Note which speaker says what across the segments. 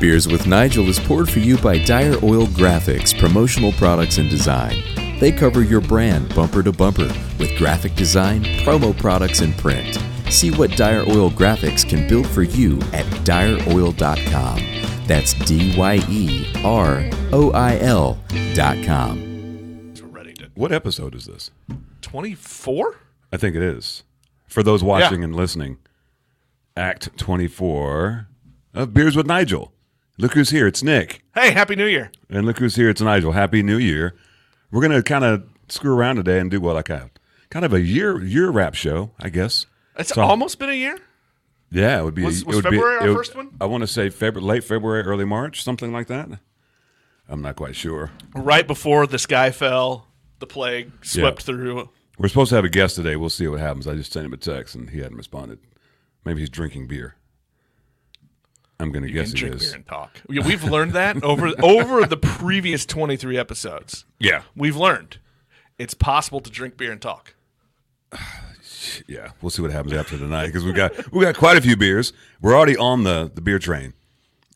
Speaker 1: Beers with Nigel is poured for you by Dire Oil Graphics, promotional products and design. They cover your brand bumper to bumper with graphic design, promo products, and print. See what Dire Oil Graphics can build for you at direoil.com. That's D Y E R O I L.com.
Speaker 2: We're ready to
Speaker 3: What episode is this?
Speaker 2: 24?
Speaker 3: I think it is. For those watching and listening, Act 24 of Beers with Nigel. Look who's here. It's Nick.
Speaker 2: Hey, happy new year.
Speaker 3: And look who's here. It's Nigel. Happy New Year. We're going to kind of screw around today and do what I can. Kind of a year year wrap show, I guess.
Speaker 2: It's
Speaker 3: So-
Speaker 2: almost been a year.
Speaker 3: Yeah, it would be.
Speaker 2: Was-
Speaker 3: it
Speaker 2: was
Speaker 3: would
Speaker 2: February
Speaker 3: be,
Speaker 2: our
Speaker 3: it would-
Speaker 2: first one?
Speaker 3: I want to say February, late February, early March, something like that. I'm not quite sure.
Speaker 2: Right before the sky fell, the plague swept
Speaker 3: Yeah.
Speaker 2: through.
Speaker 3: We're supposed to have a guest today. We'll see what happens. I just sent him a text and he hadn't responded. Maybe he's drinking beer. I'm going to guess
Speaker 2: and
Speaker 3: he
Speaker 2: drink
Speaker 3: is.
Speaker 2: beer and talk. We- We've learned that over over the previous 23 episodes.
Speaker 3: Yeah.
Speaker 2: We've learned it's possible to drink beer and talk.
Speaker 3: Yeah, we'll see what happens after tonight because we got we got quite a few beers. We're already on the the beer train.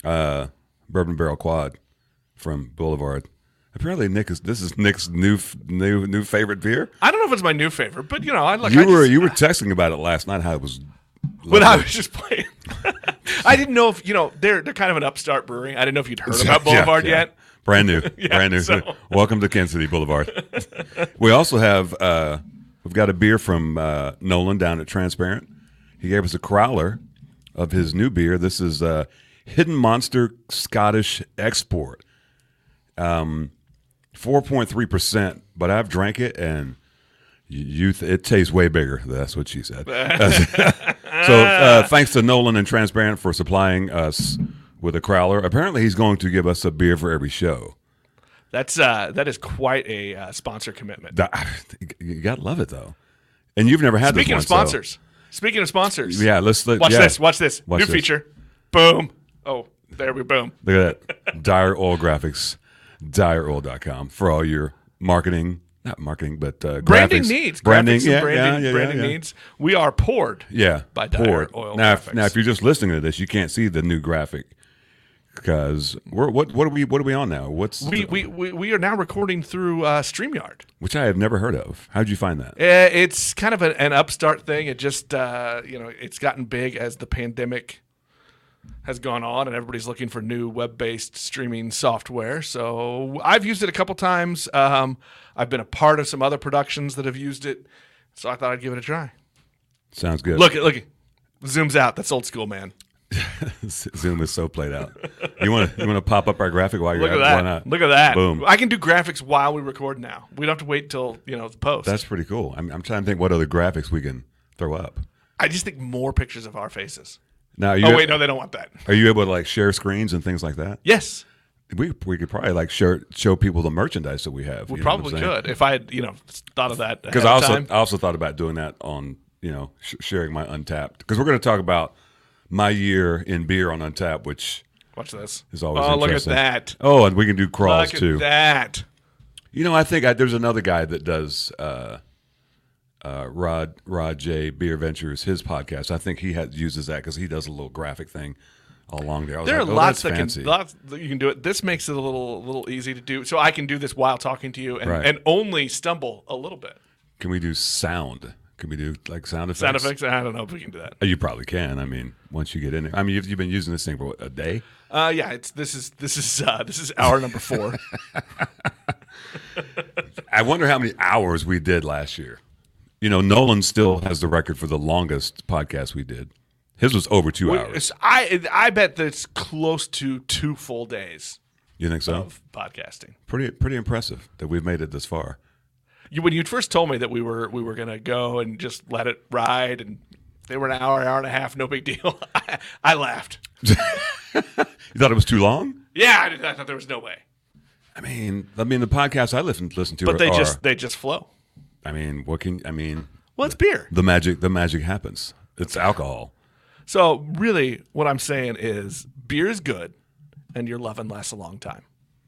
Speaker 3: Uh, Bourbon Barrel Quad from Boulevard. Apparently, Nick is this is Nick's new f- new new favorite beer.
Speaker 2: I don't know if it's my new favorite, but you know, I like I
Speaker 3: You were
Speaker 2: just,
Speaker 3: you were texting about it last night how it was.
Speaker 2: when I
Speaker 3: lovely.
Speaker 2: was just playing. I didn't know if, you know, they're they're kind of an upstart brewery. I didn't know if you'd heard about
Speaker 3: Yeah,
Speaker 2: Boulevard
Speaker 3: yeah.
Speaker 2: yet.
Speaker 3: Brand new, brand new.
Speaker 2: so-
Speaker 3: Welcome to Kansas City Boulevard. we also have uh, we've got a beer from uh, Nolan down at Transparent. He gave us a crowler of his new beer. This is uh, Hidden Monster Scottish Export, um, four point three percent. But I've drank it and you th- it tastes way bigger. That's what she said. So uh,
Speaker 2: Ah.
Speaker 3: thanks to Nolan and Transparent for supplying us with a crowler. Apparently, he's going to give us a beer for every show.
Speaker 2: That's uh that is quite a uh, sponsor commitment.
Speaker 3: That- you gotta love it though. And you've never had this
Speaker 2: Speaking of
Speaker 3: one, so-
Speaker 2: sponsors, speaking of sponsors,
Speaker 3: Yeah, let's let,
Speaker 2: Watch
Speaker 3: yeah.
Speaker 2: this. Watch this.
Speaker 3: Watch
Speaker 2: New
Speaker 3: this.
Speaker 2: feature. Boom. Oh, there we boom.
Speaker 3: Look at that. Dire Oil Graphics, direoil.com for all your marketing, not marketing, but uh,
Speaker 2: Branding
Speaker 3: graphics.
Speaker 2: needs.
Speaker 3: branding,
Speaker 2: Graphics
Speaker 3: yeah,
Speaker 2: and branding,
Speaker 3: yeah, yeah,
Speaker 2: branding
Speaker 3: yeah.
Speaker 2: needs. We are poured.
Speaker 3: Yeah,
Speaker 2: by Dire
Speaker 3: poured.
Speaker 2: Oil
Speaker 3: Now, if,
Speaker 2: Graphics.
Speaker 3: now, if you're just listening to this, you can't see the new graphic because we're what what are we what are we on now? What's
Speaker 2: We, we, we, we are now recording through uh, StreamYard.
Speaker 3: which I have never heard of? How'd you find that?
Speaker 2: Eh, It's kind of an, an upstart thing. It just, uh, you know, it's gotten big as the pandemic has gone on and everybody's looking for new web based streaming software. So I've used it a couple times. Um, I've been a part of some other productions that have used it. So I thought I'd give it a try.
Speaker 3: Sounds good.
Speaker 2: Look, look, zooms out. That's old school, man.
Speaker 3: Zoom is so played out. You want to you want to pop up our graphic while you're
Speaker 2: Look at
Speaker 3: at it?
Speaker 2: that.
Speaker 3: Why not?
Speaker 2: Look at that.
Speaker 3: Boom.
Speaker 2: I can do graphics while we record now. We don't have to wait till you know the post.
Speaker 3: That's pretty cool. I'm, I'm trying to think what other graphics we can throw up.
Speaker 2: I just think more pictures of our faces.
Speaker 3: Now, are you,
Speaker 2: Oh wait, no, they don't want that.
Speaker 3: are you able to like share screens and things like that?
Speaker 2: Yes,
Speaker 3: We, we could probably like share, show people the merchandise that we have.
Speaker 2: we probably could if I had you know thought of that.
Speaker 3: Because
Speaker 2: Because
Speaker 3: I also I also thought about doing that on you know sh- sharing my Untapped because we're going to talk about my year in beer on Untapped, which
Speaker 2: watch this.
Speaker 3: is always
Speaker 2: oh, look at
Speaker 3: interesting.
Speaker 2: that.
Speaker 3: Oh, and we can do crawls
Speaker 2: Look at
Speaker 3: too.
Speaker 2: that.
Speaker 3: You know, I think I, there's another guy that does uh, uh, Rod Rod J Beer Ventures, his podcast. I think he has, uses that because he does a little graphic thing along there. I was
Speaker 2: There are
Speaker 3: like, oh,
Speaker 2: lots
Speaker 3: that's
Speaker 2: that
Speaker 3: fancy.
Speaker 2: can lots that you can do it. This makes it a little little easy to do. So I can do this while talking to you and,
Speaker 3: Right.
Speaker 2: and only stumble a little bit.
Speaker 3: Can we do sound? Can we do like sound effects? Uh,
Speaker 2: Sound effects. I don't know if we can do that.
Speaker 3: You probably can. I mean, once you get in there, I mean, you've, you've been using this thing for what, a day.
Speaker 2: Uh, yeah, it's this is this is uh, this is hour number four.
Speaker 3: I wonder how many hours we did last year. You know, Nolan still has the record for the longest podcast we did. His was over two hours.
Speaker 2: It's- I I bet that it's close to two full days
Speaker 3: You think so?
Speaker 2: of podcasting.
Speaker 3: Pretty pretty impressive that we've made it this far.
Speaker 2: You, when you first told me that we were we were gonna go and just let it ride, and they were an hour, hour and a half, no big deal. I, I laughed.
Speaker 3: You thought it was too long?
Speaker 2: Yeah, I, did- I thought there was no way,
Speaker 3: I mean, I mean, the podcasts I listen listen to,
Speaker 2: but they
Speaker 3: are,
Speaker 2: just they just flow.
Speaker 3: I mean, what can I mean?
Speaker 2: Well, it's beer.
Speaker 3: The magic, the magic happens. It's alcohol.
Speaker 2: So really, what I'm saying is, beer is good, and your loving lasts a long time.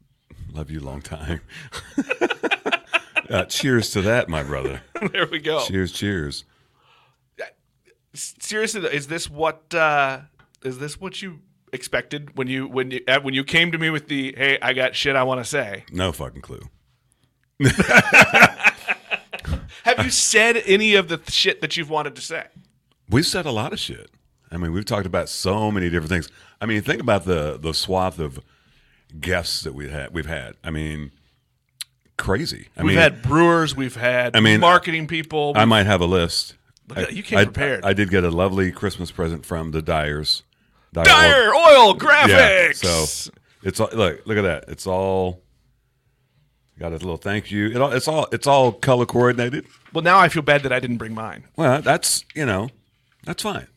Speaker 3: Love you long time. uh, cheers to that, my brother.
Speaker 2: there we go.
Speaker 3: Cheers, cheers.
Speaker 2: seriously though, is this what uh, is this what you expected when you when you uh, when you came to me with the hey I got shit I want to say?
Speaker 3: No fucking clue.
Speaker 2: Have you said any of the th- shit that you've wanted to say?
Speaker 3: We've said a lot of shit. I mean, we've talked about so many different things. I mean, think about the the swath of guests that we've had. We've had. I mean, crazy. I
Speaker 2: We've
Speaker 3: mean,
Speaker 2: had brewers, we've had
Speaker 3: mean,
Speaker 2: marketing people.
Speaker 3: I might have a list.
Speaker 2: at-
Speaker 3: I-
Speaker 2: you came
Speaker 3: I-
Speaker 2: prepared.
Speaker 3: I, did get a lovely Christmas present from the Dyers. Dyer.
Speaker 2: Dire oil
Speaker 3: Yeah.
Speaker 2: graphics.
Speaker 3: So it's all, look, look at that. It's all got a little thank you. It all, it's all it's all color coordinated.
Speaker 2: well, now I feel bad that I didn't bring mine.
Speaker 3: Well, that's you know, that's fine.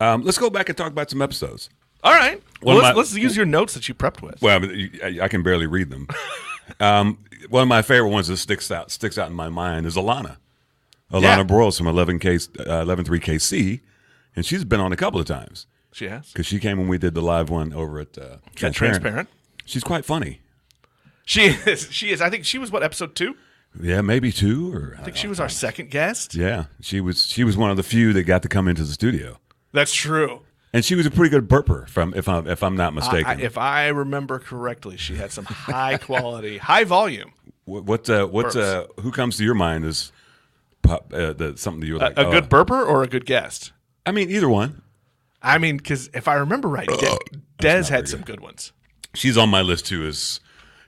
Speaker 3: Um, let's go back and talk about some episodes.
Speaker 2: All right. Well,
Speaker 3: One of
Speaker 2: let's,
Speaker 3: my-
Speaker 2: let's use your notes that you prepped with.
Speaker 3: Well, I, mean, you- I- I can barely read them. um, one of my favorite ones that sticks out sticks out in my mind is Alana, Alana
Speaker 2: Yeah.
Speaker 3: Broyles from eleven K uh, eleven three KC, and she's been on a couple of times
Speaker 2: she has.
Speaker 3: because she came when we did the live one over at uh,
Speaker 2: Yeah,
Speaker 3: Transparent.
Speaker 2: transparent.
Speaker 3: She's quite funny.
Speaker 2: She is. She is. I think she was what episode two.
Speaker 3: Yeah, maybe two or uh,
Speaker 2: I think she was our second guest.
Speaker 3: yeah, she was she was one of the few that got to come into the studio,
Speaker 2: That's true.
Speaker 3: and she was a pretty good burper from if I'm if I'm not mistaken.
Speaker 2: I, if I remember correctly, she had some high quality, high volume.
Speaker 3: What what uh, what uh, who comes to your mind is pop, uh, the, something that you're like
Speaker 2: A
Speaker 3: oh.
Speaker 2: good burper or a good guest?
Speaker 3: I mean, either one.
Speaker 2: I mean, because if I remember right,
Speaker 3: Oh,
Speaker 2: De- Dez had some good ones.
Speaker 3: She's on my list too. Is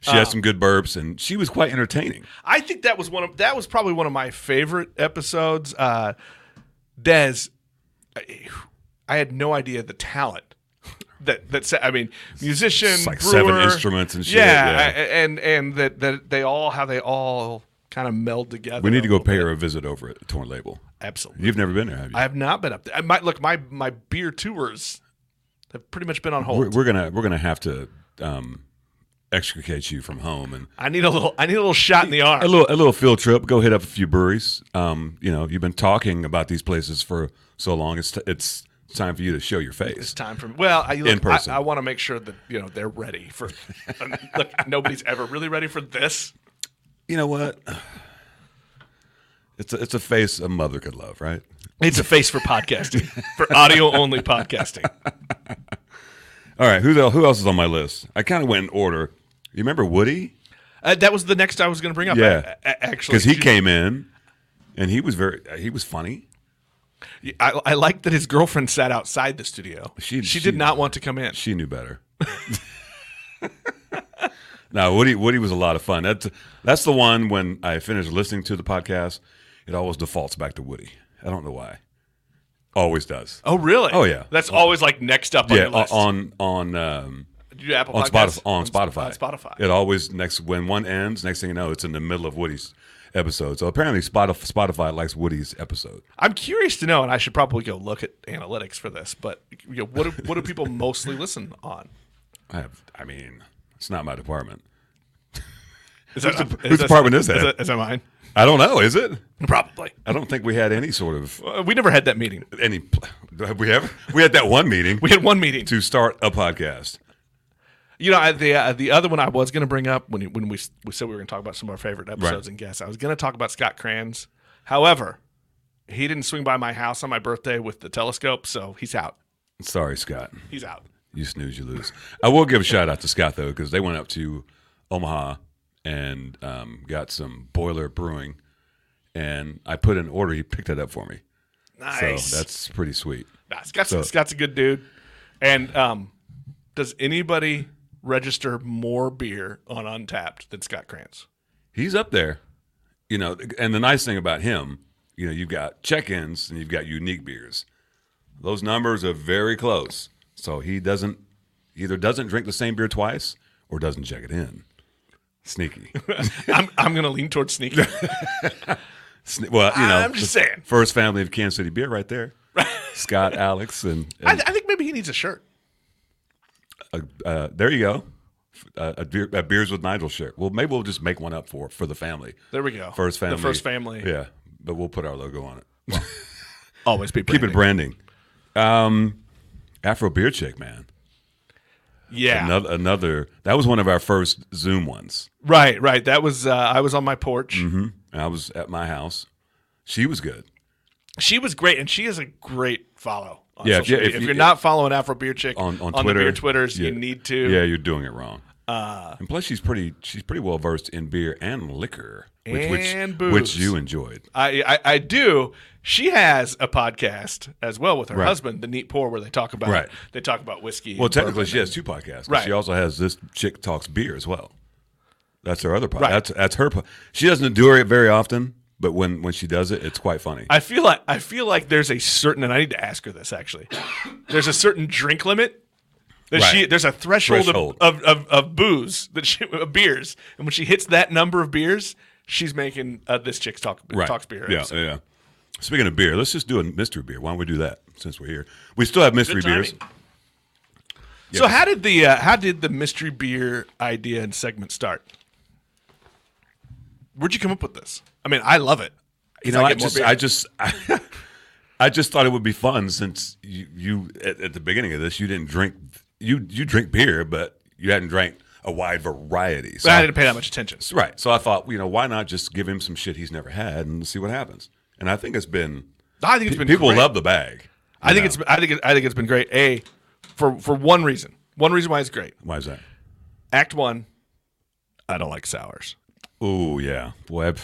Speaker 3: she
Speaker 2: Uh,
Speaker 3: had some good burps and she was quite entertaining.
Speaker 2: I think that was one of that was probably one of my favorite episodes. Uh, Dez, I, I had no idea the talent that that's. I mean, musician,
Speaker 3: It's like
Speaker 2: brewer,
Speaker 3: seven instruments and shit, yeah.
Speaker 2: I- and and that that they all how they all kind of meld together.
Speaker 3: We need to
Speaker 2: a
Speaker 3: go
Speaker 2: little
Speaker 3: pay
Speaker 2: bit.
Speaker 3: her a visit over at Torn Label.
Speaker 2: Absolutely.
Speaker 3: You've never been there, have you?
Speaker 2: I have not been up there. I might look my my beer tours have pretty much been on hold.
Speaker 3: we're, we're gonna we're gonna have to um, extricate you from home and
Speaker 2: I need a little I need a little shot in the arm.
Speaker 3: a little a little field trip. Go hit up a few breweries. Um, you know, you've been talking about these places for so long. It's it's time for you to show your face.
Speaker 2: It's time for me. Well, I, look,
Speaker 3: In person.
Speaker 2: I, I want to make sure that you know they're ready for. um, look, nobody's ever really ready for this.
Speaker 3: you know what? It's a, it's a face a mother could love, right?
Speaker 2: It's a face for podcasting, for audio only podcasting.
Speaker 3: All right, who the, who else is on my list? I kind of went in order. You remember Woody?
Speaker 2: Uh, that was the next I was going to bring up.
Speaker 3: Yeah.
Speaker 2: a- a- actually,
Speaker 3: Because he
Speaker 2: Ju-
Speaker 3: came in, and he was very he was funny.
Speaker 2: I, I like that his girlfriend sat outside the studio.
Speaker 3: She-
Speaker 2: She
Speaker 3: she-
Speaker 2: did not want to come in.
Speaker 3: She knew better. now Woody Woody was a lot of fun. That's that's the one when I finished listening to the podcast, it always defaults back to Woody. I don't know why. Always does.
Speaker 2: oh really?
Speaker 3: Oh, yeah.
Speaker 2: That's always like next up
Speaker 3: yeah,
Speaker 2: on your list.
Speaker 3: on on um,
Speaker 2: Did you do Apple
Speaker 3: on
Speaker 2: Podcasts?
Speaker 3: Spotify. On Spotify.
Speaker 2: On Spotify.
Speaker 3: It always next when one ends. Next thing you know, it's in the middle of Woody's episode. So apparently, Spotify, Spotify likes Woody's episode.
Speaker 2: I'm curious to know, and I should probably go look at analytics for this. But you know, what do, what do people mostly listen on?
Speaker 3: I have. I mean, it's not my department.
Speaker 2: Is that, is
Speaker 3: whose
Speaker 2: that-
Speaker 3: department is that?
Speaker 2: Is that, is that mine?
Speaker 3: I don't know. Is it?
Speaker 2: Probably.
Speaker 3: I don't think we had any sort of
Speaker 2: Uh, we never had that meeting.
Speaker 3: any. Have we ever? We had that one meeting
Speaker 2: We had one meeting.
Speaker 3: to start a podcast.
Speaker 2: You know, I, the uh, the other one I was going to bring up when you- when we we said we were going to talk about some of our favorite episodes and guests, I was going to talk about Scott Kranz. However, he didn't swing by my house on my birthday with the telescope, so he's out.
Speaker 3: Sorry, Scott.
Speaker 2: He's out.
Speaker 3: You snooze, you lose. I will give a shout out to Scott though, because they went up to Omaha and um, got some boiler brewing, and I put an order. He picked it up for me.
Speaker 2: Nice.
Speaker 3: So that's pretty sweet.
Speaker 2: Nah, Scott's, Scott's a good dude. And um, does anybody register more beer on Untapped than Scott Krantz?
Speaker 3: He's up there, you know. And the nice thing about him, you know, you've got check-ins and you've got unique beers. Those numbers are very close. So he doesn't either doesn't drink the same beer twice or doesn't check it in. Sneaky.
Speaker 2: I'm, I'm going to lean towards sneaky.
Speaker 3: Sne- well, you know,
Speaker 2: I'm just
Speaker 3: the
Speaker 2: saying.
Speaker 3: First family of Kansas City beer, right there. Scott, Alex, and,
Speaker 2: I,
Speaker 3: and
Speaker 2: I think maybe he needs a shirt.
Speaker 3: uh, there you go. Uh, a, beer, a beers with Nigel shirt. Well, maybe we'll just make one up for for the family.
Speaker 2: There we go.
Speaker 3: First family.
Speaker 2: The first family.
Speaker 3: Yeah, but we'll put our logo on it.
Speaker 2: Always be
Speaker 3: Keep it branding. Um, Afro Beer Chick, man.
Speaker 2: Yeah.
Speaker 3: Another, another. That was one of our first Zoom ones.
Speaker 2: Right, right. That was uh, I was on my porch.
Speaker 3: And I was at my house. She was good.
Speaker 2: She was great, and she is a great follow on
Speaker 3: Yeah, if
Speaker 2: social
Speaker 3: you-
Speaker 2: media.
Speaker 3: if
Speaker 2: If,
Speaker 3: you-
Speaker 2: you're not following Afro Beer Chick
Speaker 3: on on,
Speaker 2: the
Speaker 3: Twitter.
Speaker 2: beer Twitters,
Speaker 3: Yeah.
Speaker 2: you need to. Uh,
Speaker 3: Yeah, you're doing it wrong. and plus, she's pretty she's pretty well versed in beer and liquor, which
Speaker 2: And
Speaker 3: which,
Speaker 2: booze.
Speaker 3: which you enjoyed.
Speaker 2: I, I I do. She has a podcast as well with her
Speaker 3: Right.
Speaker 2: husband, The Neat Pour, where they talk about
Speaker 3: Right.
Speaker 2: they talk about whiskey.
Speaker 3: Well,
Speaker 2: and
Speaker 3: technically,
Speaker 2: bourbon.
Speaker 3: she has two podcasts. 'cause
Speaker 2: Right.
Speaker 3: She also has this chick talks beer as well. That's her other podcast.
Speaker 2: Right.
Speaker 3: That's that's her. Po- she doesn't do it very often, but when when she does it, it's quite funny.
Speaker 2: I feel like I feel like there's a certain, and I need to ask her this actually. There's a certain drink limit. That
Speaker 3: Right.
Speaker 2: she there's a threshold, of-
Speaker 3: Threshold.
Speaker 2: Of, of, of booze that she of beers, and when she hits that number of beers, she's making uh, this chick's talk talks beer.
Speaker 3: Yeah, Uh,
Speaker 2: episode.
Speaker 3: yeah. Speaking of beer, let's just do a mystery beer. Why don't we do that since we're here? We still have mystery beers.
Speaker 2: timing. So how did the uh, how did the mystery beer idea and segment start? Where'd you come up with this? I mean, I love it.
Speaker 3: You
Speaker 2: 'Cause
Speaker 3: know, I,
Speaker 2: get more
Speaker 3: just,
Speaker 2: beer.
Speaker 3: I just, I, just thought it would be fun since you, you at, at the beginning of this, you didn't drink, you you drink beer, but you hadn't drank a wide variety. So
Speaker 2: But I didn't pay that much attention.
Speaker 3: Right. So I thought, you know, why not just give him some shit he's never had and see what happens. And I think it's been
Speaker 2: I think it's been
Speaker 3: people
Speaker 2: great.
Speaker 3: love the bag.
Speaker 2: I think it's I think it, I think it's been great. A for for one reason. One reason why it's great.
Speaker 3: Why is that?
Speaker 2: Act one. I don't like sours.
Speaker 3: Oh yeah, boy, I've-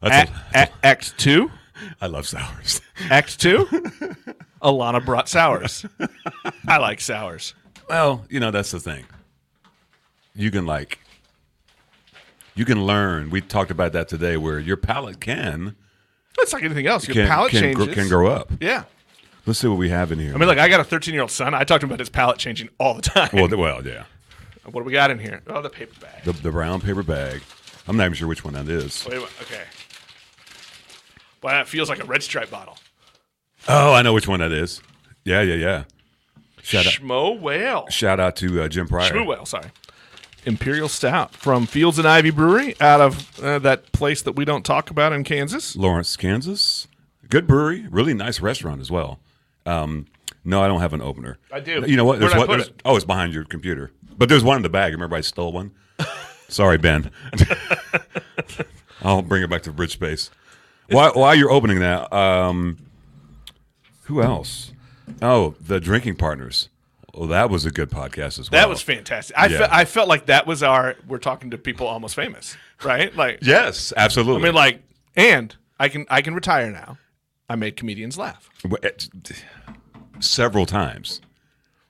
Speaker 3: that's
Speaker 2: Act,
Speaker 3: a,
Speaker 2: act, act two.
Speaker 3: I love sours.
Speaker 2: Act two. Alana brought sours. I like sours.
Speaker 3: Well, you know that's the thing. You can like, you can learn. We talked about that today, where your palate can
Speaker 2: It's like anything else. Your
Speaker 3: can
Speaker 2: palate
Speaker 3: can, gr-
Speaker 2: changes.
Speaker 3: can grow up.
Speaker 2: Yeah.
Speaker 3: Let's see what we have in here.
Speaker 2: I mean, look, I got a 13 year old son. I talked to him about his palate changing all the time.
Speaker 3: well, th- well, yeah,
Speaker 2: what do we got in here? Oh, the paper bag.
Speaker 3: the, the brown paper bag. I'm not even sure which one that is.
Speaker 2: Wait, wait, okay. Well, that feels like a red stripe bottle.
Speaker 3: Oh, I know which one that is. Yeah, yeah, yeah. Shout out,
Speaker 2: Schmo whale.
Speaker 3: shout out to uh, Jim Pryor.
Speaker 2: Schmoo whale, sorry. Imperial Stout from Fields and Ivy Brewery out of uh, that place that we don't talk about in Kansas.
Speaker 3: Lawrence, Kansas. Good brewery, really nice restaurant as well. Um, no, I don't have an opener.
Speaker 2: I do.
Speaker 3: You know what? There's
Speaker 2: Where'd I
Speaker 3: one.
Speaker 2: put
Speaker 3: There's,
Speaker 2: it?
Speaker 3: oh, it's behind your computer. But there's one in the bag. Remember, I stole one. Sorry, Ben. I'll bring it back to Bridge Space. While, while you're opening that, um, who else? Oh, the drinking partners. Oh, that was a good podcast as well.
Speaker 2: That was fantastic. I,
Speaker 3: Yeah.
Speaker 2: fe- I felt like that was our, we're talking to people almost famous, right? Like,
Speaker 3: yes, absolutely.
Speaker 2: I mean, like, and I can, I can retire now. I made comedians laugh.
Speaker 3: W- it- several times.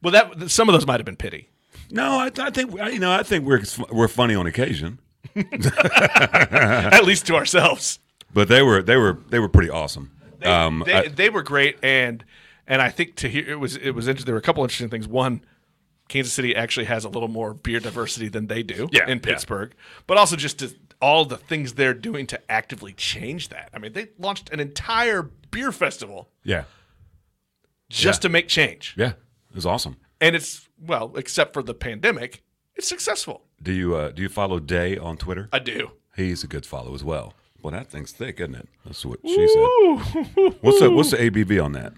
Speaker 2: Well, that, some of those might have been pity.
Speaker 3: No, I, I think I- you know. I think we're we're funny on occasion,
Speaker 2: at least to ourselves.
Speaker 3: but they were they were they were pretty awesome. um,
Speaker 2: they,
Speaker 3: I-
Speaker 2: they were great, and and I think to hear it was it was interesting. There were a couple interesting things. One, Kansas City actually has a little more beer diversity than they do
Speaker 3: Yeah,
Speaker 2: in
Speaker 3: yeah.
Speaker 2: Pittsburgh, but also just to, all the things they're doing to actively change that. I mean, they launched an entire beer festival
Speaker 3: yeah,
Speaker 2: just
Speaker 3: Yeah.
Speaker 2: to make change,
Speaker 3: yeah, it was awesome.
Speaker 2: and it's well, except for the pandemic, it's successful.
Speaker 3: Do you uh, do you follow Day on Twitter?
Speaker 2: I do.
Speaker 3: He's a good follow as well. Well, that thing's thick, isn't it? That's what she said. What's the what's the ABV on that?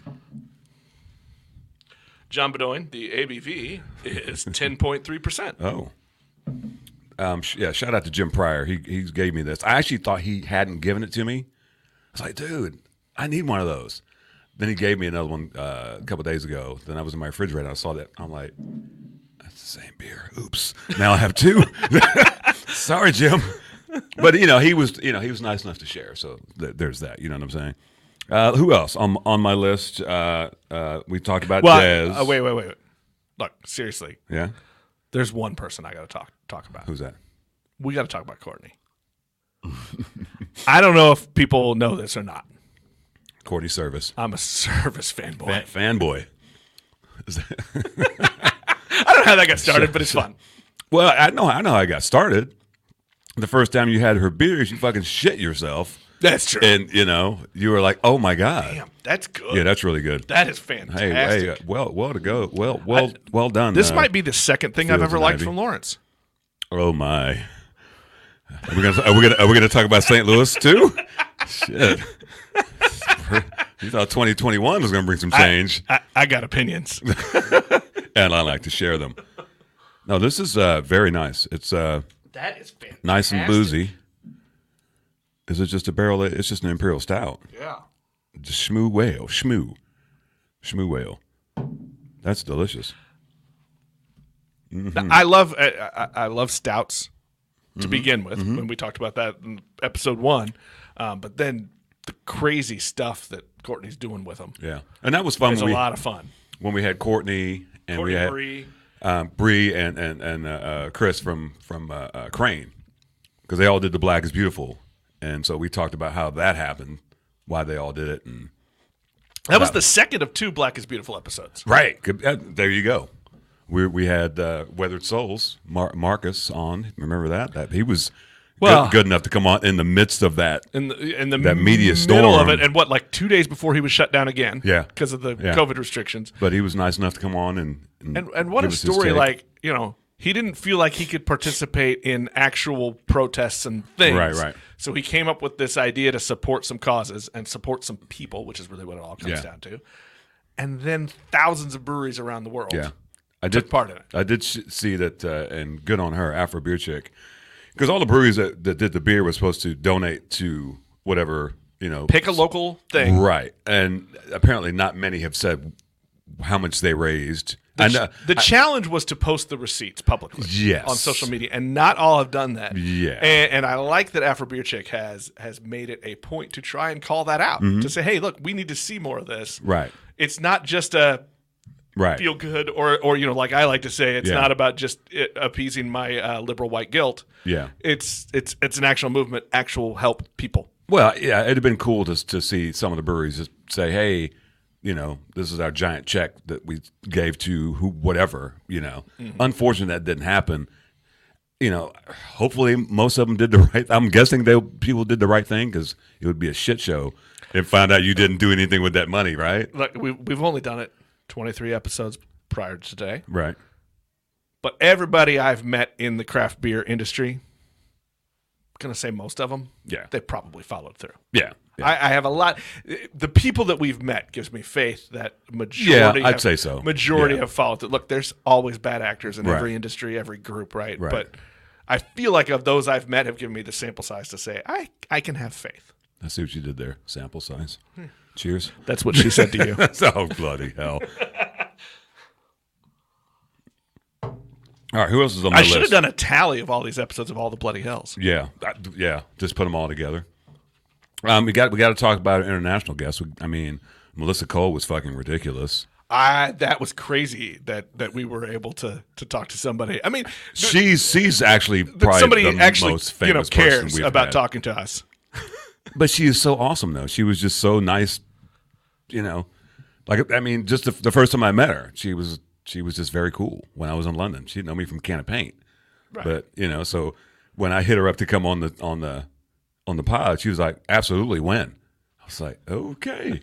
Speaker 2: John Bedoin, the ABV is ten point three percent.
Speaker 3: Oh, um, sh- yeah. Shout out to Jim Pryor. He he gave me this. I actually thought he hadn't given it to me. I was like, dude, I need one of those. Then he gave me another one uh, a couple days ago. Then I was in my refrigerator and I saw that. I'm like, that's the same beer. Oops. Now I have two. Sorry, Jim. But you know he was you know he was nice enough to share. So th- there's that. You know what I'm saying. Uh, who else on on my list? Uh, uh, we talked about
Speaker 2: Well,
Speaker 3: Dez.
Speaker 2: uh, wait, wait, wait, wait. Look, seriously,
Speaker 3: Yeah.
Speaker 2: there's one person I got to talk talk about.
Speaker 3: Who's that?
Speaker 2: We got to talk about Courtney. I don't know if people know this or not.
Speaker 3: Courtney Service.
Speaker 2: I'm a service fanboy.
Speaker 3: Fan- fanboy. Is that-
Speaker 2: I don't know how that got started, but it's fun.
Speaker 3: well, I know, I know how I got started. The first time you had her beers, you fucking shit yourself,
Speaker 2: That's true.
Speaker 3: and you know you were like, "Oh my god,
Speaker 2: Damn, that's good.
Speaker 3: yeah, that's really good."
Speaker 2: that is
Speaker 3: hey,
Speaker 2: fantastic.
Speaker 3: hey, uh, well, well to go, well, well, well done.
Speaker 2: this
Speaker 3: uh,
Speaker 2: might be the second thing I've
Speaker 3: Fields
Speaker 2: ever
Speaker 3: and
Speaker 2: liked
Speaker 3: Ivy.
Speaker 2: from Lawrence.
Speaker 3: Oh my, are we gonna are we gonna are we gonna talk about St. Louis too? shit, you thought 2021 was gonna bring some change.
Speaker 2: I, I got opinions.
Speaker 3: and I like to share them. No, this is uh, very nice. It's uh,
Speaker 2: that is fantastic.
Speaker 3: nice and boozy. Is it just a barrel? It's just an imperial stout.
Speaker 2: Yeah.
Speaker 3: Just Shmoo whale, shmoo, shmoo whale. That's delicious. Mm-hmm.
Speaker 2: I love I, I- I love stouts to begin with.
Speaker 3: Mm-hmm.
Speaker 2: When we talked about that in episode one, um, but then the crazy stuff that Courtney's doing with them
Speaker 3: Yeah, and that was fun
Speaker 2: is a
Speaker 3: when we,
Speaker 2: lot of fun.
Speaker 3: when we had Courtney and
Speaker 2: Courtney
Speaker 3: we had
Speaker 2: Marie.
Speaker 3: um, Bree and and and uh, uh, Chris from from uh, uh, Crane because they all did the Black is Beautiful, and so we talked about how that happened, why they all did it, and
Speaker 2: That was the second of two Black is Beautiful episodes.
Speaker 3: right Could- uh, there you go. We we had uh, Weathered Souls Mar- Marcus on. Remember that that he was.
Speaker 2: Well-
Speaker 3: good, good enough to come on in the midst of that.
Speaker 2: In the, in the
Speaker 3: That media
Speaker 2: middle of
Speaker 3: storm.
Speaker 2: it, and what like two days before he was shut down again,
Speaker 3: Yeah.
Speaker 2: because of the
Speaker 3: Yeah.
Speaker 2: COVID restrictions.
Speaker 3: But he was nice enough to come on and
Speaker 2: And and what
Speaker 3: give
Speaker 2: a
Speaker 3: us his
Speaker 2: story!
Speaker 3: take.
Speaker 2: Like you know, he didn't feel like he could participate in actual protests and things.
Speaker 3: Right, right.
Speaker 2: So he came up with this idea to support some causes and support some people, which is really what it all comes
Speaker 3: Yeah.
Speaker 2: down to. And then thousands of breweries around the world.
Speaker 3: Yeah, I
Speaker 2: took
Speaker 3: did
Speaker 2: part in it.
Speaker 3: I did sh- see that, uh, and good on her, Afro Beer Chick, because all the breweries that, that did the beer were supposed to donate to whatever you know.
Speaker 2: Pick a local thing.
Speaker 3: right, and apparently not many have said how much they raised. uh, I know,
Speaker 2: The challenge was to post the receipts publicly
Speaker 3: Yes.
Speaker 2: on social media, and not all have done that.
Speaker 3: Yeah.
Speaker 2: and, and I like that Afro Beer Chick has has made it a point to try and call that out to say, hey, look, we need to see more of this.
Speaker 3: Mm-hmm. right,
Speaker 2: It's not just a
Speaker 3: right,
Speaker 2: feel good, or or you know, like I like to say, it's
Speaker 3: Yeah.
Speaker 2: not about just uh appeasing my uh, liberal white guilt.
Speaker 3: yeah.
Speaker 2: It's it's it's an actual movement, actual help people.
Speaker 3: Well, yeah, it'd have been cool to to see some of the breweries just say, "Hey, you know, this is our giant check that we gave to who, whatever." You know, unfortunate that didn't happen. You know, hopefully most of them did the right. I'm guessing they people did the right thing because it would be a shit show and find out you didn't do anything with that money, right?
Speaker 2: Like we we've only done it twenty three episodes prior to today.
Speaker 3: Right.
Speaker 2: but everybody I've met in the craft beer industry, gonna say most of them,
Speaker 3: Yeah.
Speaker 2: they probably followed through.
Speaker 3: Yeah. Yeah.
Speaker 2: I, I have a lot. The people that we've met gives me faith that majority.
Speaker 3: Yeah, I'd
Speaker 2: have-
Speaker 3: say so.
Speaker 2: Majority
Speaker 3: Yeah.
Speaker 2: have followed through. Look, there's always bad actors in
Speaker 3: Right.
Speaker 2: every industry, every group, right?
Speaker 3: Right.
Speaker 2: But I feel like of those I've met have given me the sample size to say I I can have faith.
Speaker 3: I see what you did there. Sample size. Cheers.
Speaker 2: That's what she said to you.
Speaker 3: oh bloody hell! All right, who else is on my
Speaker 2: I
Speaker 3: list?
Speaker 2: should have done a tally of all these episodes of all the bloody hells.
Speaker 3: Yeah, I- yeah. Just put them all together. Um, we got we got to talk about international guests. We, I mean, Melissa Cole was fucking ridiculous.
Speaker 2: I that was crazy that that we were able to to talk to somebody. I mean,
Speaker 3: She's she's actually
Speaker 2: that
Speaker 3: probably
Speaker 2: somebody
Speaker 3: the
Speaker 2: actually
Speaker 3: most
Speaker 2: you know
Speaker 3: famous person
Speaker 2: cares
Speaker 3: we've
Speaker 2: about
Speaker 3: had.
Speaker 2: talking to us.
Speaker 3: But she is so awesome though. She was just so nice. You know, like I mean, just the, the first time I met her, she was she was just very cool. When I was in London, she didn't know me from Can of Paint, but you know, so when I hit her up to come on the on the on the pod, she was like, "Absolutely, when." I was like, "Okay,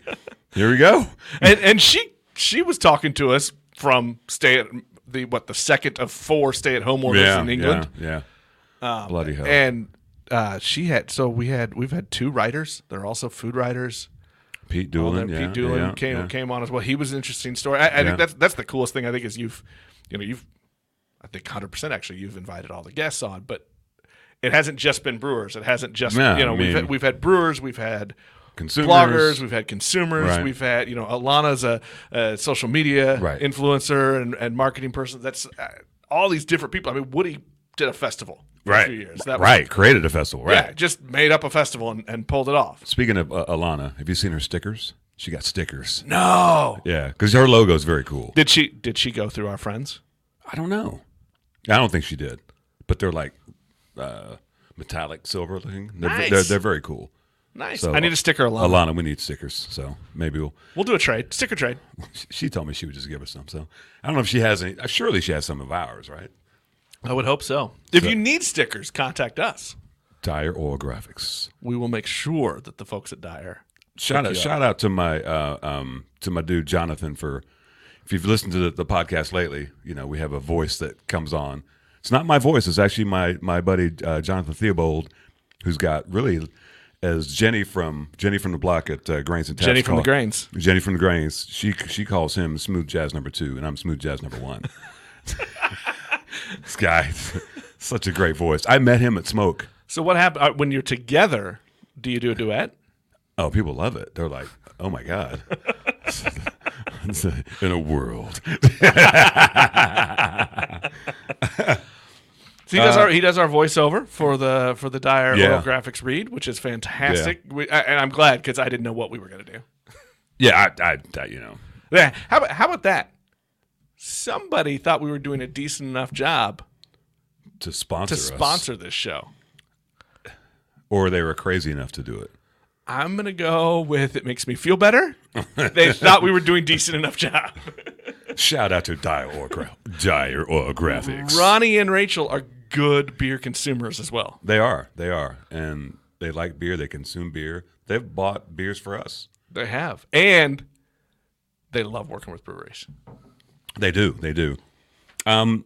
Speaker 3: here we go."
Speaker 2: And and she she was talking to us from stay at the what the second of four stay at home orders in England, Um,
Speaker 3: Yeah. yeah. Bloody hell.
Speaker 2: and uh, she had so we had we've had two writers. They're also food writers.
Speaker 3: Pete Doolin.
Speaker 2: Then
Speaker 3: yeah,
Speaker 2: Pete Doolin
Speaker 3: yeah,
Speaker 2: came
Speaker 3: yeah.
Speaker 2: came on as well. He was an interesting story. I, I
Speaker 3: Yeah.
Speaker 2: think that's that's the coolest thing. I think is you've, you know, you've, I think hundred percent actually you've invited all the guests on, but it hasn't just been brewers. It hasn't just
Speaker 3: Yeah,
Speaker 2: you know
Speaker 3: I
Speaker 2: we've
Speaker 3: mean-
Speaker 2: had, we've had brewers, we've had
Speaker 3: Consumers.
Speaker 2: bloggers, we've had consumers,
Speaker 3: Right.
Speaker 2: we've had you know Alana's a, a social media
Speaker 3: Right.
Speaker 2: influencer and, and marketing person. That's uh, all these different people. I mean, Woody did a festival for a
Speaker 3: Right.
Speaker 2: few years. That was,
Speaker 3: right. Created a festival. Right.
Speaker 2: Yeah, just made up a festival and, and pulled it off.
Speaker 3: Speaking of uh, Alana, have you seen her stickers? She got stickers.
Speaker 2: No.
Speaker 3: Yeah. Because her logo's very cool.
Speaker 2: Did she did she go through our friends?
Speaker 3: I don't know. I don't think she did, but they're like uh, metallic silver looking. They're,
Speaker 2: Nice.
Speaker 3: they're, they're very cool.
Speaker 2: Nice.
Speaker 3: So-
Speaker 2: I need a sticker alone.
Speaker 3: Alana, we need stickers. So maybe we'll.
Speaker 2: We'll do a trade. Sticker trade.
Speaker 3: She told me she would just give us some. So I don't know if she has any. Surely she has some of ours, right?
Speaker 2: I would hope so. If you need stickers, contact us.
Speaker 3: Dire Oil Graphics.
Speaker 2: We will make sure that the folks at Dyer.
Speaker 3: Shout out, shout out to my uh, um, to my dude Jonathan for if you've listened to the, the podcast lately, you know we have a voice that comes on. It's not my voice; it's actually my my buddy uh, Jonathan Theobald, who's got really as Jenny from Jenny from the Block at uh, Grains and Taps
Speaker 2: Jenny from the
Speaker 3: call-
Speaker 2: Grains.
Speaker 3: Jenny from the Grains. She she calls him Smooth Jazz Number Two, and I'm Smooth Jazz Number One. this guy, such a great voice. I met him at Smoke.
Speaker 2: So what happened uh, when you're together? Do you do a duet?
Speaker 3: Oh, people love it. They're like, oh my God. It's a- in a world.
Speaker 2: So he does our he does our voiceover for the for the dire
Speaker 3: Uh, Yeah.
Speaker 2: oil graphics read, which is fantastic. We, I, and I'm glad because I didn't know what we were gonna do.
Speaker 3: Yeah, I, I, I you know.
Speaker 2: Yeah, How about how about that? Somebody thought we were doing a decent enough job
Speaker 3: to sponsor
Speaker 2: to
Speaker 3: us,
Speaker 2: sponsor this show.
Speaker 3: or they were crazy enough to do it.
Speaker 2: I'm gonna go with it makes me feel better. they thought we were doing decent enough job.
Speaker 3: Shout out to Dire Oil, Gra- Dire Oil Graphics.
Speaker 2: Ronnie and Rachel are good beer consumers as well.
Speaker 3: They are, they are, and they like beer. They consume beer. They've bought beers for us.
Speaker 2: They have, and they love working with breweries.
Speaker 3: They do, they do. Um,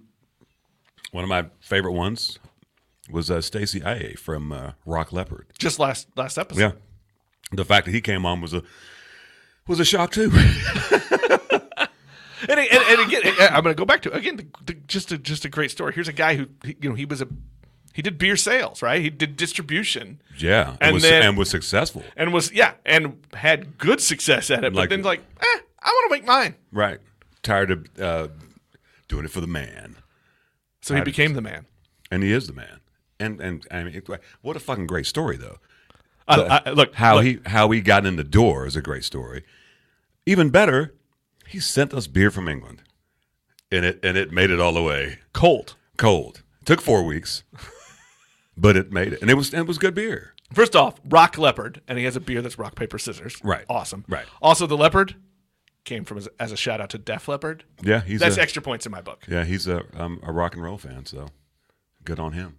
Speaker 3: one of my favorite ones was uh, Stacy Ia from uh, Rock Leopard.
Speaker 2: Just last last episode,
Speaker 3: Yeah, the fact that he came on was a was a shock too.
Speaker 2: and, and, and again, I- I'm going to go back to again the, the, just a, just a great story. Here's a guy who he- you know he was a he did beer sales, right? He did distribution
Speaker 3: yeah, and,
Speaker 2: And
Speaker 3: was
Speaker 2: then-
Speaker 3: and was successful.
Speaker 2: and was yeah, and had good success at it.
Speaker 3: Like-
Speaker 2: but then like, eh, I want to make mine.
Speaker 3: Right, tired of uh, doing it for the man.
Speaker 2: So he became the man.
Speaker 3: and he is the man. And and I mean, it- what a fucking great story though.
Speaker 2: I, I, Uh, look
Speaker 3: How
Speaker 2: look,
Speaker 3: he how he got in the door is a great story. Even better, he sent us beer from England, and it and it made it all the way
Speaker 2: cold.
Speaker 3: cold. took four weeks, but it made it, and it was and it was good beer.
Speaker 2: First off, Rock Leopard, and he has a beer that's rock paper scissors.
Speaker 3: Right.
Speaker 2: Awesome.
Speaker 3: Right.
Speaker 2: Also, the leopard came from as, as a shout out to Def Leopard.
Speaker 3: Yeah, he's
Speaker 2: That's
Speaker 3: a,
Speaker 2: extra points in my book.
Speaker 3: yeah he's a um, a rock and roll fan, so good on him.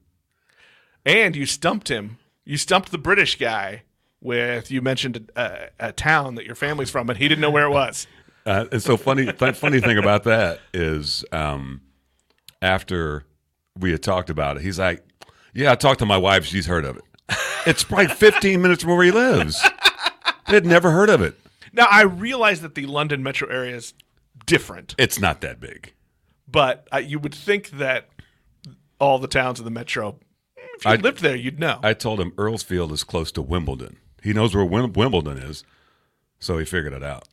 Speaker 2: And you stumped him. You stumped the British guy with you mentioned a, a, a town that your family's from, and he didn't know where it was.
Speaker 3: Uh, and so funny, th- funny thing about that is, um, after we had talked about it, he's like, "Yeah, I talked to my wife; she's heard of it. It's probably 15 minutes from where he lives. They'd never heard of it.
Speaker 2: Now I realize that the London metro area is different,
Speaker 3: It's not that big.
Speaker 2: but uh, you would think that all the towns in the metro, if you
Speaker 3: I-
Speaker 2: lived there, you'd know.
Speaker 3: I told him Earlsfield is close to Wimbledon. He knows where Wim- Wimbledon is, so he figured it out.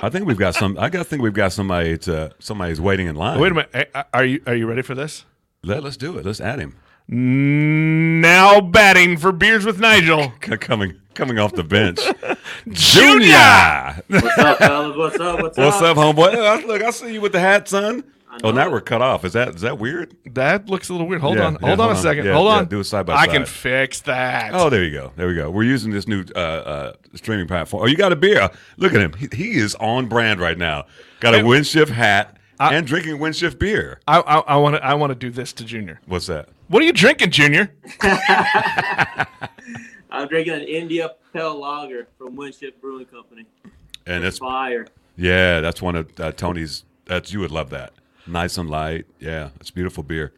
Speaker 3: I think we've got some. I got think we've got somebody to somebody's waiting in line.
Speaker 2: Wait a minute, eh, are you are you ready for this?
Speaker 3: Let, let's do it. Let's add him.
Speaker 2: Now batting for beers with Nigel.
Speaker 3: C- coming coming off the bench,
Speaker 2: Junior!
Speaker 3: Junior!
Speaker 4: What's up, fellas? What's up? What's,
Speaker 3: What's
Speaker 4: up?
Speaker 3: up, homeboy? Uh, Look, I see you with the hat, son. Oh, now we're cut off. Is that is that weird?
Speaker 2: That looks a little weird. Hold
Speaker 3: Yeah,
Speaker 2: on.
Speaker 3: yeah,
Speaker 2: Hold on
Speaker 3: hold
Speaker 2: a
Speaker 3: on.
Speaker 2: second.
Speaker 3: Yeah,
Speaker 2: hold
Speaker 3: yeah,
Speaker 2: on.
Speaker 3: do it side by
Speaker 2: I can
Speaker 3: side.
Speaker 2: fix that.
Speaker 3: Oh, there you go. There we go. We're using this new uh, uh, streaming platform. Oh, you got a beer? Look at him. He, he is on brand right now. Got a windshift hat and drinking windshift beer.
Speaker 2: I I want to I want to do this to Junior.
Speaker 3: What's that?
Speaker 2: What are you drinking, Junior?
Speaker 4: I'm drinking an India Pale Lager from Winship Brewing Company.
Speaker 3: And it's
Speaker 4: Fire.
Speaker 3: yeah, that's one of uh, Tony's. That's you would love that. Nice and light. Yeah, it's beautiful beer.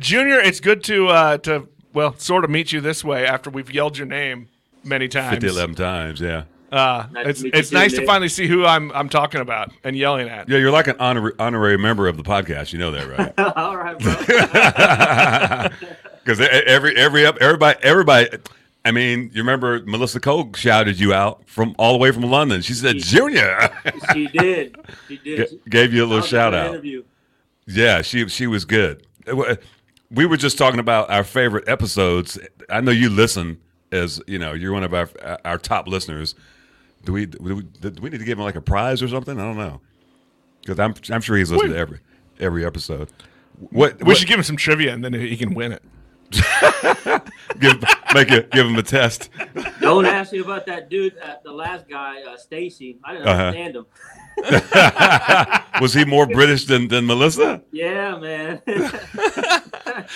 Speaker 2: Junior, it's good to uh to well sort of meet you this way after we've yelled your name many times.
Speaker 3: Fifty eleven times. Yeah.
Speaker 2: Uh,
Speaker 4: Nice
Speaker 2: it's
Speaker 4: to meet you
Speaker 2: it's
Speaker 4: too,
Speaker 2: nice to
Speaker 4: Nick.
Speaker 2: finally see who I'm I'm talking about and yelling at.
Speaker 3: Yeah, you're like an honor- honorary member of the podcast. You know that, right?
Speaker 4: All right, bro.
Speaker 3: Because e-, every every up everybody everybody, I mean, you remember Melissa Cole shouted you out from all the way from London. She said, "Junior,"
Speaker 4: she did. She did.
Speaker 3: G- gave you a little shout out.
Speaker 4: Interview.
Speaker 3: Yeah, she she was good. It wa- We were just talking about our favorite episodes. I know you listen as you know you're one of our our top listeners. Do we do we, do we need to give him like a prize or something? I don't know because I'm I'm sure he's listened to every every episode. What
Speaker 2: We should give him some trivia and then he can win it.
Speaker 3: give make it give him a test.
Speaker 4: Don't ask me about that dude, uh, the last guy, uh, Stacy. I didn't
Speaker 3: Uh-huh.
Speaker 4: understand him.
Speaker 3: Was he more British than, than Melissa?
Speaker 4: Yeah, man.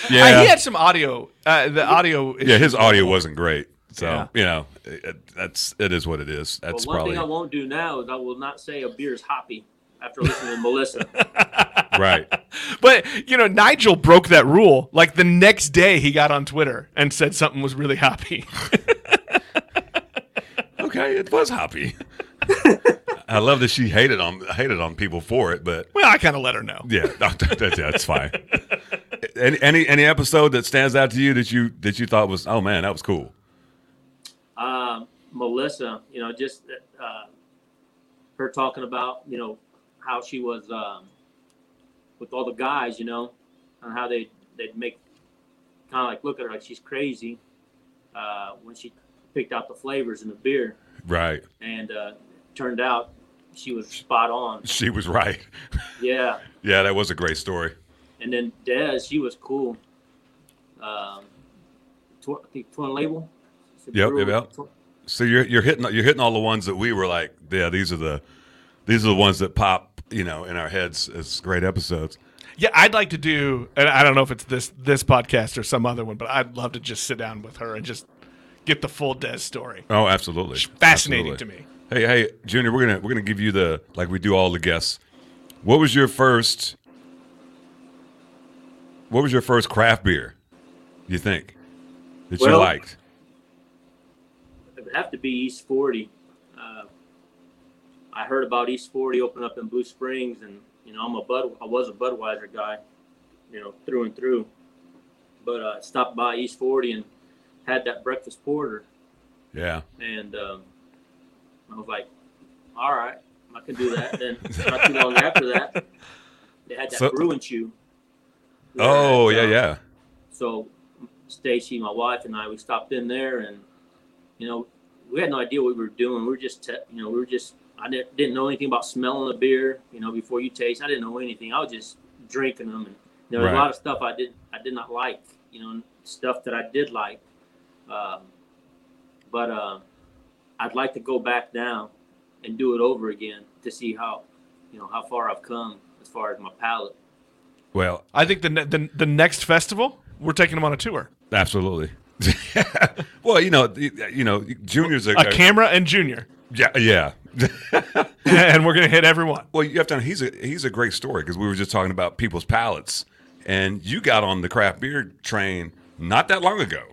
Speaker 3: Yeah,
Speaker 2: Uh, he had some audio. Uh, the audio.
Speaker 3: yeah. His audio wasn't great, so
Speaker 2: Yeah.
Speaker 3: you know it, it- that's it is what it is.
Speaker 4: but one
Speaker 3: That's
Speaker 4: thing I
Speaker 3: probably
Speaker 4: won't do now is I will not say a beer's hoppy after listening to Melissa.
Speaker 3: right.
Speaker 2: But you know, Nigel broke that rule. Like the next day, he got on Twitter and said something was really happy.
Speaker 3: Okay, it was hoppy. I love that she hated on hated on people for it, but
Speaker 2: well, I kind of let her know.
Speaker 3: yeah, that's, that's fine. Any, any any episode that stands out to you that you that you thought was oh man that was cool.
Speaker 4: um, Melissa, you know, just uh, her talking about you know how she was um, with all the guys, you know, and how they they'd make kind of like look at her like she's crazy uh, when she picked out the flavors in the beer,
Speaker 3: Right.
Speaker 4: and uh, turned out she was spot on.
Speaker 3: She was right.
Speaker 4: Yeah,
Speaker 3: Yeah, that was a great story.
Speaker 4: and then Des, she was cool. Um, tw- I think Twin Label.
Speaker 3: Yep, yep, yep. So you're you're hitting you're hitting all the ones that we were like, yeah, these are the these are the ones that pop, you know, in our heads as great episodes.
Speaker 2: Yeah, I'd like to do, and I don't know if it's this this podcast or some other one, but I'd love to just sit down with her and just get the full Des story.
Speaker 3: Oh, absolutely.
Speaker 2: Fascinating
Speaker 3: Absolutely.
Speaker 2: to me.
Speaker 3: Hey, hey, Junior, we're gonna we're gonna give you the like we do all the guests. What was your first? What was your first craft beer? You think that you
Speaker 4: Well-
Speaker 3: liked?
Speaker 4: It would have to be East 40. Uh, I heard about East 40 open up in Blue Springs, and you know I'm a Bud, I was a Budweiser guy, you know through and through. But uh, stopped by East 40 and had that breakfast porter,
Speaker 3: Yeah,
Speaker 4: and um, I was like, all right, I can do that. Then not too long after that, they had that
Speaker 3: So-
Speaker 4: brew and chew.
Speaker 3: Oh
Speaker 4: And,
Speaker 3: yeah,
Speaker 4: uh,
Speaker 3: yeah.
Speaker 4: so Stacy, my wife, and I, we stopped in there, and you know, we had no idea what we were doing. We were just, te- you know, we were just. I didn't, didn't know anything about smelling a beer, you know, before you taste. I didn't know anything. I was just drinking them, and there was
Speaker 3: Right.
Speaker 4: a lot of stuff I did I did not like, you know, and stuff that I did like. Um, but uh, I'd like to go back now and do it over again to see how, you know, how far I've come as far as my palate.
Speaker 3: Well,
Speaker 2: I think the ne- the, the next festival we're taking them on a tour.
Speaker 3: absolutely. well, you know, you you know, Junior's a,
Speaker 2: A camera and Junior,
Speaker 3: yeah, yeah.
Speaker 2: and we're gonna hit everyone.
Speaker 3: Well, you have to. He's a he's a great story because we were just talking about people's palates, and you got on the craft beer train not that long ago.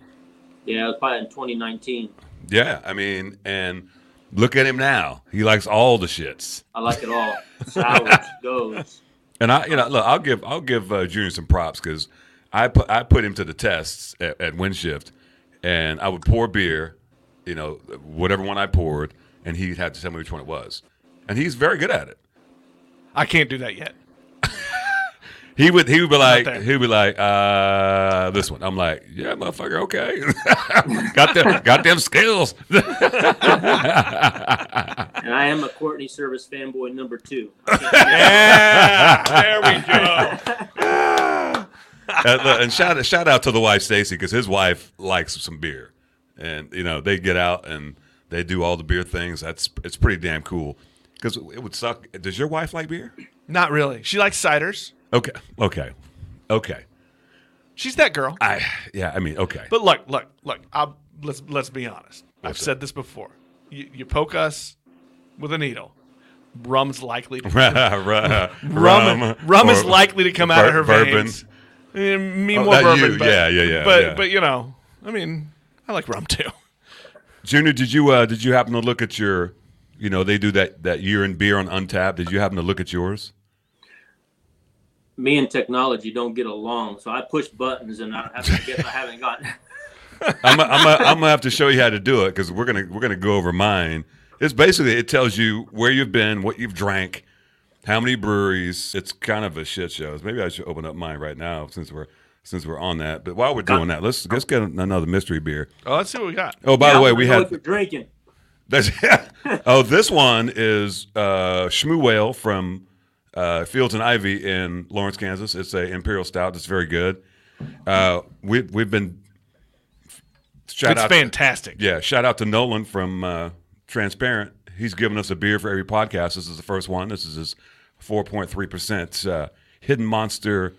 Speaker 4: Yeah, it was probably in 2019.
Speaker 3: Yeah, I mean, and look at him now. He likes all the shits.
Speaker 4: I like it all. Sours, goes.
Speaker 3: And I, you know, look, I'll give I'll give uh, Junior some props because I put I put him to the tests at, at wind shift, and I would pour beer, you know, whatever one I poured, and he'd have to tell me which one it was, and he's very good at it.
Speaker 2: I can't do that yet.
Speaker 3: He would he would be like
Speaker 2: there.
Speaker 3: he'd be like uh this one. I'm like yeah motherfucker okay got them got them skills. Uh,
Speaker 4: And I am a Courtney Service fanboy number two. I can't-
Speaker 2: Yeah, there we go.
Speaker 3: and, look, and shout out- shout out to the wife Stacy because his wife likes some beer, and you know they get out and they do all the beer things. That's it's pretty damn cool because it would suck. Does your wife like beer?
Speaker 2: Not really. She likes ciders.
Speaker 3: Okay, okay, okay.
Speaker 2: She's that girl.
Speaker 3: I yeah, I mean okay.
Speaker 2: But look, look, look. I'll, let's let's be honest. I've said this before. You, you poke us with a needle, rum's likely to
Speaker 3: rum,
Speaker 2: rum rum, is
Speaker 3: or-
Speaker 2: likely to come out of her
Speaker 3: bur- bourbon.
Speaker 2: veins. Eh, Me
Speaker 3: Oh,
Speaker 2: more
Speaker 3: that
Speaker 2: bourbon,
Speaker 3: you,
Speaker 2: but,
Speaker 3: yeah, yeah, yeah,
Speaker 2: But
Speaker 3: yeah.
Speaker 2: but you know, I mean, I like rum too.
Speaker 3: Junior, did you uh, did you happen to look at your, you know, they do that that year in beer on Untapped. Did you happen to look at yours?
Speaker 4: Me and technology don't get along, so I push buttons, and I, have, I guess I haven't gotten.
Speaker 3: I'm i I'm i am I'm gonna have to show you how to do it because we're gonna we're gonna go over mine. It's basically it tells you where you've been, what you've drank, how many breweries. It's kind of a shit show. Maybe I should open up mine right now since we're since we're on that. But while we're doing that, let's let's get another mystery beer.
Speaker 2: Oh, let's see what we got.
Speaker 3: Oh, by
Speaker 4: I
Speaker 3: the way,
Speaker 4: wanna
Speaker 3: we
Speaker 4: know
Speaker 3: had
Speaker 4: What you're drinking.
Speaker 3: That's oh, this one is uh, Shmuel from uh, Fields and Ivy in Lawrence, Kansas. It's a imperial stout. It's very good. Uh, we we've been shout
Speaker 2: it's
Speaker 3: out.
Speaker 2: fantastic.
Speaker 3: Yeah, shout out to Nolan from uh, Transparent. He's given us a beer for every podcast. This is the first one. This is his 4.3 percent uh, Hidden Monster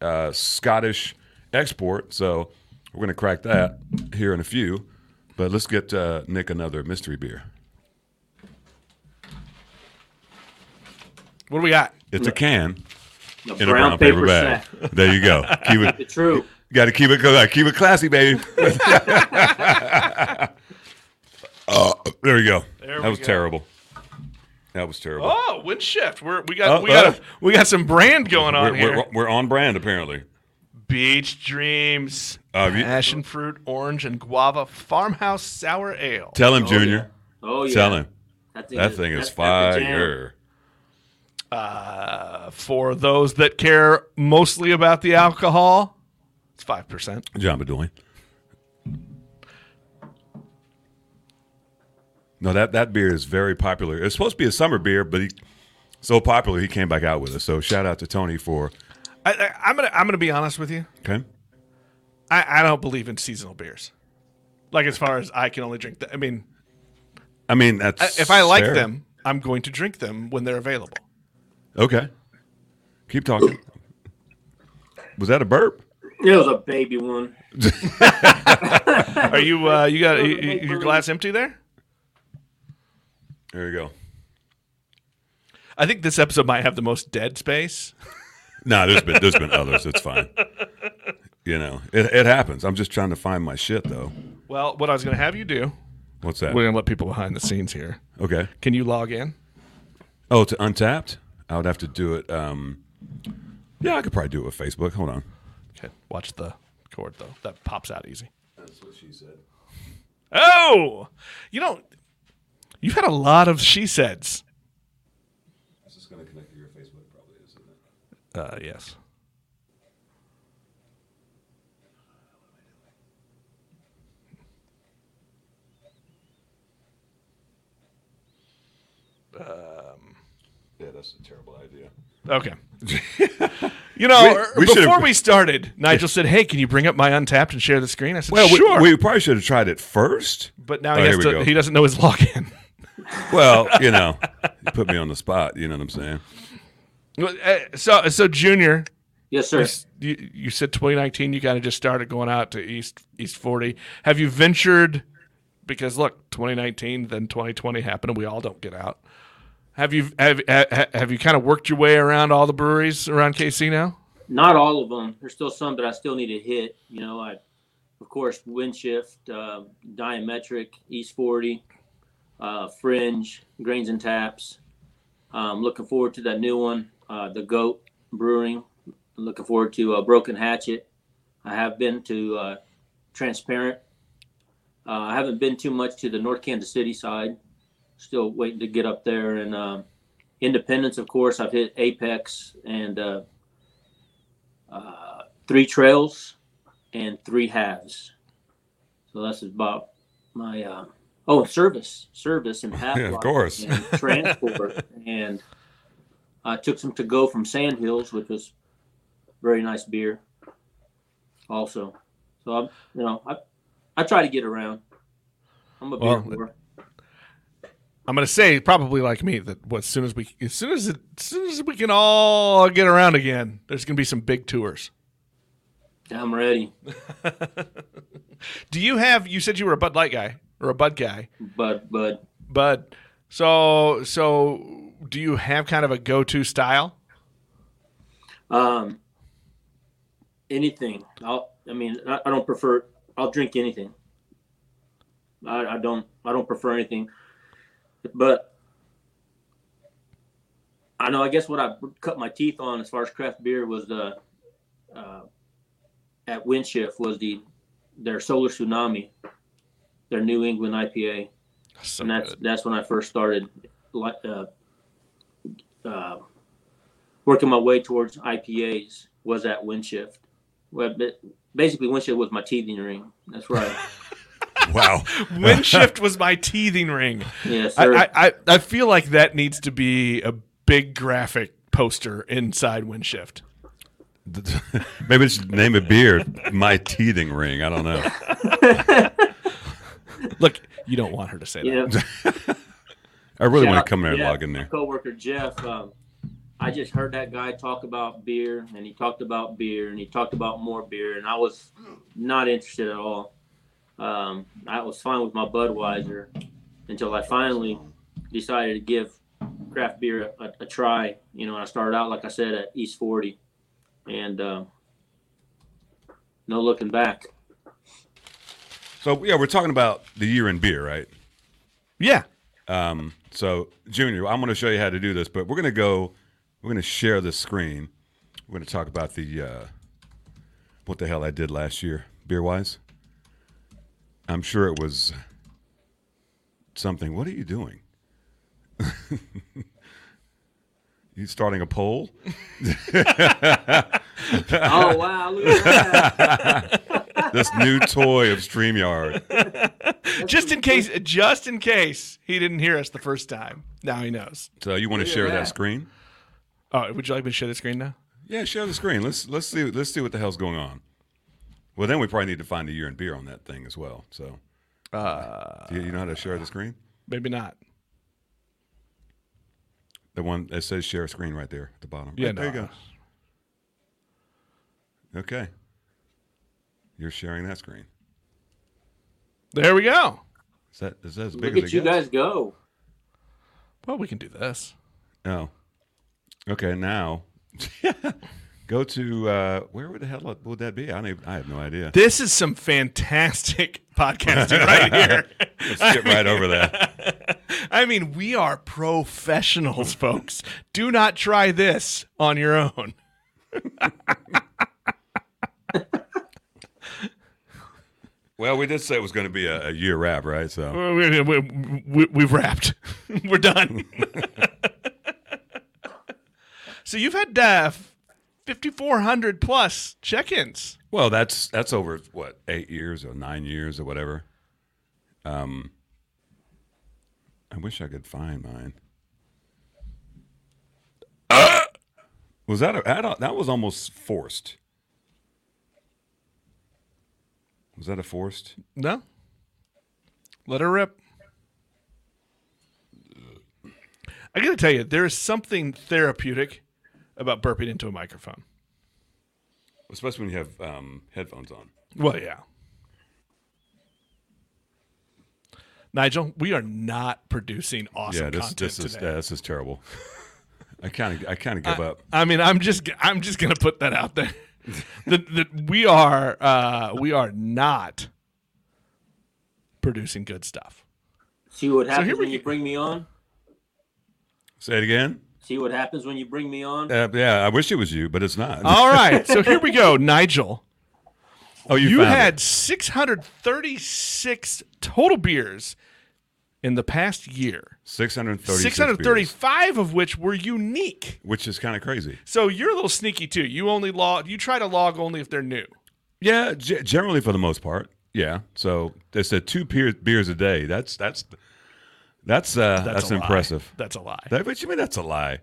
Speaker 3: uh, Scottish export. So we're gonna crack that here in a few. But let's get uh, Nick another mystery beer.
Speaker 2: What do we got?
Speaker 3: It's a can
Speaker 4: The
Speaker 3: in a brown paper, bag. There you go. Keep it.
Speaker 4: It's true.
Speaker 3: Got to keep it. Keep it classy, baby. Uh, there we go.
Speaker 2: There
Speaker 3: that
Speaker 2: we
Speaker 3: was
Speaker 2: go.
Speaker 3: terrible. That was terrible.
Speaker 2: Oh, wind shift. We're, we got
Speaker 3: Oh,
Speaker 2: we got
Speaker 3: oh.
Speaker 2: a, we got some brand going on
Speaker 3: we're,
Speaker 2: here.
Speaker 3: We're, we're on brand apparently.
Speaker 2: Beach dreams.
Speaker 3: Uh, have you-
Speaker 2: Passion fruit, orange, and guava farmhouse sour ale.
Speaker 3: Tell him, Junior.
Speaker 4: Oh yeah.
Speaker 3: Tell him.
Speaker 4: That thing,
Speaker 3: That thing is
Speaker 4: that's- that's the jam.
Speaker 3: fire.
Speaker 2: Uh, for those that care mostly about the alcohol, it's 5%.
Speaker 3: John Bedoin. No, that, that beer is very popular. It's supposed to be a summer beer, but he so popular he came back out with us. So shout out to Tony for
Speaker 2: I, I, I'm going to I'm gonna be honest with you.
Speaker 3: okay.
Speaker 2: I, I don't believe in seasonal beers. Like, as far as I can only drink, the, I mean,
Speaker 3: I mean that's
Speaker 2: I- if I like
Speaker 3: fair.
Speaker 2: them, I'm going to drink them when they're available.
Speaker 3: Okay. Keep talking. Was that a burp?
Speaker 4: It was a baby one.
Speaker 2: Are you, uh, you got you, you- your glass empty there?
Speaker 3: There you go.
Speaker 2: I think this episode might have the most dead space.
Speaker 3: No, there's been there's been others. It's fine. You know, it, it happens. I'm just trying to find my shit though.
Speaker 2: Well, what I was going to have you do,
Speaker 3: What's that?
Speaker 2: we're going to let people behind the scenes here.
Speaker 3: Okay.
Speaker 2: Can you log in?
Speaker 3: Oh, to untapped, I would have to do it. Um, yeah, I could probably do it with Facebook. Hold on.
Speaker 2: Okay, watch the cord though. That pops out easy.
Speaker 3: That's what she said.
Speaker 2: Oh, you don't. You've had a lot of she saids.
Speaker 3: This is going to connect to your Facebook, probably, isn't it?
Speaker 2: Uh, yes.
Speaker 3: Yeah, that's a terrible idea.
Speaker 2: Okay. you know, er,
Speaker 3: We- we should've-
Speaker 2: before we started, Nigel said, "Hey, can you bring up my untapped and share the screen?" I said,
Speaker 3: Well, we-
Speaker 2: "Sure,"
Speaker 3: we, probably should have tried it first.
Speaker 2: but now
Speaker 3: Oh,
Speaker 2: he has
Speaker 3: here we
Speaker 2: to.
Speaker 3: go.
Speaker 2: He doesn't know his login.
Speaker 3: Well, you know, you put me on the spot. You know what I'm saying?
Speaker 2: Uh, so, so Junior,
Speaker 4: Yes, sir.
Speaker 2: you, you said 2019 you kind of just started going out to east east 40 have you ventured because look 2019 then 2020 happened and we all don't get out have you have have, have you kind of worked your way around all the breweries around KC now
Speaker 4: Not all of them. There's still some that I still need to hit. You know, I, of course, Windshift, uh, Diametric, East 40, uh, Fringe, Grains and Taps. Um, looking forward to that new one, uh, the Goat Brewing. I'm looking forward to uh, Broken Hatchet. I have been to uh, Transparent. Uh, I haven't been too much to the North Kansas City side. Still waiting to get up there and um Independence, of course. I've hit Apex and. Uh, uh, three trails and three halves. So that's about my uh, oh service, service and half.
Speaker 3: Yeah, of
Speaker 4: life
Speaker 3: course.
Speaker 4: And transport and I took some to go from Sand Hills, which was very nice beer. Also, so I'm you know I I try to get around. I'm a beer
Speaker 2: Well,
Speaker 4: whore.
Speaker 2: I'm gonna say probably like me that well, as soon as we as soon as it, as soon as we can all get around again there's gonna be some big tours
Speaker 4: I'm ready.
Speaker 2: do you have you said you were a Bud Light guy or a Bud guy
Speaker 4: But but
Speaker 2: Bud so so do you have kind of a go to style
Speaker 4: um, anything. I'll. I mean, I, I don't prefer. I'll drink anything. I, I don't. I don't prefer anything. But I know. I guess what I cut my teeth on as far as craft beer was the uh, at Windshift was the their Solar Tsunami, their New England IPA
Speaker 2: so
Speaker 4: and that's
Speaker 2: good.
Speaker 4: that's when I first started, like, uh, uh, working my way towards IPAs. Was at Windshift. Well, ba- basically, Windshift was my teething ring. That's right.
Speaker 3: Wow.
Speaker 2: Wind shift was my teething ring.
Speaker 4: yeah,
Speaker 2: I,
Speaker 4: sir.
Speaker 2: I, I, I feel like that needs to be a big graphic poster inside wind shift.
Speaker 3: Maybe it's name a beer. My teething ring. I don't know.
Speaker 2: Look, you don't want her to say
Speaker 4: yeah.
Speaker 2: that.
Speaker 3: I really
Speaker 4: Shout
Speaker 3: want
Speaker 4: out
Speaker 3: to come there and
Speaker 4: Jeff,
Speaker 3: log in
Speaker 4: my
Speaker 3: there.
Speaker 4: Coworker Jeff, um, I just heard that guy talk about beer, and he talked about beer, and he talked about more beer, and I was not interested at all. Um, I was fine with my Budweiser until I finally decided to give craft beer a, a try. You know, and I started out like I said at East Forty, and um no looking back.
Speaker 3: So yeah, we're talking about the year in beer, right?
Speaker 2: Yeah.
Speaker 3: Um, so Junior, I'm going to show you how to do this, but we're going to go. We're going to share this screen. We're going to talk about the uh, what the hell I did last year, beer wise. I'm sure it was something. What are you doing? You starting a poll?
Speaker 4: Oh wow! Look at that.
Speaker 3: this new toy of StreamYard.
Speaker 2: just in case, just in case he didn't hear us the first time. Now he knows.
Speaker 3: So uh, you want to share
Speaker 4: that.
Speaker 3: that screen?
Speaker 2: Oh, would you like me to share the screen now?
Speaker 3: Yeah, share the screen. Let's let's see let's see what the hell's going on. Well, then we probably need to find a year and beer on that thing as well. So, uh, you, you know how to share the screen?
Speaker 2: Maybe not.
Speaker 3: The one that says share screen right there at the bottom.
Speaker 2: Yeah,
Speaker 3: Right, there
Speaker 2: no.
Speaker 3: you go. Okay, you're sharing that screen.
Speaker 2: There we go.
Speaker 3: Is that is that as big as
Speaker 4: Look at
Speaker 3: it
Speaker 4: you
Speaker 3: gets?
Speaker 4: guys go.
Speaker 2: Well, we can do this.
Speaker 3: Oh. Okay, now go to uh, where would the hell would that be? I don't even, I have no idea.
Speaker 2: This is some fantastic podcasting right here.
Speaker 3: Let's skip right over that.
Speaker 2: I mean, we are professionals, folks. Do not try this on your own.
Speaker 3: Well, we did say it was going to be a, a year wrap, right? So
Speaker 2: We, we, we, we've wrapped. We're done. so you've had uh, 5,400 plus check-ins.
Speaker 3: well, that's that's over what eight years or nine years or whatever. Um, I wish I could find mine. Ah! was that a, I don't- that was almost forced? Was that a forced?
Speaker 2: No. Let her rip. I gotta tell you, there is something therapeutic about burping into a microphone.
Speaker 3: especially when you have um, headphones on.
Speaker 2: Well, yeah. Nigel, we are not producing awesome
Speaker 3: yeah, this
Speaker 2: content
Speaker 3: this is
Speaker 2: today.
Speaker 3: yeah, this is terrible. I kind of I kind of give up.
Speaker 2: I mean, I'm just I'm just gonna put that out there. that, that we are uh, we are not producing good stuff.
Speaker 4: See what happens
Speaker 2: here we
Speaker 4: when you
Speaker 2: go.
Speaker 4: bring me on.
Speaker 3: Say it again.
Speaker 4: See what happens when you bring me on.
Speaker 3: Uh, yeah, I wish it was you, but it's not.
Speaker 2: All right, so here we go, Nigel.
Speaker 3: oh,
Speaker 2: You
Speaker 3: found
Speaker 2: had
Speaker 3: it.
Speaker 2: 636 total beers in the past year.
Speaker 3: 636 beers,
Speaker 2: 635 of which were unique.
Speaker 3: which is kind of crazy.
Speaker 2: So you're a little sneaky too. You only log you try to log only if they're new.
Speaker 3: Yeah, g- generally for the most part. Yeah. So they said two peer- beers a day. That's that's that's uh, that's,
Speaker 2: a lie.
Speaker 3: impressive.
Speaker 2: That's a lie.
Speaker 3: That, what you mean? That's a lie.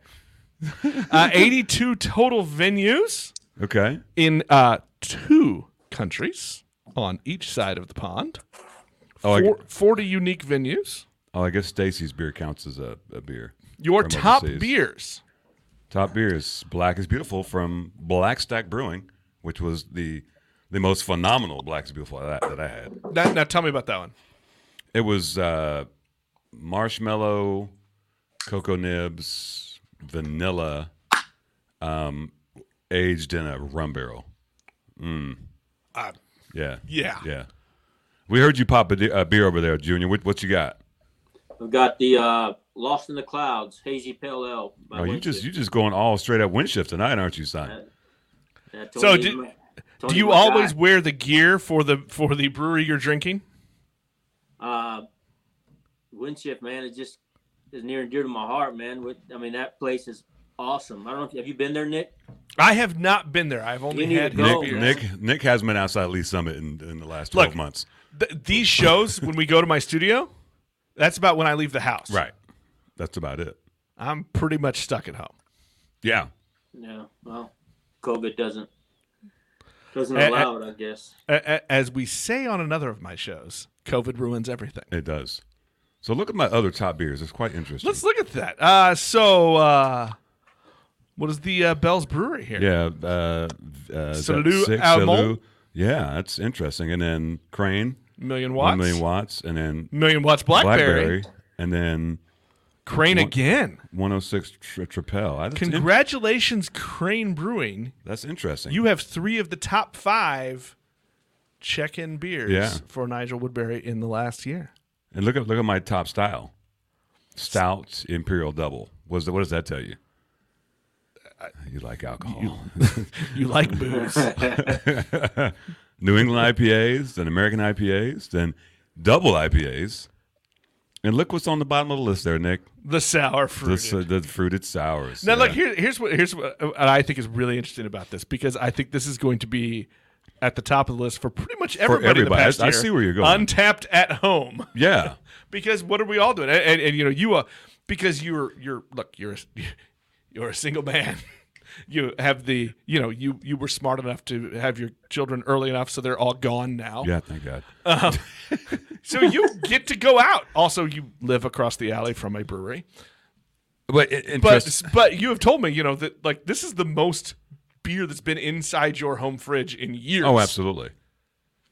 Speaker 2: Uh, 82 total venues
Speaker 3: Okay.
Speaker 2: in uh, two countries on each side of the pond.
Speaker 3: Oh, I,
Speaker 2: Four, 40 unique venues.
Speaker 3: oh, I guess Stacy's beer counts as a, a beer.
Speaker 2: Your
Speaker 3: From
Speaker 2: top
Speaker 3: overseas.
Speaker 2: beers.
Speaker 3: Top beer is Black is Beautiful from Black Stack Brewing, which was the the most phenomenal Black is Beautiful that, that I had.
Speaker 2: Now, now tell me about that one.
Speaker 3: It was uh, marshmallow, cocoa nibs, vanilla, um, aged in a rum barrel.
Speaker 2: Uh,
Speaker 3: Yeah.
Speaker 2: Yeah.
Speaker 3: Yeah. We heard you pop a, de- a beer over there, Junior. What, what you got?
Speaker 4: I've got the uh, Lost in the Clouds Hazy Pale Ale. by
Speaker 3: Oh, you
Speaker 4: Winston.
Speaker 3: just you just going all straight up wind shift tonight, aren't you, son?
Speaker 4: Yeah,
Speaker 2: So
Speaker 4: Tony,
Speaker 2: do-
Speaker 4: my-
Speaker 2: Do
Speaker 4: Tony,
Speaker 2: you
Speaker 4: my
Speaker 2: always
Speaker 4: guy.
Speaker 2: wear the gear for the for the brewery you're drinking?
Speaker 4: Uh, Windshift, man, it just is near and dear to my heart, man. With, I mean, that place is awesome. I don't know if have you been there, Nick.
Speaker 2: I have not been there. I've only
Speaker 4: You need
Speaker 2: had
Speaker 4: to go,
Speaker 2: his
Speaker 3: Nick,
Speaker 2: beers.
Speaker 4: man.
Speaker 3: Nick Nick has been outside Lee Summit in, in the last twelve
Speaker 2: Look,
Speaker 3: months.
Speaker 2: Th- these shows when we go to my studio, that's about when I leave the house.
Speaker 3: Right. That's about it.
Speaker 2: I'm pretty much stuck at home.
Speaker 3: Yeah.
Speaker 4: Yeah, well, COVID doesn't doesn't
Speaker 2: Eh, eh.
Speaker 4: allow it, I guess.
Speaker 2: A- a- as we say on another of my shows, COVID ruins everything.
Speaker 3: It does. So look at my other top beers. It's quite interesting.
Speaker 2: Let's look at that. Uh, so, uh, what is the uh, Bell's Brewery here?
Speaker 3: yeah. Uh, uh, is that
Speaker 2: Salut
Speaker 3: six?
Speaker 2: Allemand.
Speaker 3: Salut. Yeah, that's interesting. And then Crane,
Speaker 2: Million watts.
Speaker 3: one million watts, and then
Speaker 2: Million watts Blackberry.
Speaker 3: Blackberry, and then
Speaker 2: Crane again.
Speaker 3: one hundred six tri- Tripel. I- That's, in-
Speaker 2: Congratulations, Crane Brewing.
Speaker 3: that's interesting.
Speaker 2: You have three of the top five check-in beers
Speaker 3: Yeah.
Speaker 2: for Nigel Woodbury in the last year.
Speaker 3: and look at look at my top style, stout imperial double. Was the, what does that tell you? You like alcohol.
Speaker 2: You like booze.
Speaker 3: New England IPAs, then American IPAs, then double IPAs, And look what's on the bottom of the list there, Nick.
Speaker 2: The sour
Speaker 3: The,
Speaker 2: fruit.
Speaker 3: s- the fruited sours.
Speaker 2: Now,
Speaker 3: yeah.
Speaker 2: look here, here's what here's what uh, I think is really interesting about this because I think this is going to be at the top of the list for pretty much everybody. the
Speaker 3: everybody. I-
Speaker 2: past
Speaker 3: I
Speaker 2: year.
Speaker 3: see where you're going.
Speaker 2: Untapped at home.
Speaker 3: Yeah.
Speaker 2: because what are we all doing? And, and, and, you know, you uh, because you're you're look, you're a, you're a single man. You have the you know you you were smart enough to have your children early enough, so they're all gone now.
Speaker 3: Yeah, thank God.
Speaker 2: So you get to go out. Also, you live across the alley from a brewery.
Speaker 3: But, it, it
Speaker 2: But
Speaker 3: just-
Speaker 2: but you have told me you know that like this is the most beer that's been inside your home fridge in years.
Speaker 3: oh, absolutely.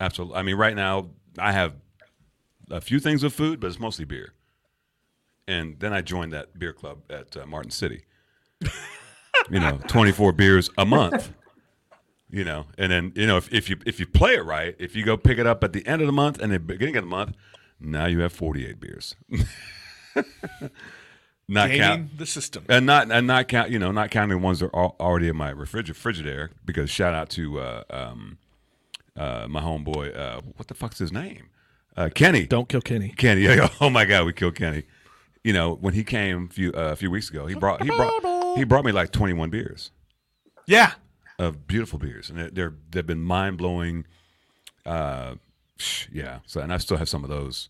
Speaker 3: Absolutely. I mean, right now, I have a few things of food, but it's mostly beer. And then I joined that beer club at uh, Martin City. you know, 24 beers a month. You know, and then you know if, if you if you play it right, if you go pick it up at the end of the month and the beginning of the month, now you have 48 beers. Not
Speaker 2: Gaming
Speaker 3: count,
Speaker 2: the system.
Speaker 3: and not and not count you know not counting the ones that are al- already in my refrigerator Frigidaire, because shout out to uh, um, uh, my homeboy uh, what the fuck's his name uh, Kenny
Speaker 2: Don't kill Kenny.
Speaker 3: Kenny yeah, oh my god we killed Kenny you know when he came a few uh, a few weeks ago he brought he brought he brought me like 21 beers
Speaker 2: Yeah,
Speaker 3: of beautiful beers and they're, they're they've been mind blowing uh, psh, yeah so and I still have some of those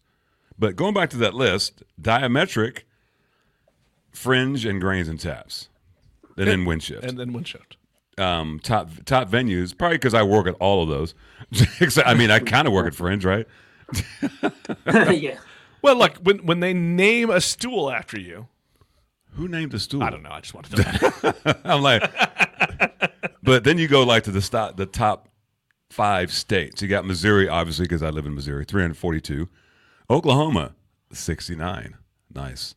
Speaker 3: but going back to that list diametric fringe and grains and taps and then wind shift
Speaker 2: and then one shot.
Speaker 3: um, top top venues, probably because I work at all of those. Except, I mean, I kind of work at Fringe, right?
Speaker 4: yeah.
Speaker 2: Well, look when when they name a stool after you,
Speaker 3: Who named the stool?
Speaker 2: I don't know. I just want to know. that.
Speaker 3: I'm like, but then you go like to the stop, the top five states. You got Missouri, obviously, because I live in Missouri, 342. Oklahoma, 69. Nice.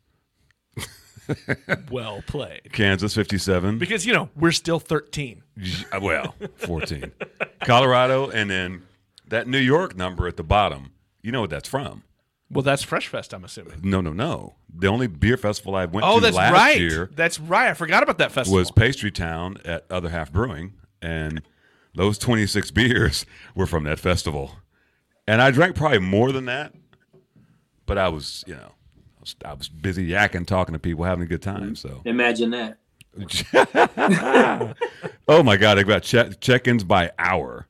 Speaker 2: well played.
Speaker 3: Kansas, 57.
Speaker 2: Because you know we're still thirteen.
Speaker 3: Uh, well, 14. Colorado, and then that New York number at the bottom. You know what that's from?
Speaker 2: Well, that's Fresh Fest, I'm assuming.
Speaker 3: No, no, no. The only beer festival I went
Speaker 2: Oh,
Speaker 3: to
Speaker 2: that's
Speaker 3: last
Speaker 2: right.
Speaker 3: year
Speaker 2: That's right. I forgot about that festival.
Speaker 3: was Pastry Town at Other Half Brewing, and those 26 beers were from that festival. And I drank probably more than that, but I was, you know, I was, I was busy yakking, talking to people, having a good time. So,
Speaker 4: Imagine that.
Speaker 3: oh my God, I got check, check-ins by hour.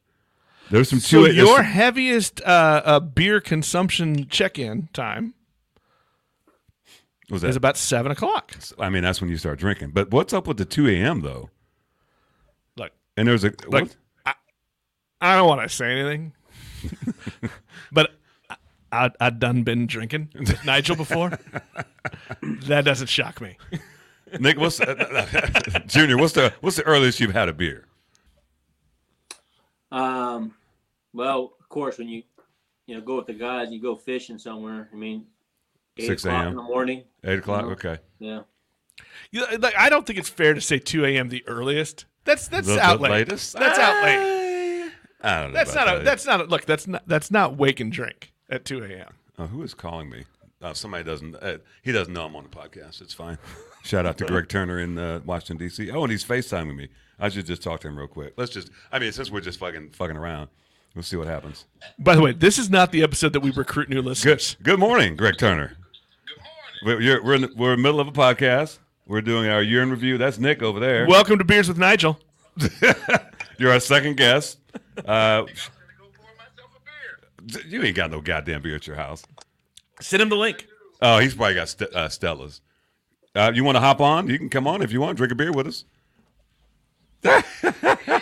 Speaker 3: There's some
Speaker 2: so
Speaker 3: two.
Speaker 2: your heaviest uh, uh, beer consumption check-in time
Speaker 3: was
Speaker 2: is
Speaker 3: that?
Speaker 2: about seven o'clock.
Speaker 3: I mean, that's when you start drinking. But what's up with the 2 a.m. though?
Speaker 2: Look,
Speaker 3: And there's a
Speaker 2: Like-
Speaker 3: what?
Speaker 2: I don't want to say anything, but I, I, I done been drinking with Nigel before. that doesn't shock me.
Speaker 3: Nick, what's uh, Junior? What's the what's the earliest you've had a beer?
Speaker 4: Um, well, of course, when you you know go with the guys, you go fishing somewhere. I mean, eight
Speaker 3: 6
Speaker 4: o'clock
Speaker 3: a.m..
Speaker 4: in the morning.
Speaker 3: Eight o'clock. Okay.
Speaker 4: Yeah.
Speaker 2: You know, like, I don't think it's fair to say two a.m. the earliest. That's that's
Speaker 3: The- the
Speaker 2: out late.
Speaker 3: latest? Ah.
Speaker 2: That's out late.
Speaker 3: I don't know.
Speaker 2: That's
Speaker 3: about
Speaker 2: not a.
Speaker 3: that.
Speaker 2: That's not a. Look, that's not. That's not wake and drink at two a.m.
Speaker 3: Oh, who is calling me? Oh, somebody doesn't. Uh, he doesn't know I'm on the podcast. It's fine. Shout out to Greg Turner in uh, Washington D.C. Oh, and he's FaceTiming me. I should just talk to him real quick. Let's just. I mean, since we're just fucking fucking around, we'll see what happens.
Speaker 2: By the way, this is not the episode that we recruit new listeners.
Speaker 3: Good morning, Greg Turner. Good morning. We're you're, we're, in, the- we're in the middle of a podcast. We're doing our year in review. That's Nick over there.
Speaker 2: Welcome to Beers with Nigel.
Speaker 3: You're our second guest. Uh, you ain't got no goddamn beer at your house.
Speaker 2: Send him the link.
Speaker 3: Oh, he's probably got St- uh, Stella's. Uh, you want to hop on? You can come on if you want. Drink a beer with us.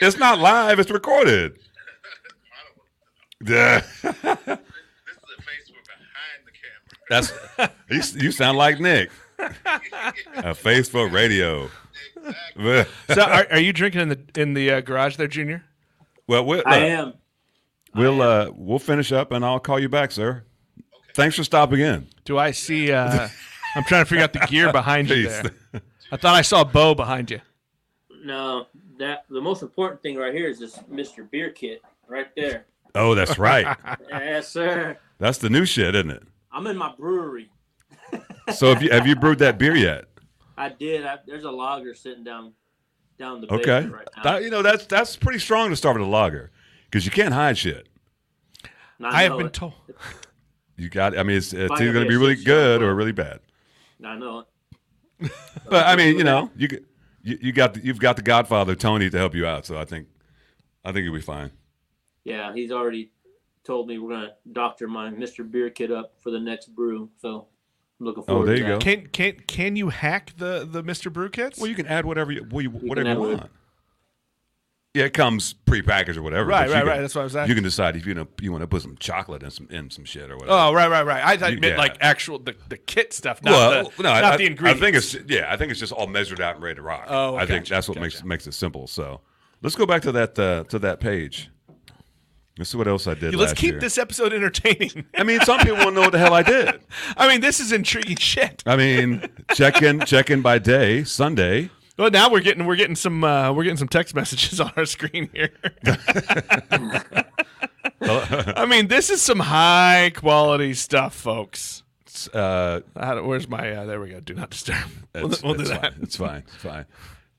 Speaker 3: it's not live. It's recorded. Duh.
Speaker 5: This is a face with behind the camera.
Speaker 3: That's you, s- you sound like Nick. A face for radio. well,
Speaker 2: So, are, are you drinking in the in the uh, garage there, Junior?
Speaker 3: we'll,
Speaker 4: I am.
Speaker 3: we'll uh, we'll finish up and I'll call you back, sir. Thanks for stopping in.
Speaker 2: Do I see? Uh, I'm trying to figure out the gear behind you
Speaker 3: Jeez.
Speaker 2: there. I thought I saw a bow behind you.
Speaker 4: No, that the most important thing right here is this Mr. Beer Kit right there.
Speaker 3: Oh, that's right.
Speaker 4: yes, sir.
Speaker 3: That's the new shit, isn't it?
Speaker 4: I'm in my brewery.
Speaker 3: So have you have you brewed that beer yet?
Speaker 4: I did. I, there's a logger sitting down down the
Speaker 3: Okay.
Speaker 4: basement right now.
Speaker 3: That- you know, that's that's pretty strong to start with a lager because you can't hide shit.
Speaker 4: And
Speaker 2: I, have
Speaker 4: know
Speaker 2: been
Speaker 4: it.
Speaker 2: told.
Speaker 3: You got. I mean, it's, it's
Speaker 4: Might
Speaker 3: either
Speaker 4: not
Speaker 3: going to
Speaker 4: be
Speaker 3: be
Speaker 4: a
Speaker 3: really
Speaker 4: shit show,
Speaker 3: good or
Speaker 4: but-
Speaker 3: really bad.
Speaker 4: I know it.
Speaker 3: But I mean, you know, you could, you, you got the, you've got the Godfather Tony to help you out. So I think I think you'll be fine.
Speaker 4: Yeah, he's already told me we're gonna doctor my Mr. Beer Kid up for the next brew. So I'm looking forward.
Speaker 3: Oh, there
Speaker 4: to
Speaker 3: you
Speaker 4: that.
Speaker 3: go.
Speaker 2: Can can can you hack the the Mr. Brew kits?
Speaker 3: Well, you can add whatever you, well, you- whatever
Speaker 4: add
Speaker 3: you
Speaker 4: what-
Speaker 3: want. Yeah, it comes prepackaged or whatever.
Speaker 2: Right,
Speaker 3: but you
Speaker 2: right,
Speaker 3: can-
Speaker 2: right. That's what I was asking.
Speaker 3: You can decide if you know you want to put some chocolate and some in some shit or whatever.
Speaker 2: oh, right, right, right. I, I
Speaker 3: You-
Speaker 2: meant
Speaker 3: yeah.
Speaker 2: like actual the, the kit stuff, not
Speaker 3: well,
Speaker 2: the
Speaker 3: no, I-
Speaker 2: not
Speaker 3: I,
Speaker 2: the ingredients.
Speaker 3: I think it's yeah, I think it's just all measured out and ready to rock.
Speaker 2: Oh,
Speaker 3: I think
Speaker 2: gotcha,
Speaker 3: that's what makes makes it simple. So let's go back to that uh, to that page. Let's see what else I did.
Speaker 2: Let's
Speaker 3: last
Speaker 2: keep
Speaker 3: year.
Speaker 2: this episode entertaining.
Speaker 3: I mean, some people won't know what the hell I did.
Speaker 2: I mean, this is intriguing shit.
Speaker 3: I mean, check in check in by day Sunday.
Speaker 2: Well, now we're getting we're getting some uh, we're getting some text messages on our screen here. I mean, this is some high quality stuff, folks.
Speaker 3: Uh,
Speaker 2: How do- where's my? Uh, there we go. Do not disturb. We'll,
Speaker 3: It's,
Speaker 2: we'll do
Speaker 3: it's
Speaker 2: that.
Speaker 3: Fine. It's fine. It's fine.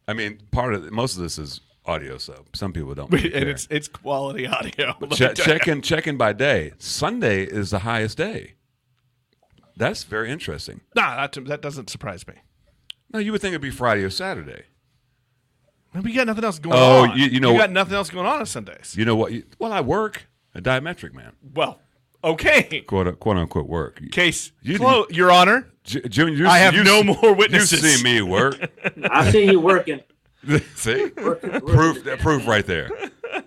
Speaker 3: I mean, part of most of this is audio, so some people don't. Really
Speaker 2: and
Speaker 3: care.
Speaker 2: it's it's quality audio. Let me
Speaker 3: Che-
Speaker 2: tell
Speaker 3: check in check in by day. Sunday is the highest day. That's very interesting.
Speaker 2: you. Nah, that, that doesn't surprise me.
Speaker 3: No, you would think it'd be Friday or Saturday.
Speaker 2: Man, we got nothing else going
Speaker 3: Oh,
Speaker 2: on.
Speaker 3: you- you know-
Speaker 2: got nothing else going on on Sundays.
Speaker 3: You know what? You, well, I work a diametric man,
Speaker 2: well, okay.
Speaker 3: quote quote unquote work.
Speaker 2: Case
Speaker 3: You-
Speaker 2: closed, Your Honor.
Speaker 3: J- June, you,
Speaker 2: I have
Speaker 3: you-
Speaker 2: no more
Speaker 3: You've
Speaker 2: witnesses.
Speaker 3: seen me work.
Speaker 4: I've seen you working.
Speaker 3: See,
Speaker 4: Working.
Speaker 3: proof proof right there,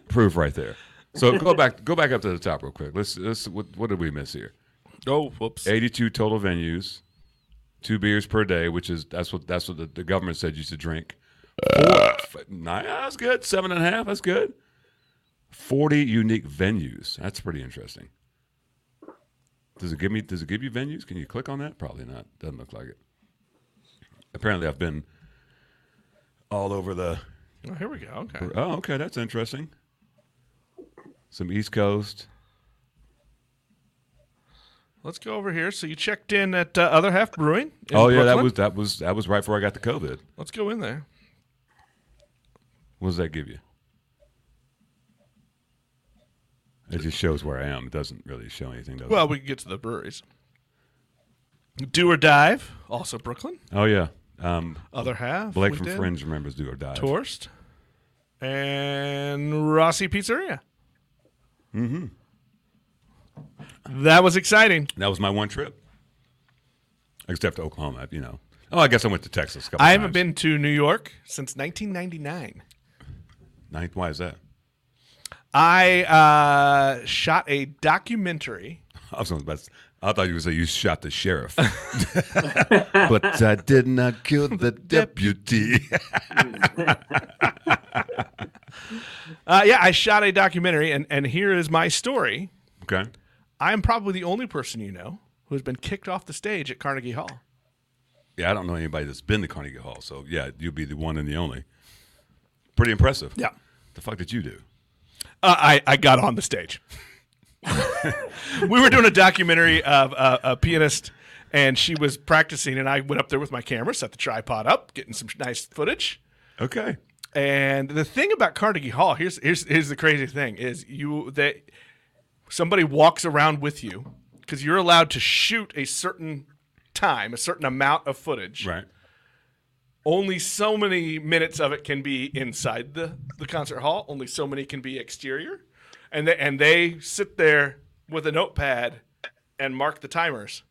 Speaker 3: proof right there. So go back go back up to the top real quick. Let's let's what, what did we miss here?
Speaker 2: Oh, whoops.
Speaker 3: 82 total venues, two beers per day, which is that's what that's what the, the government said you should drink. Four, f- nine, ah, that's good. Seven and a half, that's good. Forty unique venues. That's pretty interesting. Does it give me? Does it give you venues? Can you click on that? Probably not. Doesn't look like it. Apparently, I've been all over the.
Speaker 2: Oh, here we go. Okay.
Speaker 3: Oh, okay, that's interesting. Some East Coast.
Speaker 2: Let's go over here. So you checked in at uh, Other Half Brewing. in
Speaker 3: oh yeah, that
Speaker 2: Brooklyn.
Speaker 3: was that was that was right before I got the COVID.
Speaker 2: Let's go in there.
Speaker 3: What does that give you? It just shows where I am. It doesn't really show anything, does
Speaker 2: Well,
Speaker 3: it?
Speaker 2: we can get to the breweries. Do or Dive, also Brooklyn.
Speaker 3: Oh, yeah. Um,
Speaker 2: Other Half.
Speaker 3: Blake
Speaker 2: we
Speaker 3: from
Speaker 2: did.
Speaker 3: Fringe remembers Do or Die.
Speaker 2: Torst. And Rossi Pizzeria. Mm-hmm. That was exciting.
Speaker 3: That was my one trip. Except Oklahoma, you know. Oh, I guess I went to Texas a couple
Speaker 2: I haven't
Speaker 3: times.
Speaker 2: been to New York since 1999.
Speaker 3: Ninth, why is that?
Speaker 2: I uh, shot a documentary.
Speaker 3: I, was about to- I thought you would say you shot the sheriff. but I did not kill the deputy.
Speaker 2: Uh, yeah, I shot a documentary, and, and here is my story.
Speaker 3: okay.
Speaker 2: I am probably the only person you know who has been kicked off the stage at Carnegie Hall.
Speaker 3: Yeah, I don't know anybody that's been to Carnegie Hall. So, yeah, you'll be the one and the only. Pretty impressive.
Speaker 2: Yeah.
Speaker 3: The fuck did you do?
Speaker 2: Uh, I, I got on the stage. we were doing a documentary of uh, a pianist, and she was practicing, and I went up there with my camera, set the tripod up, getting some nice footage.
Speaker 3: Okay.
Speaker 2: And the thing about Carnegie Hall, here's here's here's the crazy thing is you that somebody walks around with you because you're allowed to shoot a certain time, a certain amount of footage.
Speaker 3: Right.
Speaker 2: Only so many minutes of it can be inside the, the concert hall. Only so many can be exterior, and they, and they sit there with a notepad and mark the timers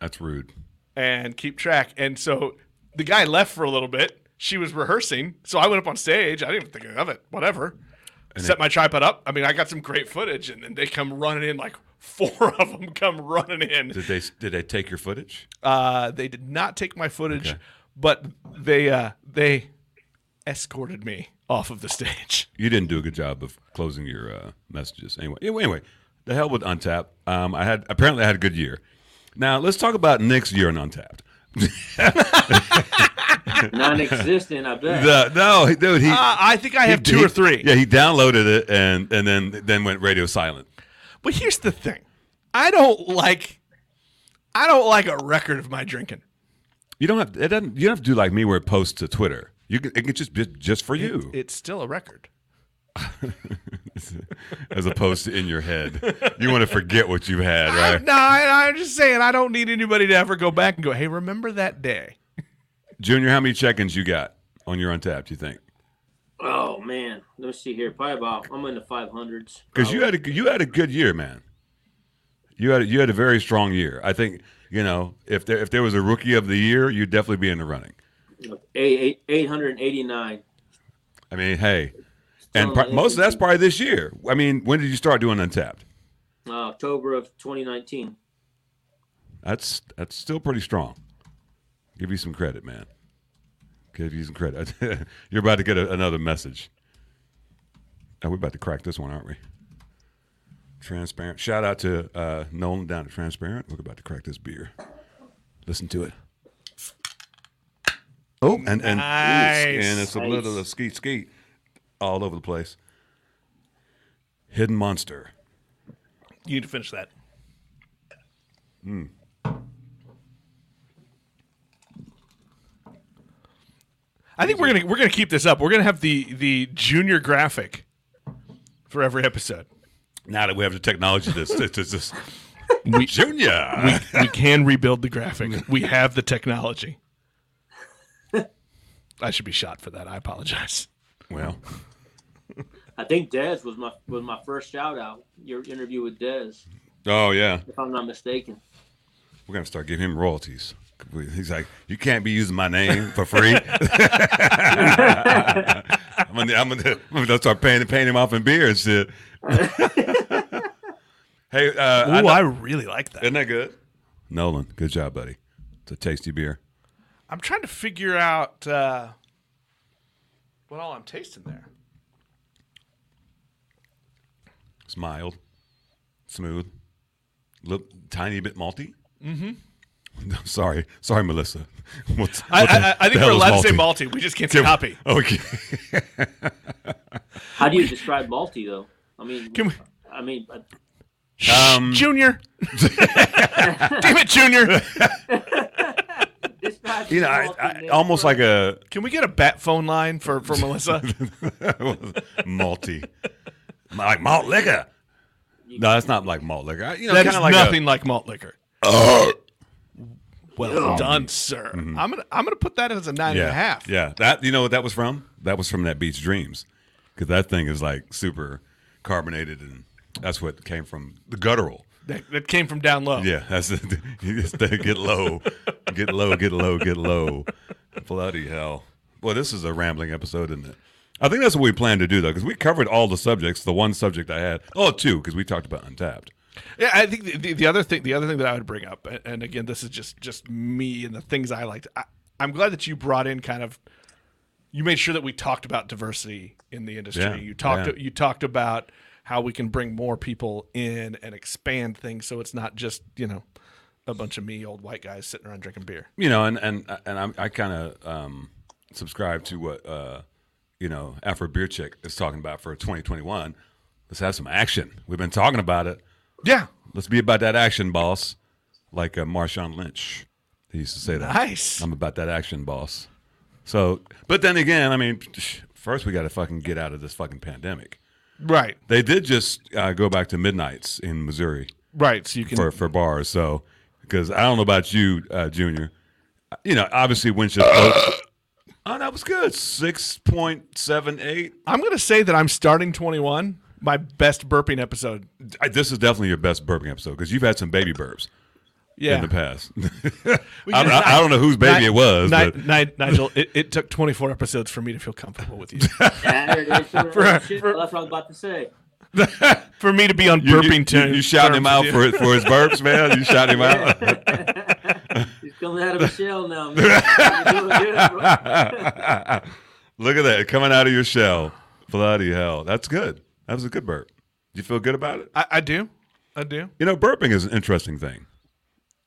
Speaker 3: That's rude.
Speaker 2: and keep track. And so the guy left for a little bit. She was rehearsing, so I went up on stage. I didn't even think of it. Whatever. Set my tripod up. I mean, I got some great footage, and then they come running in. Like four of them come running in.
Speaker 3: Did they did they take your footage?
Speaker 2: Uh, they did not take my footage,
Speaker 3: Okay.
Speaker 2: but they uh, they escorted me off of the stage.
Speaker 3: You didn't do a good job of closing your uh, messages. Anyway, anyway, anyway, the hell with Untapped. Um, I had apparently I had a good year. Now let's talk about next year on Untapped.
Speaker 4: Non-existent, I bet.
Speaker 3: The, no, dude, he.
Speaker 2: Uh, I think I have two
Speaker 3: he-
Speaker 2: or three.
Speaker 3: Yeah, he downloaded it and and then then went radio silent.
Speaker 2: But here's the thing: I don't like I don't like a record of my drinking.
Speaker 3: You don't have it doesn't, you don't have to do like me where it posts to Twitter. You can, it can just be just for you.
Speaker 2: It's still a record.
Speaker 3: as opposed to in your head. You want to forget what you've had,
Speaker 2: I,
Speaker 3: right?
Speaker 2: no, I, I'm just saying I don't need anybody to ever go back and go, hey, remember that day?
Speaker 3: Junior, how many check-ins you got on your untapped? You think?
Speaker 4: Oh man, let me see here. Probably about I'm in the Uh, 500s.
Speaker 3: Because you had a you had a good year, man. You had a, you had a very strong year. I think you know if there if there was a rookie of the year, you'd definitely be in the running.
Speaker 4: eight, 889.
Speaker 3: I mean, hey, and
Speaker 4: Sounds
Speaker 3: pro-
Speaker 4: like
Speaker 3: most of that's
Speaker 4: MVP.
Speaker 3: probably this year. I mean, when did you start doing untapped?
Speaker 4: Uh, October of 2019.
Speaker 3: That's that's still pretty strong. Give you some credit, man. Give you some credit. You're about to get a, another message. Oh, we're about to crack this one, aren't we? Transparent. Shout out to uh, Nolan down at Transparent. We're about to crack this beer. Listen to it. Oh, and and
Speaker 2: Nice.
Speaker 3: and it's a little of skeet skeet all over the place. Hidden monster.
Speaker 2: You need to finish that. Hmm. I think we're gonna we're gonna keep this up. We're gonna have the the junior graphic for every episode.
Speaker 3: Now that we have the technology, this this is this. Junior.
Speaker 2: we can rebuild the graphic. We have the technology. I should be shot for that. I apologize.
Speaker 3: Well,
Speaker 4: I think Dez was my was my first shout out. Your interview with Dez,
Speaker 3: oh yeah,
Speaker 4: if I'm not mistaken.
Speaker 3: we're gonna start giving him royalties. He's like, you can't be using my name for free. I'm gonna, I'm gonna, I'm gonna start paying, paying him off in beer and shit. hey, uh, I
Speaker 2: Ooh,
Speaker 3: know-
Speaker 2: I really like that.
Speaker 3: isn't that good? Nolan, good job, buddy. It's a tasty beer.
Speaker 2: I'm trying to figure out uh, what all I'm tasting there.
Speaker 3: It's mild, smooth, little tiny bit malty. Mm-hmm. sorry, sorry, Melissa. What-
Speaker 2: I,
Speaker 3: what the-
Speaker 2: I, I
Speaker 3: the
Speaker 2: think
Speaker 3: hell
Speaker 2: we're
Speaker 3: is
Speaker 2: allowed to say malty. We just can't say copy.
Speaker 3: Okay.
Speaker 4: How do you describe malty though? I mean,
Speaker 2: Can we,
Speaker 4: I mean, uh, I-
Speaker 3: Um,
Speaker 2: Junior. Damn it, Junior.
Speaker 4: describe
Speaker 3: You know, I,
Speaker 4: malty,
Speaker 3: I,
Speaker 4: man.
Speaker 3: almost like a
Speaker 2: Can we get a bat phone line for, for Melissa?
Speaker 3: malty, like malt liquor. No, that's not like malt liquor. I- You know,
Speaker 2: That
Speaker 3: kind
Speaker 2: is
Speaker 3: of like
Speaker 2: nothing
Speaker 3: A,
Speaker 2: like malt liquor. well done, sir. I'm gonna I'm gonna put that as a nine and
Speaker 3: yeah,
Speaker 2: a half.
Speaker 3: yeah. That you know what that was from? That was from that Beach Dreams, because that thing is like super carbonated, and that's what came from the guttural.
Speaker 2: That, that came from down low.
Speaker 3: Yeah, that's you just get low, get low, get low, get low. Bloody hell! Boy, this is a rambling episode, isn't it? I think that's what we planned to do though, because we covered all the subjects. The one subject I had, oh, two, because we talked about Untapped.
Speaker 2: Yeah, I think the, the, the other thing the other thing that I would bring up, a- and again, this is just just me and the things I liked. I, I'm glad that you brought in kind of you made sure that we talked about diversity in the industry.
Speaker 3: Yeah,
Speaker 2: you talked
Speaker 3: yeah.
Speaker 2: you talked about how we can bring more people in and expand things so it's not just you know a bunch of me old white guys sitting around drinking beer.
Speaker 3: You know, and and and I'm, I kind of um, subscribe to what uh, you know Afro Beer Chick is talking about for 2021. Let's have some action. We've been talking about it.
Speaker 2: Yeah,
Speaker 3: Let's be about that action, boss. Like uh, Marshawn Lynch, he used to say that.
Speaker 2: nice.
Speaker 3: I'm about that action, boss. So, but then again, I mean, first we got to fucking get out of this fucking pandemic.
Speaker 2: right,
Speaker 3: They did just uh, go back to midnights in Missouri
Speaker 2: right. So you can
Speaker 3: for, for bars. So, because I don't know about you, uh, Junior. You know, obviously Winchester. oh, that was good. Six point seven eight.
Speaker 2: I'm going to say that I'm starting 21, my best burping episode.
Speaker 3: This is definitely your best burping episode because you've had some baby burps
Speaker 2: Yeah.
Speaker 3: in the past. I, don't- I don't know whose baby it was,
Speaker 2: Ni-
Speaker 3: but
Speaker 2: Ni- Nigel, it, it took 24 episodes for me to feel comfortable with you.
Speaker 4: Yeah, there it is. Shit,
Speaker 2: for-
Speaker 4: that's what I was about to say.
Speaker 2: for me to be on
Speaker 3: you,
Speaker 2: burping
Speaker 3: you,
Speaker 2: tune.
Speaker 3: you, you shouting him out for it for his burps, man. You shouting him out.
Speaker 4: He's coming out of his shell now, man. You're doing good, bro.
Speaker 3: Look at that coming out of your shell. Bloody hell. That's good. That was a good burp. Do you feel good about it?
Speaker 2: I, I do. I do.
Speaker 3: You know, burping is an interesting thing.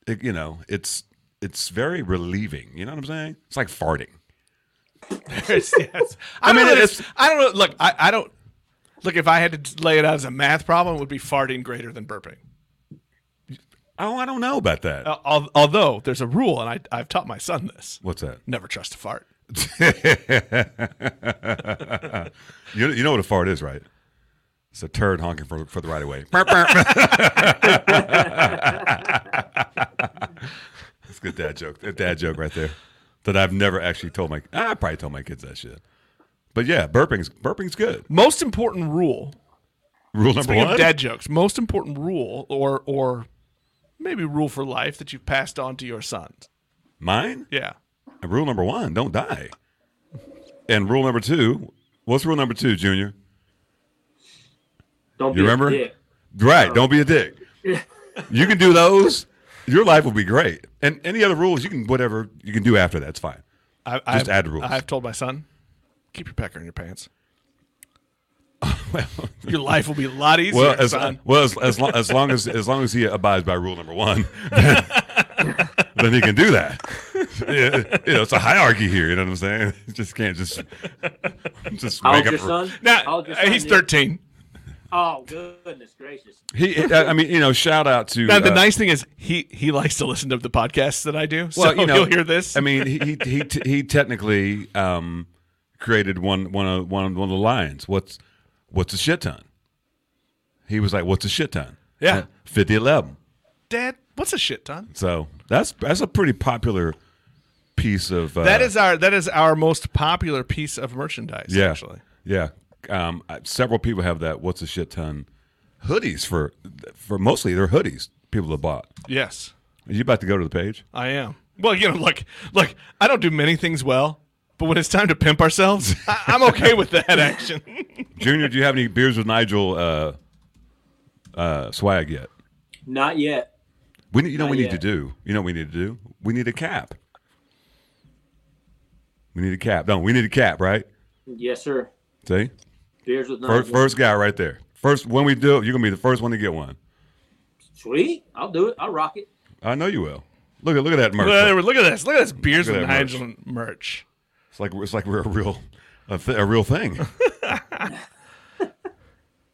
Speaker 3: It- you know, it's it's very relieving. You know what I'm saying? It's like farting.
Speaker 2: Yes, yes. I, mean, it's, I don't know. Look, I, I don't. Look, if I had to lay it out as a math problem, it would be farting greater than burping.
Speaker 3: Oh, I don't know about that.
Speaker 2: Uh, al- although there's a rule, and I, I've taught my son this
Speaker 3: What's that?
Speaker 2: never trust a fart.
Speaker 3: you, you know what a fart is, right? It's a turd honking for, for the right of way. That's a good dad joke. A dad joke right there that I've never actually told my. I probably told my kids that shit. But yeah, burping's burping's good.
Speaker 2: Most important rule.
Speaker 3: Rule number
Speaker 2: Speaking
Speaker 3: one.
Speaker 2: of dad jokes, most important rule or or maybe rule for life that you've passed on to your sons.
Speaker 3: Mine.
Speaker 2: Yeah.
Speaker 3: Rule number one: don't die. And rule number two. What's rule number two, Junior?
Speaker 4: Don't
Speaker 3: You
Speaker 4: be a
Speaker 3: remember?
Speaker 4: dick. Uh,
Speaker 3: Right. Don't be a dick. You can do those. Your life will be great. And any other rules, you can whatever you can do after that's fine.
Speaker 2: I, Just
Speaker 3: Just add rules.
Speaker 2: I've told my son, keep your pecker in your pants. your life will be a lot easier,
Speaker 3: Well, as,
Speaker 2: son.
Speaker 3: well as, as, long, as long as as long as he abides by rule number one, then he can do that. Yeah, you know, it's a hierarchy here. You know what I'm saying? You just can't just just
Speaker 4: How
Speaker 3: make
Speaker 4: old's
Speaker 3: up.
Speaker 4: your
Speaker 3: for-
Speaker 4: son? How
Speaker 2: now,
Speaker 4: old's your
Speaker 3: uh,
Speaker 4: son
Speaker 2: he's
Speaker 4: is?
Speaker 2: 13.
Speaker 4: Oh, goodness gracious.
Speaker 3: He, I mean, you know, shout out to
Speaker 2: Now, the
Speaker 3: uh,
Speaker 2: nice thing is he he likes to listen to the podcasts that I do, so
Speaker 3: Well, you know,
Speaker 2: he'll hear this.
Speaker 3: I mean, he he he, t- he technically um, created one one of one of, one of the lines. What's what's a shit ton? He was like, "What's a shit ton?"
Speaker 2: Yeah.
Speaker 3: fifty eleven.
Speaker 2: Dad, what's a shit ton?
Speaker 3: So that's that's a pretty popular piece of uh,
Speaker 2: That is our that is our most popular piece of merchandise.
Speaker 3: yeah
Speaker 2: actually,
Speaker 3: yeah. Um, I- several people have that. What's a shit ton? Hoodies for for mostly they're hoodies people have bought.
Speaker 2: yes,
Speaker 3: Are you about to go to the page?
Speaker 2: I am. Well, you know, look, look, I don't do many things well, but when it's time to pimp ourselves, I, I'm okay with that action.
Speaker 3: Junior, do you have any beers with Nigel uh, uh, swag yet?
Speaker 4: Not yet.
Speaker 3: We need, you know what
Speaker 4: Not
Speaker 3: we need
Speaker 4: yet.
Speaker 3: to do. You know what we need to do. We need a cap. We need a cap. No, we need a cap, right?
Speaker 4: Yes, sir.
Speaker 3: See,
Speaker 4: Beers with Nigel.
Speaker 3: first, first guy right there. First, when we do, it, you're gonna be the first one to get one.
Speaker 4: Sweet. I'll do it. I'll rock it.
Speaker 3: I know you will. Look at look at that merch.
Speaker 2: look at this, look at this beers
Speaker 3: Look
Speaker 2: with
Speaker 3: at that merch.
Speaker 2: Nigel merch. merch.
Speaker 3: It's like it's like we're a real a, th- a real thing.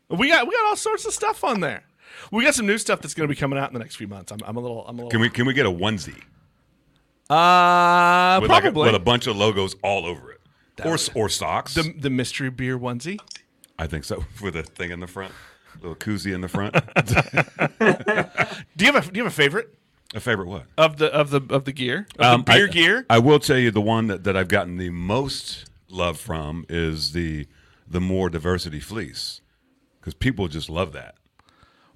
Speaker 2: We got we got all sorts of stuff on there. We got some new stuff that's going to be coming out in the next few months. I'm, I'm a little, I'm a little.
Speaker 3: Can we can we get a onesie
Speaker 2: uh, probably
Speaker 3: with like a, with a bunch of logos all over it, or s- or socks?
Speaker 2: the the mystery beer onesie.
Speaker 3: I think so. With a thing in the front, little koozie in the front.
Speaker 2: Do you have a do you have a favorite
Speaker 3: a favorite what?
Speaker 2: of the of the of the gear? Of
Speaker 3: Um,
Speaker 2: the beer
Speaker 3: I,
Speaker 2: gear.
Speaker 3: I will tell you the one that, that I've gotten the most love from is the the more diversity fleece because people just love that.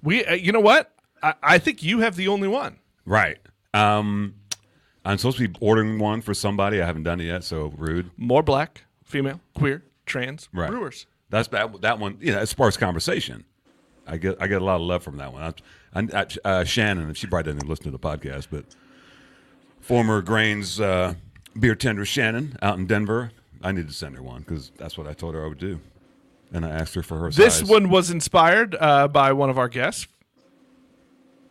Speaker 2: we, uh, you know what? I, I think you have the only one.
Speaker 3: Right. Um, I'm supposed to be ordering one for somebody. I haven't done it yet, so rude.
Speaker 2: More black, female, queer, trans
Speaker 3: Right.
Speaker 2: brewers.
Speaker 3: That's that that one. You know, it sparks conversation. I get I get a lot of love from that one. I, I, I, uh, Shannon, she probably doesn't even listen to the podcast, but former Grains uh, beer tender Shannon out in Denver. I need to send her one because that's what I told her I would do, and I asked her for her
Speaker 2: This
Speaker 3: size.
Speaker 2: one was inspired uh, by one of our guests.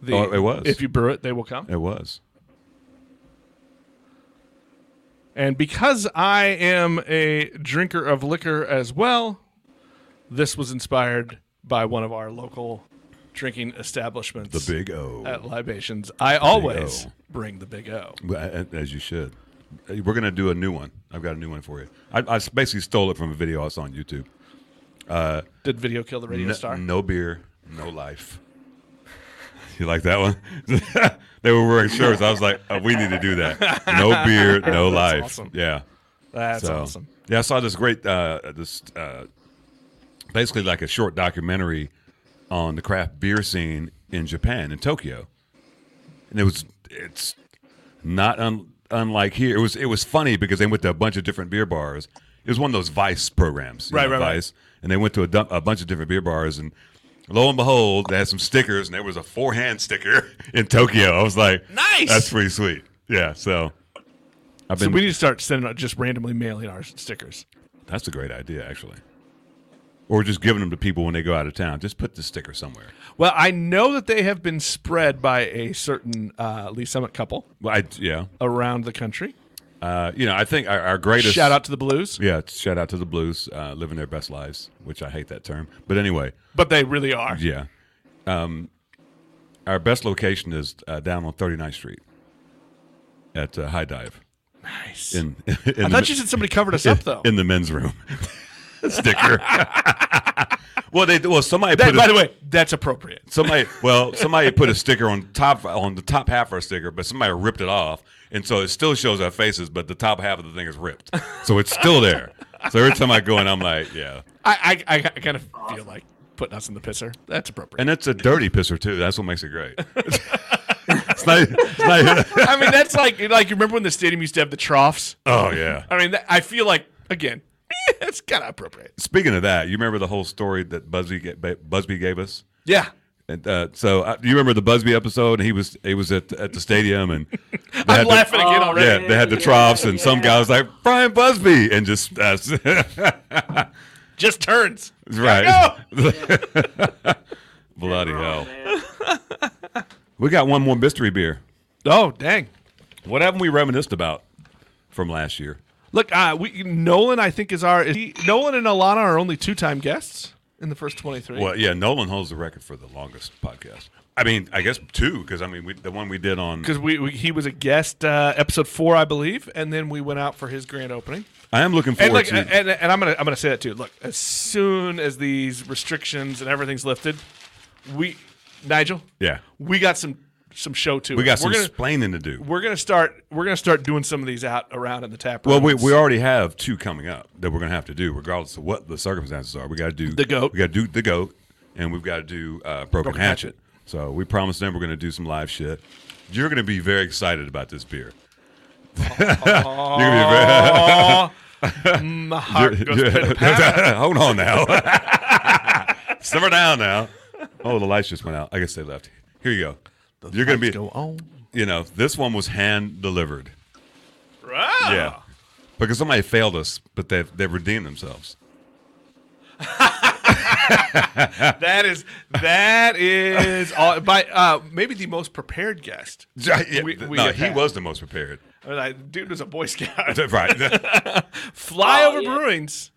Speaker 2: The,
Speaker 3: Oh, it was.
Speaker 2: If you brew it, they will come.
Speaker 3: It was.
Speaker 2: And because I am a drinker of liquor as well, this was inspired by one of our local drinking establishments.
Speaker 3: The Big O.
Speaker 2: at Libations. I always
Speaker 3: O.
Speaker 2: bring the Big O.
Speaker 3: Well, a- As you should. Hey, We're gonna do a new one. I've got a new one for you. I, I s- basically stole it from a video I saw on YouTube.
Speaker 2: Did video kill the radio
Speaker 3: No,
Speaker 2: star?
Speaker 3: no beer, no life. You like that one? they were wearing shirts. I was like, oh, we need to do that. No beer, no life.
Speaker 2: awesome.
Speaker 3: Yeah.
Speaker 2: That's
Speaker 3: So-
Speaker 2: awesome.
Speaker 3: Yeah, I saw this great, uh, this uh, basically like a short documentary on the craft beer scene in Japan, in Tokyo, and it was it's not un, unlike here. It was it was funny because they went to a bunch of different beer bars. It was one of those Vice programs, you
Speaker 2: Right, right, right.
Speaker 3: Vice, and they went to a, dump, a bunch of different beer bars, and lo and behold, they had some stickers, and there was a four hand sticker in Tokyo. I was like,
Speaker 2: Nice!
Speaker 3: that's pretty sweet. Yeah, so I've
Speaker 2: So
Speaker 3: been.
Speaker 2: we need to start sending out just randomly mailing our stickers.
Speaker 3: That's a great idea, actually. Or just giving them to people when they go out of town. Just put the sticker somewhere.
Speaker 2: Well, I know that they have been spread by a certain uh, Lee Summit couple
Speaker 3: Well, I, yeah,
Speaker 2: around the country.
Speaker 3: uh, you know, I think our, our greatest
Speaker 2: Shout out to the Blues,
Speaker 3: Yeah, shout out to the Blues, uh, living their best lives, which I hate that term, but anyway,
Speaker 2: but they really are.
Speaker 3: yeah. Um, our best location is uh, down on 39th Street at uh, High Dive.
Speaker 2: Nice.
Speaker 3: In, in
Speaker 2: I thought you said somebody covered us up though.
Speaker 3: in the men's room. sticker. well, they well somebody
Speaker 2: That,
Speaker 3: put
Speaker 2: by
Speaker 3: a,
Speaker 2: the way, that's appropriate.
Speaker 3: somebody well somebody put a sticker on top on the top half of our sticker, but somebody ripped it off, and so it still shows our faces, but the top half of the thing is ripped, so it's still there. So every time I go in, I'm like, yeah,
Speaker 2: I I, I kind of feel like putting us in the pisser. That's appropriate.
Speaker 3: and it's a dirty pisser too. That's what makes it great. it's not, it's not
Speaker 2: I mean, that's like like you remember when the stadium used to have the troughs.
Speaker 3: oh yeah.
Speaker 2: I mean, that, I feel like again, it's kind of appropriate.
Speaker 3: Speaking of that, you remember the whole story that Busby ga- ba- Busby gave us?
Speaker 2: Yeah,
Speaker 3: And, uh, so uh, you remember the Busby episode? And he was he was at at the stadium, and they had
Speaker 2: I'm
Speaker 3: the-
Speaker 2: laughing again
Speaker 4: Oh,
Speaker 2: already.
Speaker 3: yeah, they had the
Speaker 4: Yeah,
Speaker 3: troughs, and some
Speaker 4: yeah.
Speaker 3: guy was like Brian Busby, and just that's
Speaker 2: Just turns.
Speaker 3: right. Bloody hell!
Speaker 4: Oh, man.
Speaker 3: We got one more mystery beer.
Speaker 2: Oh dang!
Speaker 3: What haven't we reminisced about from last year?
Speaker 2: Look, uh, we Nolan I think is our is he, Nolan and Alana are only two time guests in the first twenty three.
Speaker 3: Well, yeah, Nolan holds the record for the longest podcast. I mean, I guess two because I mean we, the one we did on.
Speaker 2: Because we, we he was a guest uh, episode four I believe, and then we went out for his grand opening.
Speaker 3: I am looking
Speaker 2: And
Speaker 3: forward
Speaker 2: look,
Speaker 3: to.
Speaker 2: and, and I'm gonna I'm gonna say that too. Look, as soon as these restrictions and everything's lifted, we Nigel,
Speaker 3: yeah,
Speaker 2: we got some some show too.
Speaker 3: we got some
Speaker 2: we're gonna,
Speaker 3: explaining to do.
Speaker 2: we're gonna start we're gonna start doing some of these out around in the tap room.
Speaker 3: Well, we, we already have two coming up that we're going to have to do, regardless of what the circumstances are. We got to do
Speaker 2: The goat.
Speaker 3: We got to do the goat, and we've got to do uh, broken,
Speaker 2: Broken
Speaker 3: hatchet.
Speaker 2: Hatchet.
Speaker 3: So we promised them we're going to do some live shit. You're going to be very excited about this beer. You're gonna
Speaker 2: Aw, my heart
Speaker 3: be very-
Speaker 2: Oh, goes pit a pat.
Speaker 3: Hold on now. Simmer down now. Oh, the lights just went out. I guess they left. Here you go. You're going to be,
Speaker 2: go on.
Speaker 3: you know, this one was hand delivered.
Speaker 2: Right.
Speaker 3: Yeah. Because somebody failed us, but they've, they've redeemed themselves.
Speaker 2: That is that is all, by uh, maybe the most prepared guest.
Speaker 3: Yeah, yeah,
Speaker 2: We-
Speaker 3: th-
Speaker 2: we
Speaker 3: no,
Speaker 2: have
Speaker 3: he
Speaker 2: had.
Speaker 3: was the most prepared.
Speaker 2: I mean, I- dude was a Boy Scout.
Speaker 3: right.
Speaker 2: Flyover
Speaker 4: Oh, yeah.
Speaker 2: Bruins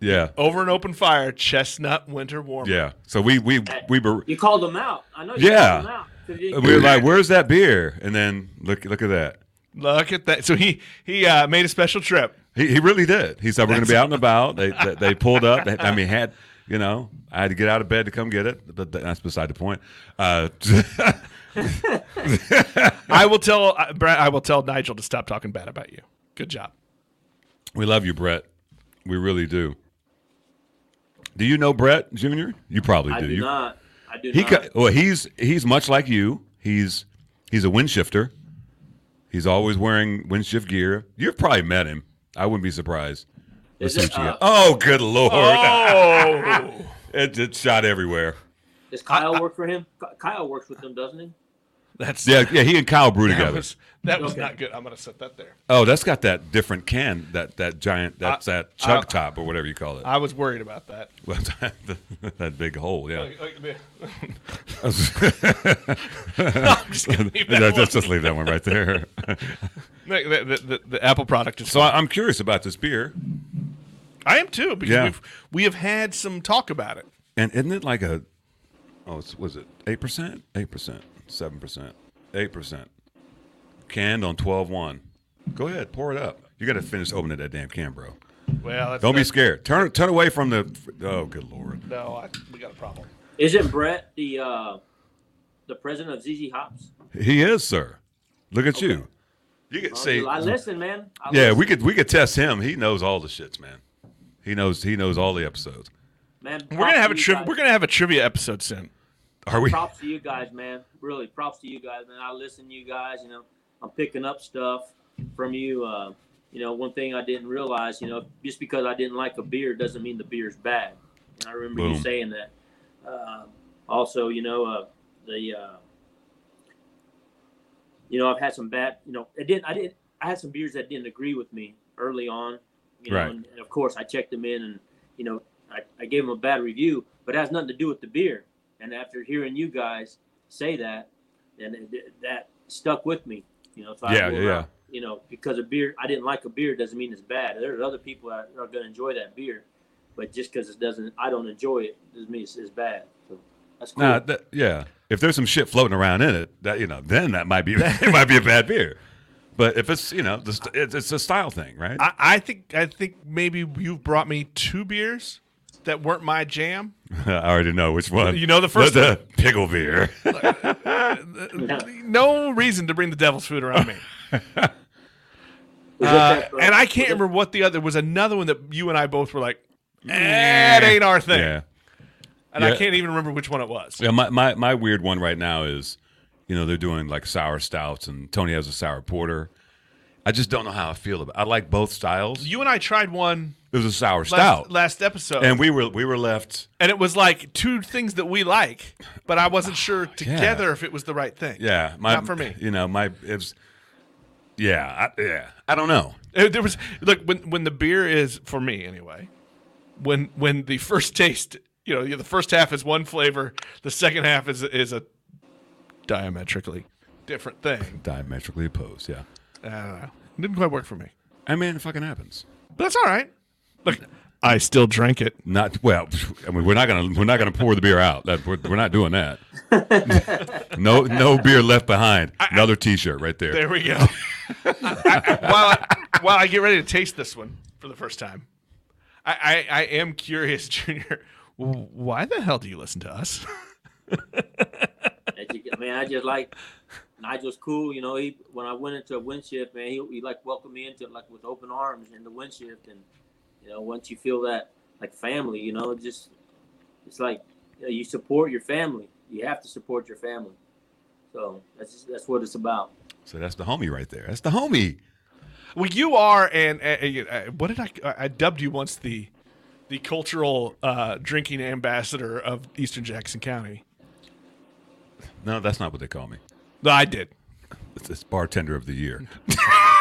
Speaker 3: yeah.
Speaker 2: over an open fire, chestnut winter warm.
Speaker 3: Yeah. So we we we were
Speaker 4: You called them out. I know. You
Speaker 3: Yeah.
Speaker 4: Called them out 'Cause you-
Speaker 3: we were like, "Where's that beer?" And then look look at that.
Speaker 2: Look at that. So he he uh, made a special trip.
Speaker 3: He, he really did. He said, "We're going to be out and about." They they, they pulled up. They- I mean, had you know, I had to get out of bed to come get it, but th- that's beside the point. Uh,
Speaker 2: I will tell uh, Brad. I will tell Nigel to stop talking bad about you. Good job.
Speaker 3: we love you, Brett. We really do. Do you know Brett Junior? You probably
Speaker 4: I
Speaker 3: do.
Speaker 4: do
Speaker 3: You-
Speaker 4: not. I do
Speaker 3: He
Speaker 4: not.
Speaker 3: co- well, he's he's much like you. He's he's a wind shifter. He's always wearing wind shift gear. You've probably met him. I wouldn't be surprised.
Speaker 4: Is
Speaker 3: Let's
Speaker 4: it,
Speaker 3: see what you
Speaker 4: uh,
Speaker 3: got. oh, good lord!
Speaker 2: Oh,
Speaker 3: It, it shot everywhere.
Speaker 4: Does Kyle work for him? Ky- Kyle works with them, doesn't he?
Speaker 2: that's
Speaker 3: Yeah, yeah. He and Kyle brew
Speaker 2: That
Speaker 3: together.
Speaker 2: was that was
Speaker 4: Okay.
Speaker 2: not good. I'm gonna set that there.
Speaker 3: oh, that's got that different can. That that giant. That's that chug
Speaker 2: I-
Speaker 3: top or whatever you call it.
Speaker 2: I was worried about that.
Speaker 3: that big hole. Yeah.
Speaker 2: I'm just gonna leave that
Speaker 3: Let's just leave that one right there.
Speaker 2: alone. The, the, the- the Apple product is.
Speaker 3: so I, I'm curious about this beer.
Speaker 2: I am too because
Speaker 3: Yeah.
Speaker 2: we've we have had some talk about it.
Speaker 3: And isn't it like a oh it's, was it eight percent? Eight percent, seven percent, eight percent. Canned on 12-1. Go ahead, pour it up. You gotta finish opening that damn can, bro.
Speaker 2: Well, that's
Speaker 3: Don't be
Speaker 2: that's-
Speaker 3: scared. Turn turn away from the oh good lord.
Speaker 2: No, I, we got a problem.
Speaker 4: Isn't Brett the uh, the president of ZZ Hops?
Speaker 3: He is, sir. Look at you. You can
Speaker 4: Oh,
Speaker 3: see
Speaker 4: dude, I listen, man. I
Speaker 3: Yeah,
Speaker 4: listen.
Speaker 3: we could we could test him. He knows all the shits, man. He knows he knows all the episodes.
Speaker 4: man.
Speaker 2: We're gonna have a
Speaker 4: trip.
Speaker 2: tri- we're gonna have a trivia episode soon.
Speaker 3: Are we
Speaker 4: props to you guys, man. Really, props to you guys, man. I listen to you guys. You know, I'm picking up stuff from you. Uh, you know, one thing I didn't realize, you know, just because I didn't like a beer doesn't mean the beer's bad. And I remember
Speaker 3: Boom.
Speaker 4: you saying that. Uh, also, you know, uh, the uh, you know, I've had some bad. You know, it didn't. I did. I had some beers that didn't agree with me early on. You know,
Speaker 3: Right.
Speaker 4: and, and of course I checked them in, and you know, I, I gave them a bad review, but it has nothing to do with the beer. And after hearing you guys say that, and it- it- that stuck with me. You know, so I
Speaker 3: Yeah,
Speaker 4: will
Speaker 3: yeah,
Speaker 4: not-
Speaker 3: yeah.
Speaker 4: You know, because a beer, I didn't like a beer doesn't mean it's bad. There's other people that are going to enjoy that beer, but just because it doesn't, I don't enjoy it doesn't mean it's, it's bad. So that's cool.
Speaker 3: Nah, that, yeah. If there's some shit floating around in it, that you know, then that might be it might be a bad beer. But if it's you know, the st- it's, it's a style thing, right?
Speaker 2: I, I think I think maybe you've brought me two beers that weren't my jam.
Speaker 3: I already know which one.
Speaker 2: You know the first
Speaker 3: the, the pickle beer.
Speaker 2: No reason to bring the devil's food around me.
Speaker 4: Was it
Speaker 2: Uh,
Speaker 4: that, uh,
Speaker 2: and I can't remember what the other was. Another one that you and I both were like, "That ain't our thing,"
Speaker 3: Mm. yeah.
Speaker 2: and I
Speaker 3: Yeah.
Speaker 2: can't even remember which one it was.
Speaker 3: Yeah, my, my, my weird one right now is, you know, they're doing like sour stouts and Tony has a sour porter. I just don't know how I feel about I like both styles.
Speaker 2: You and I tried one
Speaker 3: It was a sour
Speaker 2: last,
Speaker 3: stout.
Speaker 2: last episode,
Speaker 3: and
Speaker 2: and,
Speaker 3: we were we were left
Speaker 2: it was like two things that we like, but I wasn't sure together if it was the right thing.
Speaker 3: Oh, yeah, my,
Speaker 2: Not for me.
Speaker 3: You know, my it was yeah, I, yeah. I don't know.
Speaker 2: Uh, There was look when when the beer is for me anyway. When when the first taste, you know, the first half is one flavor, the second half is is a diametrically different thing.
Speaker 3: Diametrically opposed, yeah.
Speaker 2: I don't know. Didn't quite work for me,
Speaker 3: I mean, it fucking happens.
Speaker 2: but that's all right. Look, I still drank it.
Speaker 3: Not well. I mean, we're not gonna we're not gonna pour the beer out. That we're, we're not doing that. no no beer left behind. Another T-shirt right there.
Speaker 2: There we go. I- I- while I, while I get ready to taste this one for the first time, I I, I am curious, Junior. Why the hell do you listen to us?
Speaker 4: as you get- I mean, I just like Nigel's cool. You know, he when I went into a wind shift, man, he, he like welcomed me into it like with open arms in the wind shift, and you know, once you feel that like family, you know, it just it's like you, know, you support your family. You have to support your family. So that's just, that's what it's about.
Speaker 3: So that's the homie right there. That's the homie.
Speaker 2: Well, you are, and uh, uh, what did I? I dubbed you once the the cultural uh, drinking ambassador of Eastern Jackson County.
Speaker 3: No, that's not what they call me.
Speaker 2: No, I did.
Speaker 3: It's, it's bartender of the year.
Speaker 2: Ah,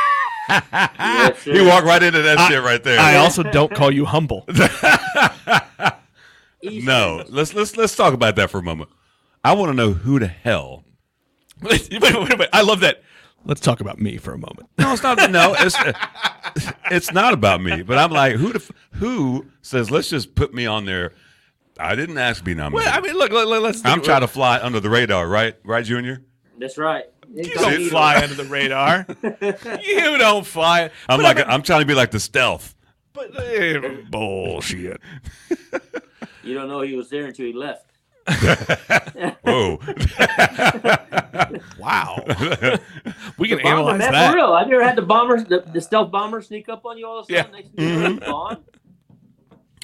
Speaker 4: Yes, sir.
Speaker 3: He walked right into that shit right there.
Speaker 2: I also don't call you humble.
Speaker 4: Easy.
Speaker 3: no, let's let's let's talk about that for a moment. I want to know who the hell.
Speaker 2: wait, wait, wait, wait. I love that. Let's talk about me for a moment.
Speaker 3: No, it's not. no, it's it's not about me. But I'm like, who the f- who says let's just put me on there? I didn't ask to be nominated.
Speaker 2: Well, I mean, look, let, let- let's.
Speaker 3: I'm trying to fly under the radar, right? Right, Junior.
Speaker 4: That's right.
Speaker 2: You don't fly under the radar. you don't fly.
Speaker 3: I'm like, I'm trying to be like the stealth.
Speaker 2: But, eh, bullshit.
Speaker 4: You don't know he was there until he left.
Speaker 3: Whoa,
Speaker 2: Wow. we can
Speaker 4: Bomber,
Speaker 2: analyze
Speaker 4: man,
Speaker 2: that.
Speaker 4: for real. I've never had the bomber, the, the stealth bomber, sneak up on you all of a sudden.
Speaker 2: Yeah. Mm-hmm.
Speaker 4: Next thing you know, he's gone.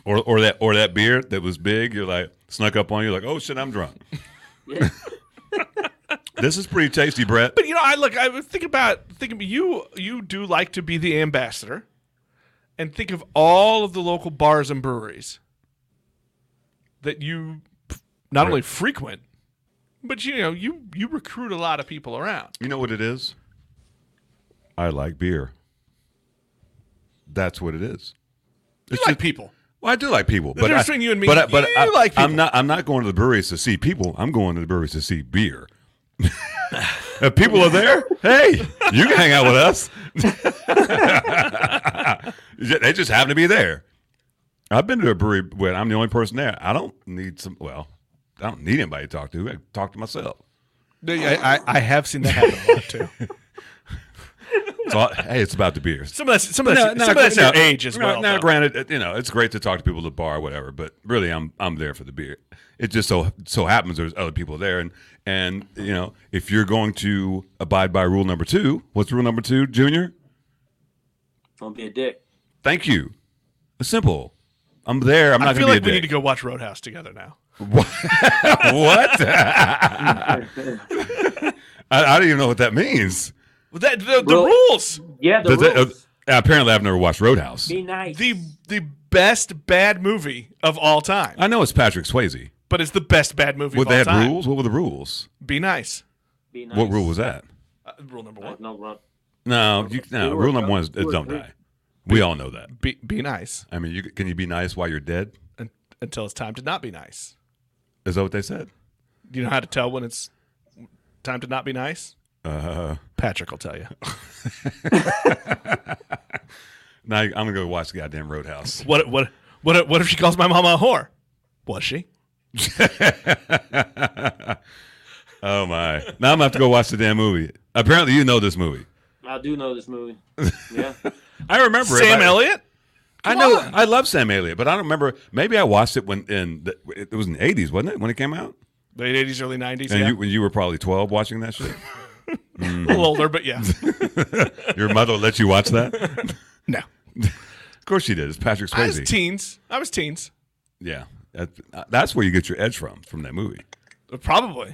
Speaker 3: or or that or that beer that was big. You're like snuck up on you. Like, oh shit, I'm drunk.
Speaker 4: Yeah.
Speaker 3: This is pretty tasty, Brett.
Speaker 2: But you know, I look. I would think about think of you. You do like to be the ambassador, and think of all of the local bars and breweries that you not only frequent, but you know you you recruit a lot of people around.
Speaker 3: You know what it is? I like beer. That's what it is.
Speaker 2: You
Speaker 3: It's
Speaker 2: like
Speaker 3: just-
Speaker 2: people.
Speaker 3: well, I do like people. but
Speaker 2: difference
Speaker 3: I-
Speaker 2: between you and me,
Speaker 3: But I, but
Speaker 2: you
Speaker 3: I,
Speaker 2: like people.
Speaker 3: I'm not. I'm not going to the breweries to see people. I'm going to the breweries to see beer. if people are there, hey, you can hang out with us. they just happen to be there. I've been to a brewery when I'm the only person there. I don't need some. Well, I don't need anybody to talk to. I talk to myself.
Speaker 2: I, I, I have seen that happen a lot too.
Speaker 3: So I- hey, it's about the beers.
Speaker 2: Some of that's some of that's, some of that's your age as
Speaker 3: no,
Speaker 2: well.
Speaker 3: Now,
Speaker 2: though.
Speaker 3: granted, it- you know it's great to talk to people at the bar, or whatever. But really, I'm I'm there for the beer. It just so so happens there's other people there, and and you know if you're going to abide by rule number two, what's rule number two, Junior?
Speaker 4: Don't be a dick.
Speaker 3: Thank you. It's simple. I'm there. I'm
Speaker 2: I
Speaker 3: not
Speaker 2: feel
Speaker 3: going
Speaker 2: like
Speaker 3: to
Speaker 2: we
Speaker 3: be a
Speaker 2: need to
Speaker 3: dick.
Speaker 2: go watch Roadhouse together now.
Speaker 3: what? I, I don't even know what that means.
Speaker 2: Well, that, the, the
Speaker 4: Well-
Speaker 2: rules.
Speaker 4: Yeah, the
Speaker 3: Does that-
Speaker 4: rules.
Speaker 3: uh, apparently, I've never watched Roadhouse.
Speaker 4: Be nice.
Speaker 2: The the best bad movie of all time,
Speaker 3: I know it's Patrick Swayze.
Speaker 2: but it's the best bad movie
Speaker 3: Would
Speaker 2: of
Speaker 3: they
Speaker 2: all
Speaker 3: have
Speaker 2: time.
Speaker 3: rules? What were the rules?
Speaker 2: Be nice.
Speaker 4: Be nice.
Speaker 3: What rule was that?
Speaker 2: Uh, rule number one:
Speaker 4: Like, No run.
Speaker 3: No, you, no.
Speaker 4: Or-
Speaker 3: Rule number one is, is
Speaker 4: or-
Speaker 3: don't die. We all know that.
Speaker 2: be be nice
Speaker 3: I mean, you, can you be nice while you're dead?
Speaker 2: un- until it's time to not be nice.
Speaker 3: Is that what they said?
Speaker 2: You know how to tell when it's time to not be nice.
Speaker 3: Uh,
Speaker 2: Patrick will tell you.
Speaker 3: now I'm gonna go watch the goddamn Roadhouse.
Speaker 2: What what what if- what if she calls my mama a whore? Was she?
Speaker 3: oh my! Now I'm gonna have to go watch the damn movie. Apparently, you know this movie.
Speaker 4: I do know this movie. Yeah.
Speaker 3: I remember it,
Speaker 2: Sam
Speaker 3: but I-
Speaker 2: Elliott?
Speaker 3: I know I love Sam Elliott, but I don't remember. Maybe I watched it when in the, it was in the eighties, wasn't it? When it came out,
Speaker 2: Late 80s, early 90s.
Speaker 3: and
Speaker 2: yeah.
Speaker 3: you when you were probably twelve watching that shit.
Speaker 2: a little older, but yeah.
Speaker 3: Your mother let you watch that? of
Speaker 2: no.
Speaker 3: course she did. It's Patrick
Speaker 2: I was
Speaker 3: Swayze.
Speaker 2: teens. I was teens.
Speaker 3: yeah, That- that's where you get your edge from from that movie.
Speaker 2: Probably.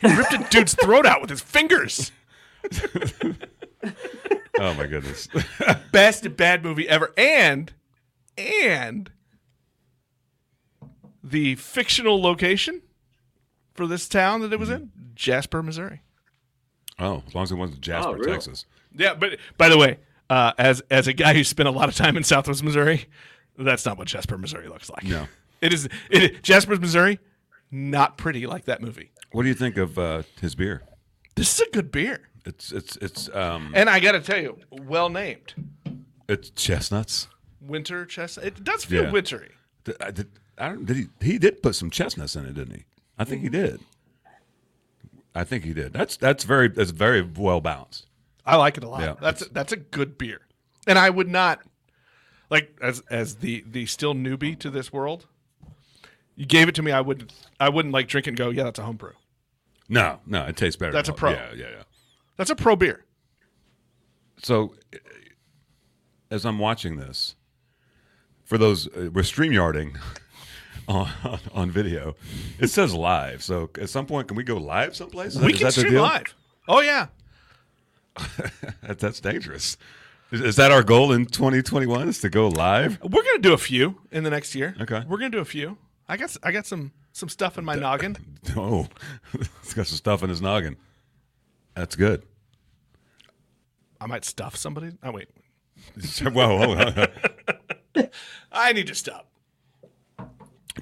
Speaker 2: he ripped a dude's throat out with his fingers.
Speaker 3: Oh my goodness.
Speaker 2: Best bad movie ever. And, and the fictional location for this town that it was in Jasper, Missouri.
Speaker 3: oh, as long as it wasn't Jasper,
Speaker 4: Oh, really?
Speaker 3: Texas.
Speaker 2: Yeah, but by the way, uh, as as a guy who spent a lot of time in Southwest Missouri, that's not what Jasper, Missouri looks like.
Speaker 3: No.
Speaker 2: it is. It Jasper, Missouri, not pretty like that movie.
Speaker 3: What do you think of uh, his beer?
Speaker 2: This is a good beer,
Speaker 3: It's it's it's um
Speaker 2: and I got to tell you, well named.
Speaker 3: it's chestnuts.
Speaker 2: Winter chest. It does feel
Speaker 3: Yeah.
Speaker 2: wintry.
Speaker 3: Did, I, did, I don't, did he? He did put some chestnuts in it, didn't he? I think he did. I think he did. That's that's very that's very well balanced.
Speaker 2: I like it a lot.
Speaker 3: Yeah.
Speaker 2: that's that's a good beer, and I would not like as as the the still newbie to this world. You gave it to me. I would I wouldn't like drink it and go. Yeah, that's a homebrew.
Speaker 3: No, no, it tastes better.
Speaker 2: That's a
Speaker 3: Oh,
Speaker 2: pro.
Speaker 3: Yeah, yeah, yeah.
Speaker 2: That's a pro beer.
Speaker 3: So, eh, as I'm watching this, for those uh, we're streamyarding on, on on video, it says live. So at some point, can we go live someplace? Is that-
Speaker 2: we
Speaker 3: is
Speaker 2: can
Speaker 3: that the
Speaker 2: stream
Speaker 3: deal?
Speaker 2: live. Oh yeah,
Speaker 3: That, that's dangerous. Is, is that our goal in 2021? Is to go live?
Speaker 2: We're gonna do a few in the next year.
Speaker 3: Okay.
Speaker 2: We're gonna do a few. I got s- I got some some stuff in my noggin.
Speaker 3: Oh, he's got some stuff in his noggin. That's good.
Speaker 2: I might stuff somebody. Oh wait,
Speaker 3: Whoa, whoa, whoa.
Speaker 2: I need to stop.
Speaker 3: Do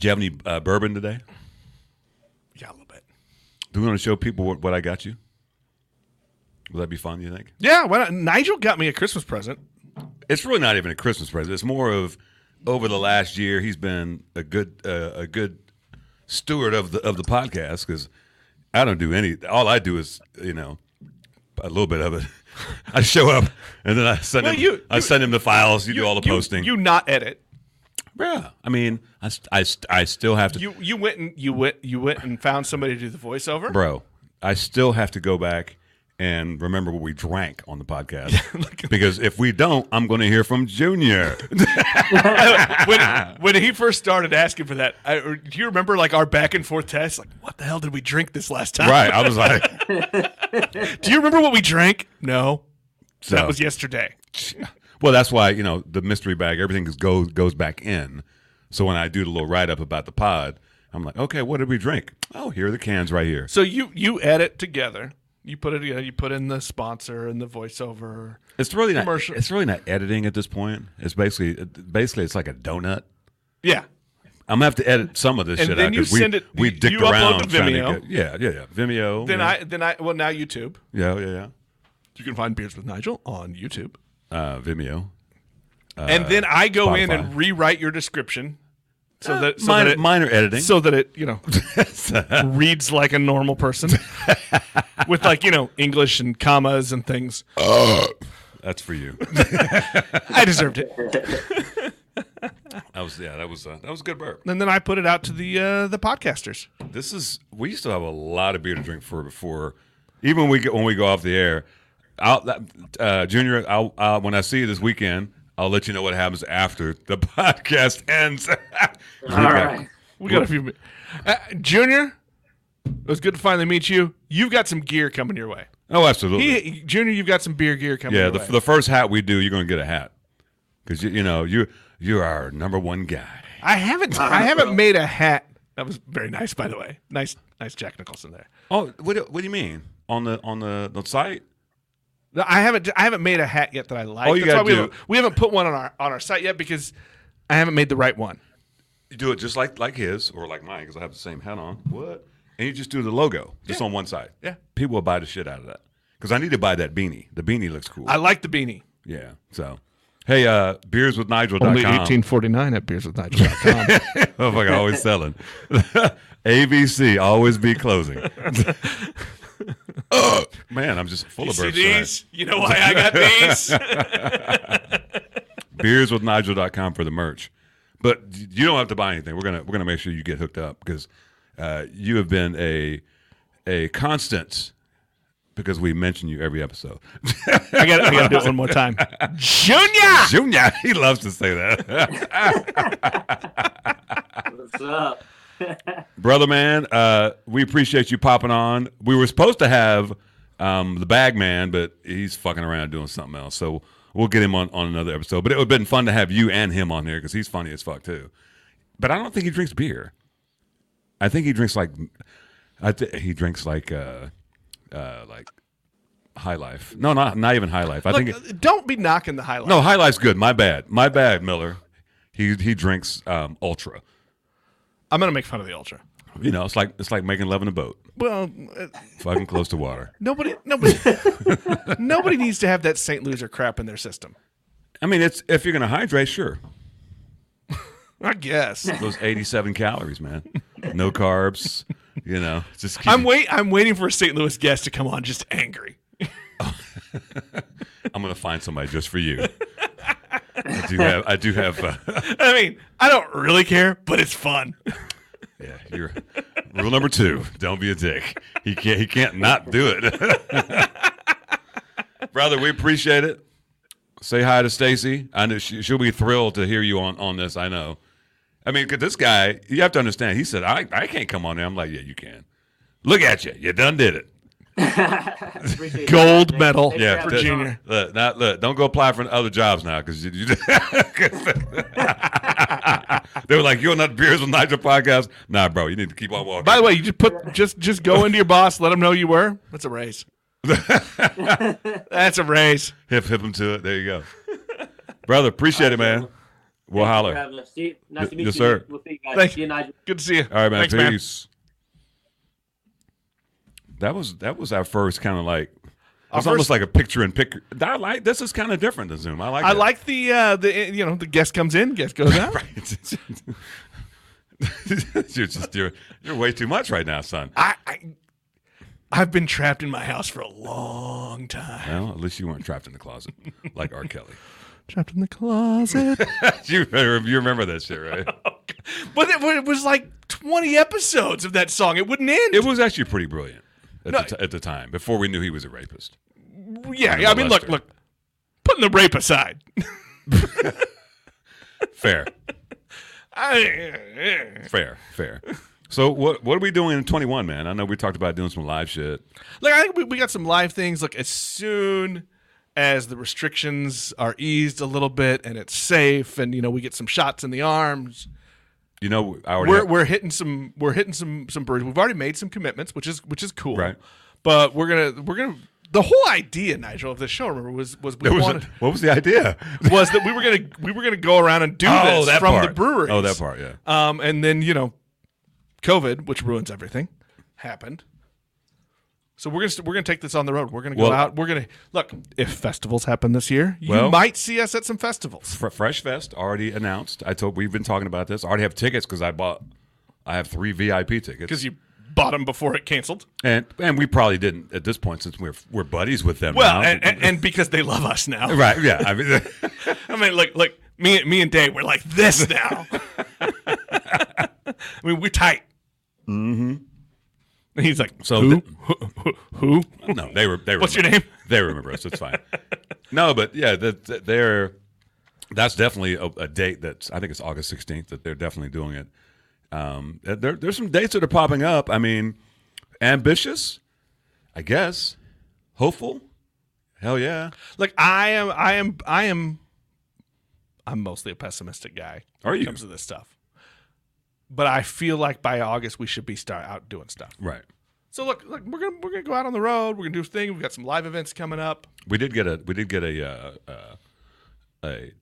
Speaker 3: you have any uh, bourbon today?
Speaker 2: Yeah, a little bit.
Speaker 3: Do we want to show people what, what I got you? Will that be fun? You think?
Speaker 2: Yeah, why not? Nigel got me a Christmas present.
Speaker 3: It's really not even a Christmas present. It's more of over the last year he's been a good uh, a good steward of the of the podcast because I don't do any. All I do is you know a little bit of it. I show up and then I send
Speaker 2: Well,
Speaker 3: him.
Speaker 2: you-
Speaker 3: I
Speaker 2: you-
Speaker 3: send him the files. You, do all the
Speaker 2: You-
Speaker 3: posting.
Speaker 2: You not edit.
Speaker 3: Yeah, I mean, I, st- I, st- I still have to,
Speaker 2: You you went and you went you went and found somebody to do the voiceover.
Speaker 3: bro. I still have to go back and remember what we drank on the podcast because if we don't, I'm going to hear from Junior.
Speaker 2: when when he first started asking for that, I, or do you remember like our back and forth test? Like, what the hell did we drink this last time?
Speaker 3: right? I was like,
Speaker 2: Do you remember what we drank? No,
Speaker 3: so
Speaker 2: that was yesterday.
Speaker 3: well, that's why you know the mystery bag. Everything just goes goes back in. So when I do the little write up about the pod, I'm like, okay, what did we drink? Oh, here are the cans right here,
Speaker 2: So you you edit together. You put it together. You put in the sponsor and the voiceover.
Speaker 3: It's really not.
Speaker 2: Commercial.
Speaker 3: It's really not editing at this point. It's basically basically it's like a donut.
Speaker 2: Yeah,
Speaker 3: I'm gonna have to edit some of this
Speaker 2: And
Speaker 3: shit
Speaker 2: then
Speaker 3: out
Speaker 2: you
Speaker 3: 'cause we,
Speaker 2: send it-
Speaker 3: we
Speaker 2: you
Speaker 3: dicked
Speaker 2: upload
Speaker 3: around
Speaker 2: to
Speaker 3: trying
Speaker 2: Vimeo.
Speaker 3: to get, yeah, yeah, yeah. Vimeo.
Speaker 2: Then
Speaker 3: yeah.
Speaker 2: I then I well now YouTube.
Speaker 3: yeah, yeah, yeah.
Speaker 2: You can find Beers with Nigel on YouTube.
Speaker 3: Uh, Vimeo.
Speaker 2: and then I go in
Speaker 3: Uh, Spotify. Uh,
Speaker 2: and rewrite your description so that so
Speaker 3: minor,
Speaker 2: that it,
Speaker 3: minor editing.
Speaker 2: so that it, you know, reads like a normal person with like, you know, English and commas and things.
Speaker 3: that's for you.
Speaker 2: I deserved it.
Speaker 3: That was yeah. That was uh, that was a good burp.
Speaker 2: And then I put it out to the uh, the podcasters.
Speaker 3: This is we used to have a lot of beer to drink for before, even when we get, when we go off the air. I'll that- uh, Junior. I'll, i when I see you this weekend, I'll let you know what happens after the podcast ends. We
Speaker 4: All
Speaker 3: got-
Speaker 4: right.
Speaker 2: We got a few mi- uh, Junior, it was good to finally meet you. You've got some gear coming your way.
Speaker 3: Oh, absolutely.
Speaker 2: He, Junior, you've got some beer gear coming
Speaker 3: Yeah,
Speaker 2: your
Speaker 3: the,
Speaker 2: way.
Speaker 3: the first hat we do, you're going to get a hat because you, you know you you're our number one guy.
Speaker 2: I haven't I haven't made a hat. That was very nice, by the way. Nice nice Jack Nicholson there.
Speaker 3: Oh, what do, what do you mean on the on the, the site?
Speaker 2: No, I haven't. I haven't made a hat yet that I like.
Speaker 3: All you
Speaker 2: That's why
Speaker 3: gotta
Speaker 2: we,
Speaker 3: do-
Speaker 2: haven't, we haven't put one on our on our site yet because I haven't made the right one.
Speaker 3: You do it just like like his or like mine because I have the same hat on. What? And you just do the logo just on one side.
Speaker 2: Yeah.
Speaker 3: people will buy the shit out of that because I need to buy that beanie. The beanie looks cool.
Speaker 2: I like the beanie.
Speaker 3: yeah. So, hey, uh, beerswithnigel.com.
Speaker 2: forty nine at beerswithnigel.com.
Speaker 3: oh my god, always selling. ABC, always be closing. Ugh. Man, I'm just full
Speaker 2: You
Speaker 3: of
Speaker 2: see
Speaker 3: burps.
Speaker 2: these?
Speaker 3: tonight.
Speaker 2: You know why I got these?
Speaker 3: Beerswithnigel.com for the merch. But you don't have to buy anything. We're gonna we're gonna make sure you get hooked up because uh, you have been a a constant because we mention you every episode.
Speaker 2: I got I got to do it one more time. Junior.
Speaker 3: Junior, he loves to say that.
Speaker 4: What's up?
Speaker 3: Brother man, uh, we appreciate you popping on. We were supposed to have um, the bag man, but he's fucking around doing something else. So we'll get him on, on another episode. But it would have been fun to have you and him on here because he's funny as fuck too. But I don't think he drinks beer. I think he drinks like I th- he drinks like uh, uh, like High Life. No, not not even High Life. I think it-
Speaker 2: Look, don't be knocking the highlight.
Speaker 3: no, High Life's good. My bad. My bad, Miller. He he drinks um, Ultra.
Speaker 2: I'm gonna make fun of the ultra.
Speaker 3: You know, it's like it's like making love in a boat,
Speaker 2: Well, uh,
Speaker 3: fucking close to water.
Speaker 2: nobody, nobody, nobody needs to have that Saint Loser crap in their system.
Speaker 3: I mean, it's if you're gonna hydrate, sure.
Speaker 2: I guess.
Speaker 3: Those 87 calories, man. No carbs. You know, just keep,
Speaker 2: I'm wait. I'm waiting for a St. Louis guest to come on, just angry.
Speaker 3: I'm gonna find somebody just for you. I do have. I do have. Uh,
Speaker 2: I mean, I don't really care, but it's fun.
Speaker 3: yeah, you're rule number two. Don't be a dick. He can't. He can't not do it. Brother, we appreciate it. Say hi to Stacy. I know she, she'll be thrilled to hear you on on this. I know. I mean, 'cause this guy, you have to understand. He said, "I I can't come on there." I'm like, "Yeah, you can." Look at you. You done did it.
Speaker 4: Appreciate it.
Speaker 2: Gold medal.
Speaker 4: Thanks
Speaker 3: Yeah,
Speaker 4: for
Speaker 2: for
Speaker 3: that-
Speaker 4: having
Speaker 2: junior.
Speaker 3: Look, not, look, don't go apply for other jobs now because you, you 'cause- they were like, "You're not beers with Nigel podcast." Nah, bro, you need to keep on walking.
Speaker 2: By the way, you just put just just go into your boss, let him know you were. That's a raise. That's a raise.
Speaker 3: hip hip them to it. There you go, brother. Appreciate it, man. We'll
Speaker 4: for
Speaker 3: holler.
Speaker 4: having us. See, nice to meet
Speaker 3: Yes,
Speaker 4: you.
Speaker 3: sir.
Speaker 4: We'll see you guys.
Speaker 2: Thank-
Speaker 4: See you, Nigel.
Speaker 2: Good to see you.
Speaker 3: All right, man.
Speaker 2: Thanks,
Speaker 3: peace. That was that was our first kind of like. It's
Speaker 2: Our
Speaker 3: almost
Speaker 2: first-
Speaker 3: like a picture in picture. I like this is kind of different than Zoom. I like.
Speaker 2: I
Speaker 3: that.
Speaker 2: like the uh the you know the guest comes in, guest goes out.
Speaker 3: Right. you're just you're, you're way too much right now, son.
Speaker 2: I, I I've been trapped in my house for a long time.
Speaker 3: Well, at least you weren't trapped in the closet like R. Kelly.
Speaker 2: Trapped in the closet.
Speaker 3: you remember, you remember that shit, right?
Speaker 2: but it, wa- it was like 20 episodes of that song. It wouldn't end.
Speaker 3: It was actually pretty brilliant at,
Speaker 2: No.
Speaker 3: the, t- at the time before we knew he was a rapist.
Speaker 2: yeah,
Speaker 3: Kinda
Speaker 2: I mean, look,
Speaker 3: molester.
Speaker 2: look. Putting the rape aside.
Speaker 3: Fair,
Speaker 2: I-
Speaker 3: fair, fair. So what what are we doing in 21, man? I know we talked about doing some live shit.
Speaker 2: Like I think we, we got some live things. Look, as soon as the restrictions are eased a little bit and it's safe, and you know we get some shots in the arms,
Speaker 3: You know, I already
Speaker 2: we're
Speaker 3: have-
Speaker 2: we're hitting some we're hitting some some birds. We've already made some commitments, which is which is cool.
Speaker 3: Right.
Speaker 2: But we're gonna we're gonna the whole idea, Nigel, of this show remember was was we
Speaker 3: there was a-
Speaker 2: wanted
Speaker 3: what was the idea?
Speaker 2: was that we were gonna we were gonna go around and do
Speaker 3: Oh,
Speaker 2: this
Speaker 3: that
Speaker 2: from the
Speaker 3: part.
Speaker 2: brewery.
Speaker 3: Oh, that part, yeah.
Speaker 2: Um, and then you know, COVID, which ruins everything, happened. So we're gonna st- we're gonna take this on the road. We're gonna go
Speaker 3: Well-
Speaker 2: out. We're gonna look if festivals happen this year. You
Speaker 3: Well-
Speaker 2: might see us at some festivals.
Speaker 3: Fr- Fresh Fest already announced. I told we've been talking about this. I already have tickets because I bought. I have three VIP tickets.
Speaker 2: Because you bought them before it canceled.
Speaker 3: And and we probably didn't at this point since we're we're buddies with them.
Speaker 2: Well,
Speaker 3: now.
Speaker 2: and, and, and because they love us now.
Speaker 3: right, yeah. I mean,
Speaker 2: I mean, look, look, me, me and Dave, we're like this now. I mean, we're tight. Mm-hmm. He's like,
Speaker 3: So
Speaker 2: so who?
Speaker 3: th-
Speaker 2: who? Who?
Speaker 3: no, they were they. Remember,
Speaker 2: What's your name?
Speaker 3: They remember us. It's fine. no, but yeah, that that they're that's definitely a, a date that's I think it's August sixteenth that they're definitely doing it. Um, there, there's some dates that are popping up. I mean, ambitious, I guess, hopeful. Hell yeah.
Speaker 2: Look, I am, I am, I am, I'm mostly a pessimistic guy
Speaker 3: Are
Speaker 2: when
Speaker 3: you?
Speaker 2: it comes to this stuff. But I feel like by August we should be start out doing stuff.
Speaker 3: Right.
Speaker 2: So look, look, we're gonna we're gonna go out on the road. We're gonna do a thing. We've got some live events coming up.
Speaker 3: We did get a we did get a uh, uh, a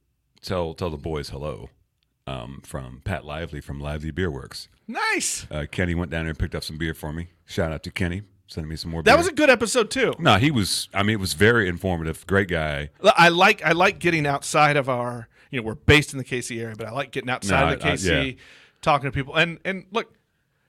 Speaker 3: tell tell the boys hello um, from Pat Lively from Lively Beer Works.
Speaker 2: Nice.
Speaker 3: Uh, Kenny went down there and picked up some beer for me. Shout out to Kenny, sending me some more.
Speaker 2: That
Speaker 3: beer.
Speaker 2: was a good episode too.
Speaker 3: no. He was I mean it was very informative. Great guy.
Speaker 2: Look, I like I like getting outside of our you know we're based in the KC area, but I like getting outside
Speaker 3: No,
Speaker 2: of the
Speaker 3: I- I-
Speaker 2: KC,
Speaker 3: yeah.
Speaker 2: talking to people. And and look,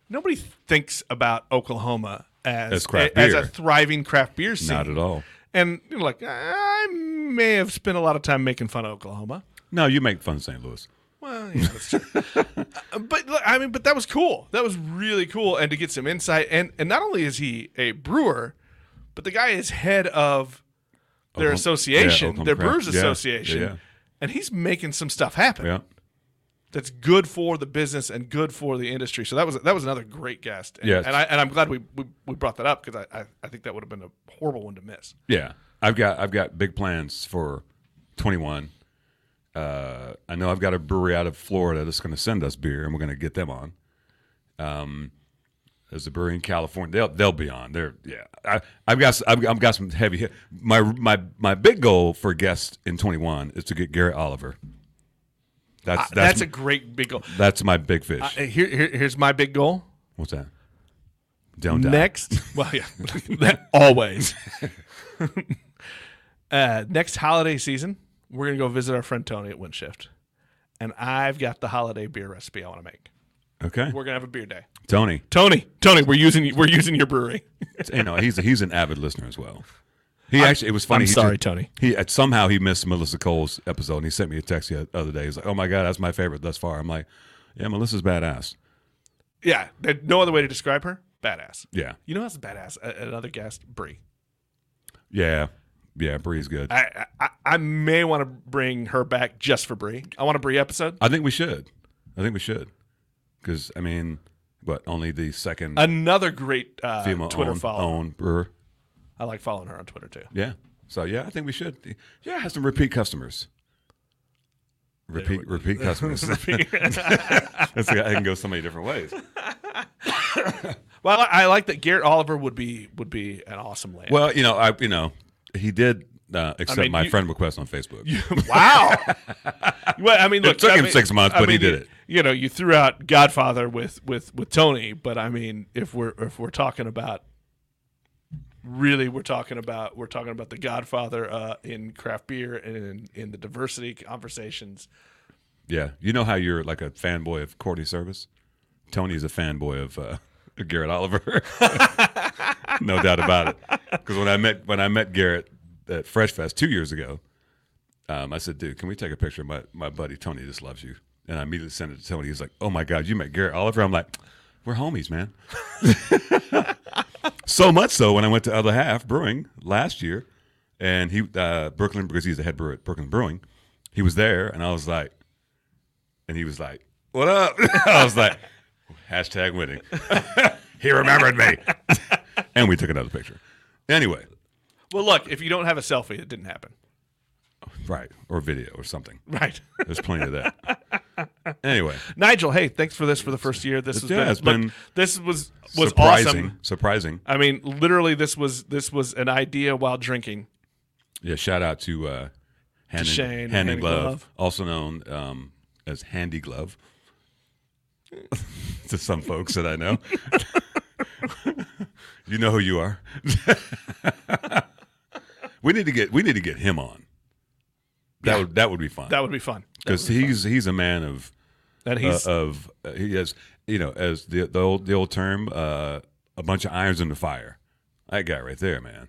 Speaker 2: nobody thinks about Oklahoma as
Speaker 3: As craft
Speaker 2: a, as a
Speaker 3: beer.
Speaker 2: thriving craft beer scene.
Speaker 3: Not at all.
Speaker 2: And you know, like I may have spent a lot of time making fun of Oklahoma.
Speaker 3: No, you make fun of St. Louis.
Speaker 2: Well, yeah, that's true. Uh, but look, I mean, but that was cool. That was really cool, and to get some insight. And and not only is he a brewer, but the guy is head of their
Speaker 3: Oklahoma-
Speaker 2: association,
Speaker 3: yeah, Oklahoma
Speaker 2: their
Speaker 3: Craft.
Speaker 2: brewers
Speaker 3: Yeah,
Speaker 2: association,
Speaker 3: yeah, yeah.
Speaker 2: and he's making some stuff happen
Speaker 3: Yeah.
Speaker 2: that's good for the business and good for the industry. So that was that was another great guest. And,
Speaker 3: Yes.
Speaker 2: and I and I'm glad we we, we brought that up because I, I I think that would have been a horrible one to miss.
Speaker 3: Yeah, I've got I've got big plans for 21. Uh, I know I've got a brewery out of Florida that's going to send us beer, and we're going to get them on. Um, there's a brewery in California. They'll they'll be on. They're yeah. I, I've got s- I've, I've got some heavy. hit- My my my big goal for guests in 21 is to get Garrett Oliver.
Speaker 2: I-
Speaker 3: That's that's
Speaker 2: Uh, that's
Speaker 3: that's,
Speaker 2: a great big goal.
Speaker 3: my big fish.
Speaker 2: Uh, Here, here here's my big goal.
Speaker 3: What's that? Don't die.
Speaker 2: Next, well, yeah, that- always. uh, next holiday season, we're gonna go visit our friend Tony at Windshift, and I've got the holiday beer recipe I want to make.
Speaker 3: Okay,
Speaker 2: We're gonna have a beer day.
Speaker 3: Tony.
Speaker 2: Tony, Tony, we're using we're using your brewery.
Speaker 3: you know, he's he's an avid listener as well. He actually, it was funny.
Speaker 2: I'm
Speaker 3: he
Speaker 2: sorry,
Speaker 3: just-
Speaker 2: Tony.
Speaker 3: He uh, somehow he missed Melissa Cole's episode, and he sent me a text the other day. He's like, "Oh my god, that's my favorite thus far." I'm like, "Yeah, Melissa's badass."
Speaker 2: Yeah, there- no other way to describe her. Badass.
Speaker 3: Yeah,
Speaker 2: You know who's badass? A- another guest, Bree.
Speaker 3: yeah, yeah. Bree's good. I,
Speaker 2: I, I I may want to bring her back just for Bree. I want a Bree episode.
Speaker 3: think we should. I think we should, because I mean, but only the second
Speaker 2: Another great uh,
Speaker 3: female
Speaker 2: Twitter
Speaker 3: owned,
Speaker 2: follower.
Speaker 3: owned brewer.
Speaker 2: I like following her on Twitter too.
Speaker 3: Yeah. So yeah, I think we should. Yeah, have some repeat customers. Repeat, repeat customers. That's, I can go so many different ways.
Speaker 2: Well, I I like that Garrett Oliver would be would be an awesome land.
Speaker 3: Well, you know, I you know, he did uh, accept
Speaker 2: mean,
Speaker 3: my
Speaker 2: you-
Speaker 3: friend request on Facebook.
Speaker 2: wow. well, I mean, look,
Speaker 3: took
Speaker 2: I
Speaker 3: him
Speaker 2: mean-
Speaker 3: six months,
Speaker 2: I
Speaker 3: but he
Speaker 2: mean,
Speaker 3: did
Speaker 2: you-
Speaker 3: it.
Speaker 2: You know, you threw out Godfather with with with Tony, but I mean, if we're if we're talking about really we're talking about we're talking about the Godfather uh, in craft beer and in, in the diversity conversations.
Speaker 3: yeah, you know how you're like a fanboy of Courtney Service. Tony's a fanboy of uh, Garrett Oliver, no doubt about it. Because when I met when I met Garrett at Fresh Fest two years ago, um, I said, "Dude, can we take a picture? My my buddy Tony just loves you." And I immediately sent it to Tony. He's like, "Oh my God, you met Garrett Oliver?" I'm like, "We're homies, man." So much so when I went to Other Half Brewing last year, and he uh, Brooklyn because he's the head brewer at Brooklyn Brewing, he was there, and I was like, and he was like, "What up?" I was like, hashtag winning. he remembered me, and we took another picture. Anyway,
Speaker 2: Well, look, if you don't have a selfie, it didn't happen.
Speaker 3: right or video or something.
Speaker 2: Right.
Speaker 3: There's plenty of that. Anyway,
Speaker 2: Nigel, hey, thanks for this for the first year. This has
Speaker 3: Yeah,
Speaker 2: been,
Speaker 3: it's
Speaker 2: look,
Speaker 3: been
Speaker 2: this was was
Speaker 3: surprising,
Speaker 2: awesome.
Speaker 3: surprising.
Speaker 2: I mean, literally, this was this was an idea while drinking.
Speaker 3: Yeah, shout out to uh, Hand,
Speaker 2: To Shane,
Speaker 3: and, Hand
Speaker 2: Hand
Speaker 3: and
Speaker 2: and
Speaker 3: Glove,
Speaker 2: Glove.
Speaker 3: also known um, as Handy Glove, to some folks that I know. you know who you are. we need to get we need to get him on. That would that would be fun
Speaker 2: That would be fun.
Speaker 3: because he's he's a man of
Speaker 2: And
Speaker 3: uh,
Speaker 2: he's
Speaker 3: of uh, he has you know as the the old the old term uh, a bunch of irons in the fire. That guy right there, man.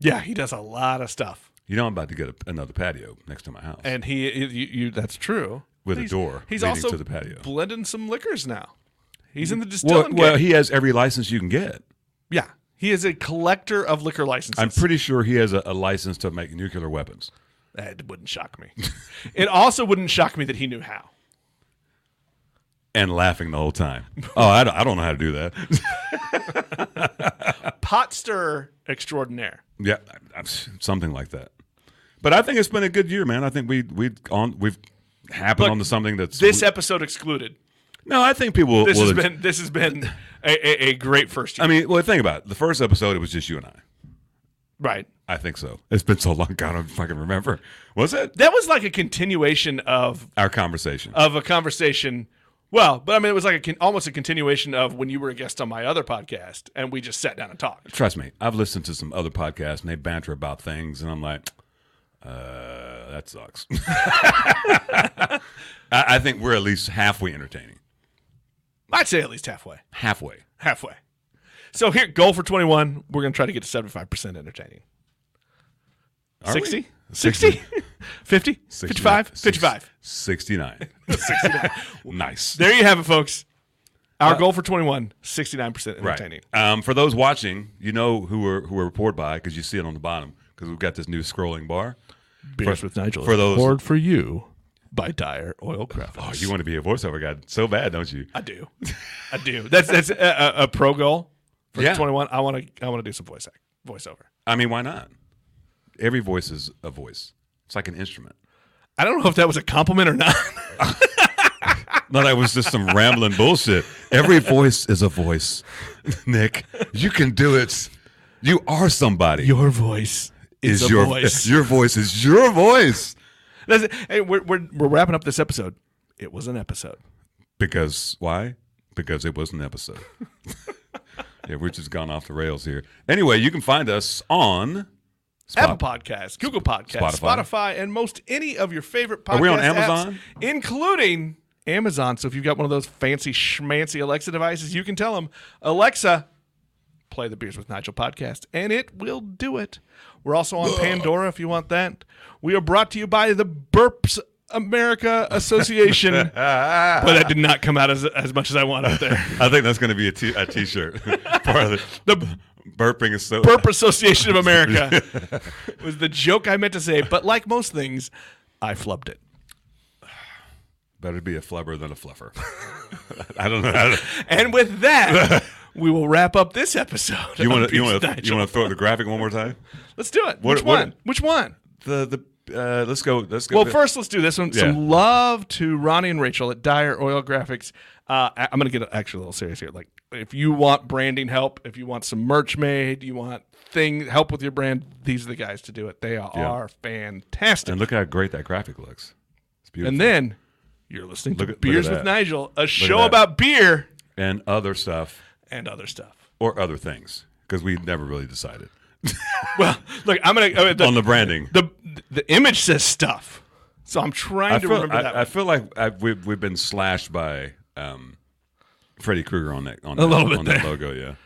Speaker 2: yeah, he does a lot of stuff.
Speaker 3: You know I'm about to get a, another patio next to my house.
Speaker 2: And he, you, you that's true.
Speaker 3: With
Speaker 2: But
Speaker 3: a
Speaker 2: he's-
Speaker 3: door
Speaker 2: He's
Speaker 3: leading
Speaker 2: also
Speaker 3: to the patio.
Speaker 2: blending some liquors now. He's in the
Speaker 3: Well,
Speaker 2: distilling.
Speaker 3: well,
Speaker 2: game.
Speaker 3: he has every license you can get.
Speaker 2: yeah, he is a collector of liquor licenses.
Speaker 3: I'm pretty sure he has a, a license to make nuclear weapons.
Speaker 2: that wouldn't shock me. it also wouldn't shock me that he knew how.
Speaker 3: And laughing the whole time. Oh, I don't, I don't know how to do that.
Speaker 2: Pot stir extraordinaire.
Speaker 3: yeah, I- I- something like that. But I think it's been a good year, man. I think we we on we've happened
Speaker 2: Look,
Speaker 3: onto something that's
Speaker 2: This episode excluded.
Speaker 3: no. I think people.
Speaker 2: This
Speaker 3: will,
Speaker 2: has been this has been a, a, a great first year.
Speaker 3: I mean, well, think about it. The first episode, it was just you and I.
Speaker 2: right.
Speaker 3: I think so. It's been so long. God, I don't fucking remember. Was it
Speaker 2: That was like a continuation of
Speaker 3: our conversation?
Speaker 2: of a conversation. Well, but I mean, it was like a con- almost a continuation of when you were a guest on my other podcast, and we just sat down and talked.
Speaker 3: trust me, I've listened to some other podcasts and they banter about things, and I'm like, uh, that sucks. I, I think we're at least halfway entertaining.
Speaker 2: I'd say at least halfway.
Speaker 3: Halfway.
Speaker 2: Halfway. So here, goal for 21. We're going to try to get to 75% entertaining.
Speaker 3: Are we?
Speaker 2: 60? 60? 50? 55? 55.
Speaker 3: 69. nice.
Speaker 2: There you have it, folks. Our goal for 21, 69% entertaining.
Speaker 3: Right. Um, for those watching, you know who we're, who we're poured by because you see it on the bottom because we've got this new scrolling bar.
Speaker 2: Beers
Speaker 3: For-
Speaker 2: with Nigel.
Speaker 3: for
Speaker 2: is
Speaker 3: those-
Speaker 2: poured for you by Dire Oil Graphics.
Speaker 3: Oh, you want to be a voiceover guy so bad, don't you?
Speaker 2: I do. I do. That's that's a, a, a pro goal for
Speaker 3: Yeah.
Speaker 2: 21. I want to I want to do some voice act, voiceover.
Speaker 3: I mean, why not? Every voice is a voice. It's like an instrument.
Speaker 2: I don't know if that was a compliment or not.
Speaker 3: No, that was just some rambling bullshit. Every voice is a voice. Nick, you can do it. You are somebody.
Speaker 2: Your voice is, a
Speaker 3: your
Speaker 2: voice.
Speaker 3: Your voice is your voice.
Speaker 2: That's it. Hey, we're, we're, we're wrapping up this episode. It was an episode.
Speaker 3: Because why? Because it was an episode. yeah, we're just gone off the rails here. Anyway, you can find us on
Speaker 2: Apple Podcasts, Google Podcasts,
Speaker 3: Spotify.
Speaker 2: Spotify. and most any of your favorite podcast
Speaker 3: Are we on
Speaker 2: apps,
Speaker 3: Amazon?
Speaker 2: including Amazon. So if you've got one of those fancy schmancy Alexa devices, you can tell them, Alexa, play the Beers with Nigel podcast, and it will do it. We're also on Pandora if you want that. We are brought to you by the Burps America Association, but that did not come out as, as much as I want up there.
Speaker 3: I think that's going to be a, t- a t-shirt. Part of the,
Speaker 2: The
Speaker 3: burping is so
Speaker 2: Burp Association of America was the joke I meant to say, but like most things, I flubbed it.
Speaker 3: better be a flubber than a fluffer. I don't know. How to,
Speaker 2: And with that, we will wrap up this episode.
Speaker 3: you
Speaker 2: of
Speaker 3: want to you
Speaker 2: Beers
Speaker 3: want to
Speaker 2: Digest.
Speaker 3: you want to throw the graphic one more time?
Speaker 2: Let's do it.
Speaker 3: What-
Speaker 2: Which
Speaker 3: what-
Speaker 2: one? Which one?
Speaker 3: The the uh, let's go let's go.
Speaker 2: Well, first let's do this one. Some love to Ronnie and Rachel at Dyer Oil Graphics. Uh, I- I'm gonna get actually a little serious here. Like, if you want branding help, if you want some merch made, you want thing help with your brand, these are the guys to do it. They are, fantastic.
Speaker 3: and look how great that graphic looks. It's beautiful.
Speaker 2: And then you're listening
Speaker 3: Look
Speaker 2: to
Speaker 3: at- look at
Speaker 2: Beers
Speaker 3: that.
Speaker 2: with Nigel, a show
Speaker 3: that.
Speaker 2: about beer
Speaker 3: and other stuff
Speaker 2: and other stuff.
Speaker 3: or other things because we never really decided
Speaker 2: Well, look, I'm gonna uh,
Speaker 3: on
Speaker 2: the,
Speaker 3: the branding.
Speaker 2: the the image says stuff, so I'm trying
Speaker 3: I
Speaker 2: to
Speaker 3: feel,
Speaker 2: remember that.
Speaker 3: I, I
Speaker 2: one.
Speaker 3: feel like I've, we've we've been slashed by um, Freddy Krueger on that on, that,
Speaker 2: little bit
Speaker 3: on that
Speaker 2: there.
Speaker 3: logo. Yeah,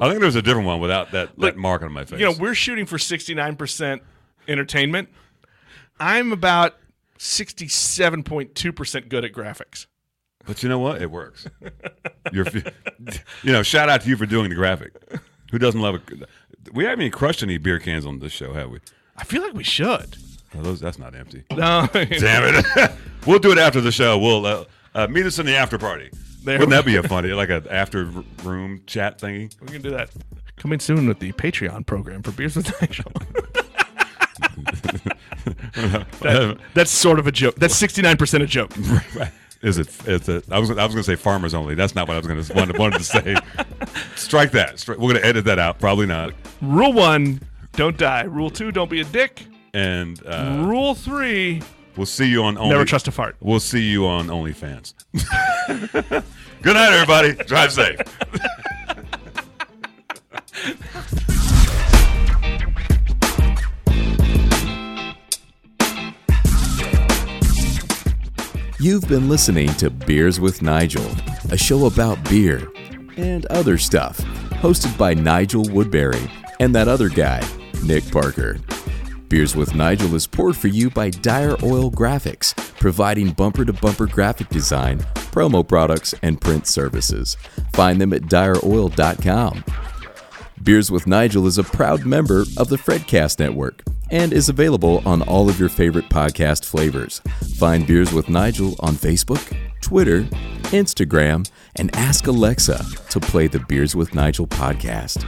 Speaker 3: I think there was a different one without that, that mark on my face.
Speaker 2: you know, we're shooting for 69 percent entertainment. I'm about 67.2 percent good at graphics.
Speaker 3: but you know what? It works. You're, you know, shout out to you for doing the graphic. Who doesn't love it? We haven't even crushed any beer cans on this show, have we?
Speaker 2: I feel like we should.
Speaker 3: Oh, those, that's not empty.
Speaker 2: No,
Speaker 3: Damn it. we'll do it after the show. We'll uh, uh, meet us in the after party.
Speaker 2: There
Speaker 3: Wouldn't
Speaker 2: we-
Speaker 3: that be a funny, like an after r- room chat thingy?
Speaker 2: we can do that. Coming soon with the Patreon program for Beers with Nigel. That- that's sort of a joke. That's 69% a joke.
Speaker 3: Is it? Is it? I was. I was going to say farmers only. That's not what I was going to wanted, wanted to say. Strike that. Stri- We're going to edit that out. Probably not.
Speaker 2: Rule one, don't die. Rule two, don't be a dick.
Speaker 3: And uh,
Speaker 2: Rule three,
Speaker 3: we'll see you on. Only,
Speaker 2: never trust a fart.
Speaker 3: We'll see you on OnlyFans. Good night, everybody. Drive safe.
Speaker 1: You've been listening to Beers with Nigel, a show about beer and other stuff, hosted by Nigel Woodbury and that other guy, Nick Parker. Beers with Nigel is poured for you by Dire Oil Graphics, providing bumper to bumper graphic design, promo products, and print services. Find them at direoil.com. Beers with Nigel is a proud member of the Fredcast Network and is available on all of your favorite podcast flavors. Find Beers with Nigel on Facebook, Twitter, Instagram, and ask Alexa to play the Beers with Nigel podcast.